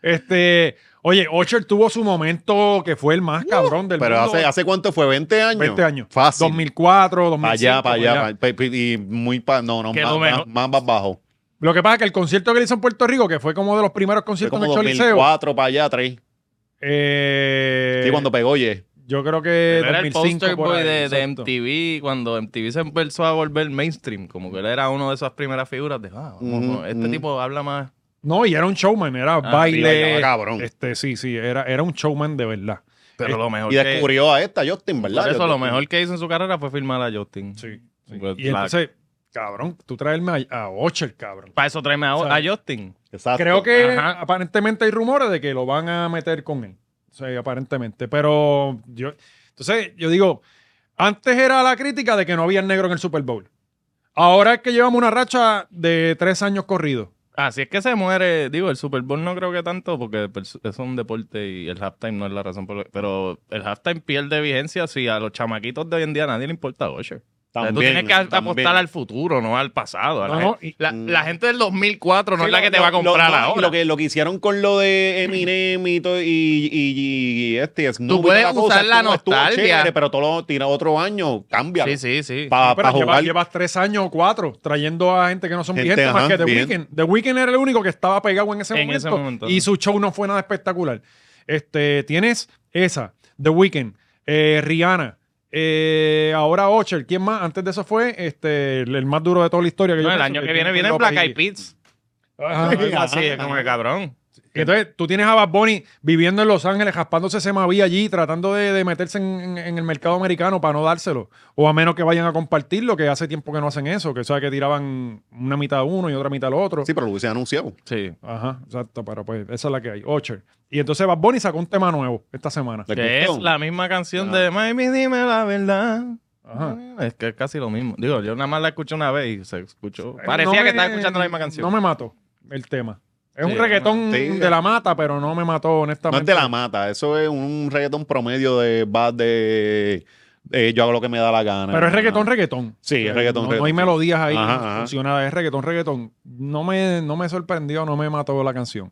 S1: Este, oye, Ocher tuvo su momento que fue el más cabrón del
S2: Pero
S1: mundo.
S2: hace, ¿hace cuánto fue? ¿20 años?
S1: 20 años.
S2: Fácil.
S1: 2004, 2005.
S2: Para allá, para allá.
S1: por
S2: pa- pa- y muy para... No, no,
S3: Que
S2: más,
S3: lo
S2: más,
S3: mejor-
S2: más- más bajo.
S1: Lo que pasa es que el concierto que él hizo en Puerto Rico, que fue como de los primeros
S2: Fue
S1: conciertos en
S2: como
S1: el Choliseo,
S2: 2004 para allá, 3.
S1: eh,
S2: Sí, cuando pegó, oye.
S1: yo creo que
S3: Era el
S1: 2005
S3: poster
S1: por
S3: boy
S1: ahí,
S3: de, de
S1: exacto.
S3: MTV cuando MTV se empezó a volver mainstream. Como que él era uno de esas primeras figuras de, ah, vamos,
S2: Ujú,
S3: este
S2: ujú.
S3: tipo habla más.
S1: No, y era un showman, era
S3: sí,
S1: baile.
S2: bailaba cabrón.
S1: Este, sí, sí, era, era un showman de verdad.
S3: Pero lo mejor
S2: Y
S3: que-
S2: descubrió a esta Justin, ¿verdad?
S3: Por eso
S2: Justin.
S3: lo mejor que hizo en su carrera fue firmar a Justin. Pues,
S1: Sí. sí.
S3: Red
S1: Y
S3: flag.
S1: entonces, cabrón, tú traerme a, a Ocher, cabrón.
S3: Para eso tráeme a, a Justin.
S2: Exacto.
S1: Creo que
S3: Ajá.
S1: aparentemente hay rumores de que lo van a meter con él. O sea, aparentemente. Pero yo. Entonces, yo digo, antes era la crítica de que no había negro en el Super Bowl. Ahora es que llevamos una racha de tres años corridos.
S3: Así es que se muere, digo, el Super Bowl no creo que tanto porque pers- es un deporte y el halftime no es la razón por la pero el halftime pierde vigencia si a los chamaquitos de hoy en día nadie le importa Usher. O sea, tú tienes que a- apostar al futuro, no al pasado. a la,
S1: No, no,
S3: gente,
S1: y-
S3: la-
S2: Mm.
S3: la gente del 2004 no
S2: Sí,
S3: es la
S2: lo-
S3: que te
S2: lo-
S3: va a comprar
S2: lo- no, y
S3: ahora.
S2: Lo que, lo que hicieron con lo de Eminem y, todo- y, y- y este Snoop y toda
S3: puedes
S2: la cosa,
S3: usar la
S2: estuvo- estuvo
S3: nostalgia.
S2: chévere, pero todo lo tira otro año, cambia.
S3: sí, sí, sí.
S2: Para
S1: Pero llevas,
S2: jugar.
S1: llevas tres años o cuatro trayendo a gente que no son
S2: Gente,
S1: vigentes más
S2: ajá,
S1: que The
S2: bien.
S1: Weeknd. The Weeknd era el único que estaba pegado en ese,
S3: En
S1: momento,
S3: ese momento,
S1: y
S3: ajá.
S1: su show no fue nada espectacular. Este, tienes Esa, The Weeknd, eh, Rihanna, eh, ahora Ocher, ¿quién más? Antes de eso fue este, el, el más duro de toda la historia. Que yo
S3: No, el
S1: pienso
S3: año que
S1: tiene
S3: viene viene en
S1: Rob
S3: Black
S1: Haley.
S3: Eyed Peas.
S1: Ajá.
S3: Así es como el cabrón.
S1: Entonces, tú tienes a Bad Bunny viviendo en Los Ángeles, jaspándose ese maví allí, tratando de, de meterse en, en- en el mercado americano para no dárselo. O a menos que vayan a compartirlo, que hace tiempo que no hacen eso, que o sea, que tiraban una mitad a uno y otra mitad al otro.
S2: Sí, pero lo hubiese anunciado.
S3: Sí.
S1: Ajá, exacto, pero pues esa es la que hay. Ocher. Y entonces Bad Bunny sacó un tema nuevo esta semana.
S2: ¿Le
S3: Que es
S2: gustó?
S3: la misma
S2: Ah.
S3: canción de Mami, dime la verdad.
S1: Ajá.
S3: Es que es casi lo mismo. Digo, yo nada más la escuché una vez y se escuchó. Parecía
S1: No
S3: que
S1: me-
S3: estaba escuchando la misma canción.
S1: No me mató el tema. Es
S3: Sí,
S1: un reggaetón
S2: sí.
S1: de la mata, pero no me mató,
S2: No
S1: honestamente.
S2: es de la mata, eso es un reggaetón promedio de bad de eh, yo hago lo que me da la gana.
S1: Pero es reggaetón, reggaetón. Eh,
S2: Sí, es reggaetón,
S1: no, No hay
S2: reggaetón.
S1: melodías ahí
S2: Ajá, ajá.
S1: funcionadas, es reggaetón, reggaetón. No me, no me sorprendió, no me mató la canción.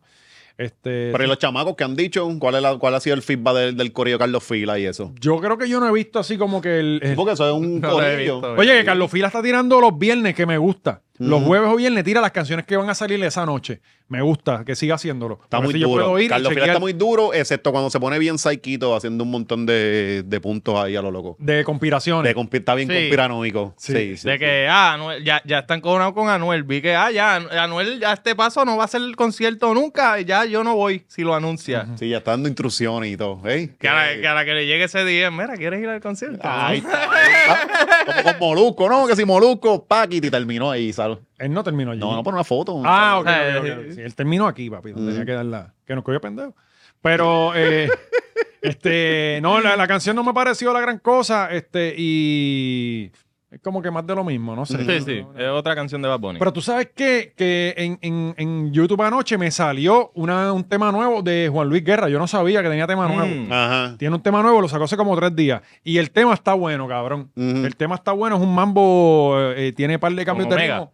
S1: Este,
S2: Pero ¿y los chamacos que han dicho, ¿cuál, es la- cuál ha sido el feedback del, del corrido de Carlos Fila y eso?
S1: yo creo que yo no he visto así como que el... el-
S2: Porque eso es un
S3: No lo he
S2: corrillo.
S3: visto.
S1: Oye, que Carlos Fila está tirando los viernes que me gusta. Los
S2: Ujú.
S1: jueves o viernes tira las canciones que van a salir esa noche. Me gusta que siga haciéndolo.
S2: Está
S1: Por
S2: muy
S1: eso yo
S2: duro.
S1: puedo ir y
S2: Carlos Fila
S1: chequear
S2: está muy duro, excepto cuando se pone bien psyquito haciendo un montón de, de puntos ahí a lo loco.
S1: de
S2: De
S1: conspiraciones.
S2: conspi- está bien
S3: Sí.
S2: conspiranoico. Sí, sí,
S3: de
S2: sí.
S3: que, ah, Anuel- ya, ya están coronados con Anuel. Vi que, ah, ya, Anu- Anuel a este paso no va a hacer el concierto nunca. y Ya yo no voy si lo anuncia.
S2: Sí, ya está dando instrucciones y todo. ¿eh?
S3: que, a la, que a la que le llegue ese día, mira, ¿quieres ir al concierto?
S2: Ahí está, ahí está. ah, Como con Molusco, ¿no? Que si Molusco, Paqui, y terminó ahí, ¿sabes?
S1: Él no terminó allí.
S2: No, no, por una foto.
S1: Ah, ok.
S3: Eh,
S1: ok, ok.
S3: eh.
S1: Sí, él terminó aquí, papi. no
S2: Mm.
S1: Tenía que darla. Que nos cogió pendejo. Pero, eh, este, no, la, la canción no me pareció la gran cosa. Este, y es como que más de lo mismo, no sé.
S3: Sí, sí, es otra canción de Bad Bunny.
S1: Pero tú sabes qué? que en, en- en YouTube anoche me salió una- un tema nuevo de Juan Luis Guerra. Yo no sabía que tenía tema nuevo.
S3: Mm.
S2: Ajá.
S1: Tiene un tema nuevo, lo sacó hace como tres días. Y el tema está bueno, cabrón.
S2: Ujú.
S1: El
S3: Mm.
S1: tema está bueno, es un mambo, eh, tiene par de cambios
S3: Con
S1: de
S3: Omega.
S1: ritmo.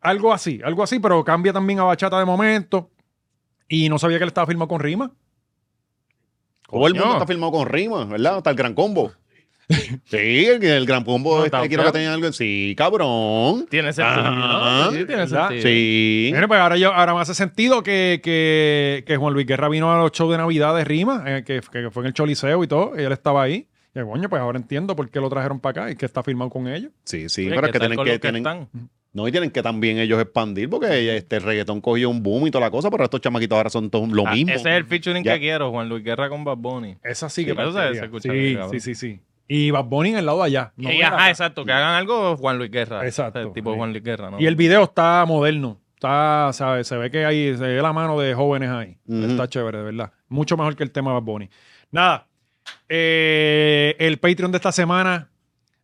S1: Algo así, algo así, pero cambia también a bachata de momento. Y no sabía que él estaba firmado con Rima.
S2: Todo el mundo
S1: Coño.
S2: está firmado con rimas, ¿verdad? Hasta el Gran Combo. Sí, el, el Gran Combo
S3: No,
S2: este,
S3: está
S2: quiero que
S3: feo.
S2: tenga algo. Sí, cabrón.
S3: Tiene sentido.
S2: Ajá.
S3: ¿no? Sí, tiene
S1: ¿Verdad?
S3: sentido.
S2: Sí.
S1: Mira, pues ahora, yo, ahora me hace sentido que, que- que Juan Luis Guerra vino a los shows de Navidad de Rima, eh, que, que fue en el Choliseo y todo, y él estaba ahí. Y coño, pues ahora entiendo por qué lo trajeron para acá y que está firmado con ellos.
S2: Sí, sí,
S3: Oye,
S2: pero es que
S3: ¿qué tal
S2: tienen
S3: con
S2: que,
S3: los
S2: tienen-
S3: están?
S2: no y tienen que también ellos expandir porque este el reggaetón cogió un boom y toda la cosa, pero estos chamaquitos ahora son todos lo
S3: Ah,
S2: mismo.
S3: Ese es el featuring
S2: Ya.
S3: que quiero, Juan Luis Guerra con Bad Bunny.
S1: Esa sí
S3: Sí,
S1: que
S3: pero eso se-
S1: parecería.
S3: se escucha bien,
S1: sí,
S3: cabrón.
S1: sí, sí, sí. Y Bad Bunny en el lado de allá. no
S3: Y,
S1: era
S3: ajá,
S1: acá.
S3: exacto, que hagan algo Juan Luis Guerra.
S1: Exacto.
S3: Ese tipo
S1: Sí.
S3: Juan Luis Guerra, ¿no?
S1: Y el video está moderno. Está, ¿sabes? Se ve que hay, se ve la mano de jóvenes ahí.
S2: Ujú.
S1: Está chévere, de verdad. Mucho mejor que el tema de Bad Bunny. Nada. eh, el Patreon de esta semana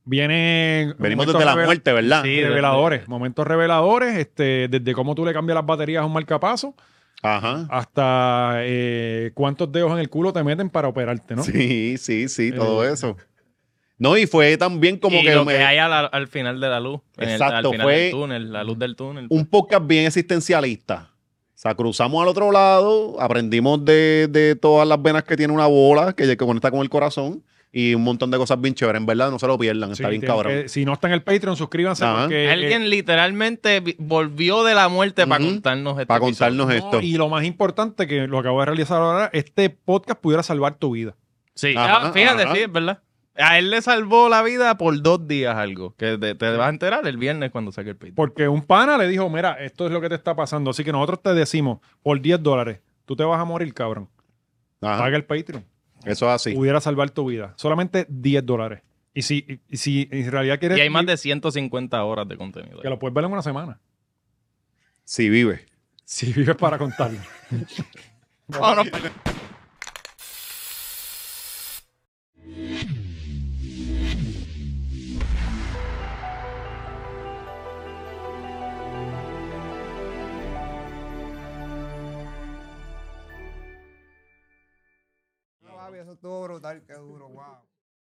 S1: viene.
S2: Venimos
S1: momentos
S2: desde la
S1: revel-
S2: muerte, ¿verdad?
S3: Sí.
S1: Reveladores, momentos reveladores, este, desde cómo tú le cambias las baterías a un marcapaso
S2: Ajá.
S1: hasta eh, cuántos dedos en el culo te meten para operarte, ¿no?
S2: Sí, sí, sí, todo
S1: Eh.
S2: eso. No, y fue también como
S3: Y
S2: que,
S3: lo
S2: me-
S3: que hay a la- al, final de la luz. en el-
S2: Exacto,
S3: al final
S2: fue
S3: del túnel, la luz del túnel.
S2: un podcast bien existencialista. O sea, cruzamos al otro lado, aprendimos de, de todas las venas que tiene una bola que, que conecta con el corazón y un montón de cosas bien chéveres. En verdad, no se lo pierdan,
S1: Sí,
S2: está bien
S1: tienen
S2: cabrón.
S1: que- si no está en el Patreon, suscríbanse
S2: Ajá.
S1: porque, eh,
S3: Pues, Alguien literalmente vi- volvió de la muerte para
S2: Ujú.
S3: contarnos este esto.
S2: Para contarnos
S1: No,
S2: esto.
S1: Y lo más importante que lo acabo de realizar ahora, este podcast pudiera salvar tu vida.
S3: Sí,
S2: Ajá,
S3: Ah, fíjate,
S2: ajá.
S3: sí, es verdad. A él le salvó la vida por dos días algo. Que te, te vas a enterar el viernes cuando saque el pito.
S1: Porque un pana le dijo, mira, esto es lo que te está pasando. Así que nosotros te decimos, por 10 dólares, tú te vas a morir, cabrón.
S2: Ajá,
S1: Paga el Patreon.
S2: Eso es así.
S1: Pudiera salvar tu vida. Solamente 10 dólares. Y si, y- y si en realidad quieres...
S3: Y hay más de 150 horas de contenido.
S1: Que lo puedes ver en una semana.
S2: Si vive.
S1: Si vives para contarlo.
S3: Vámonos.
S9: Eso estuvo brutal, qué duro, wow.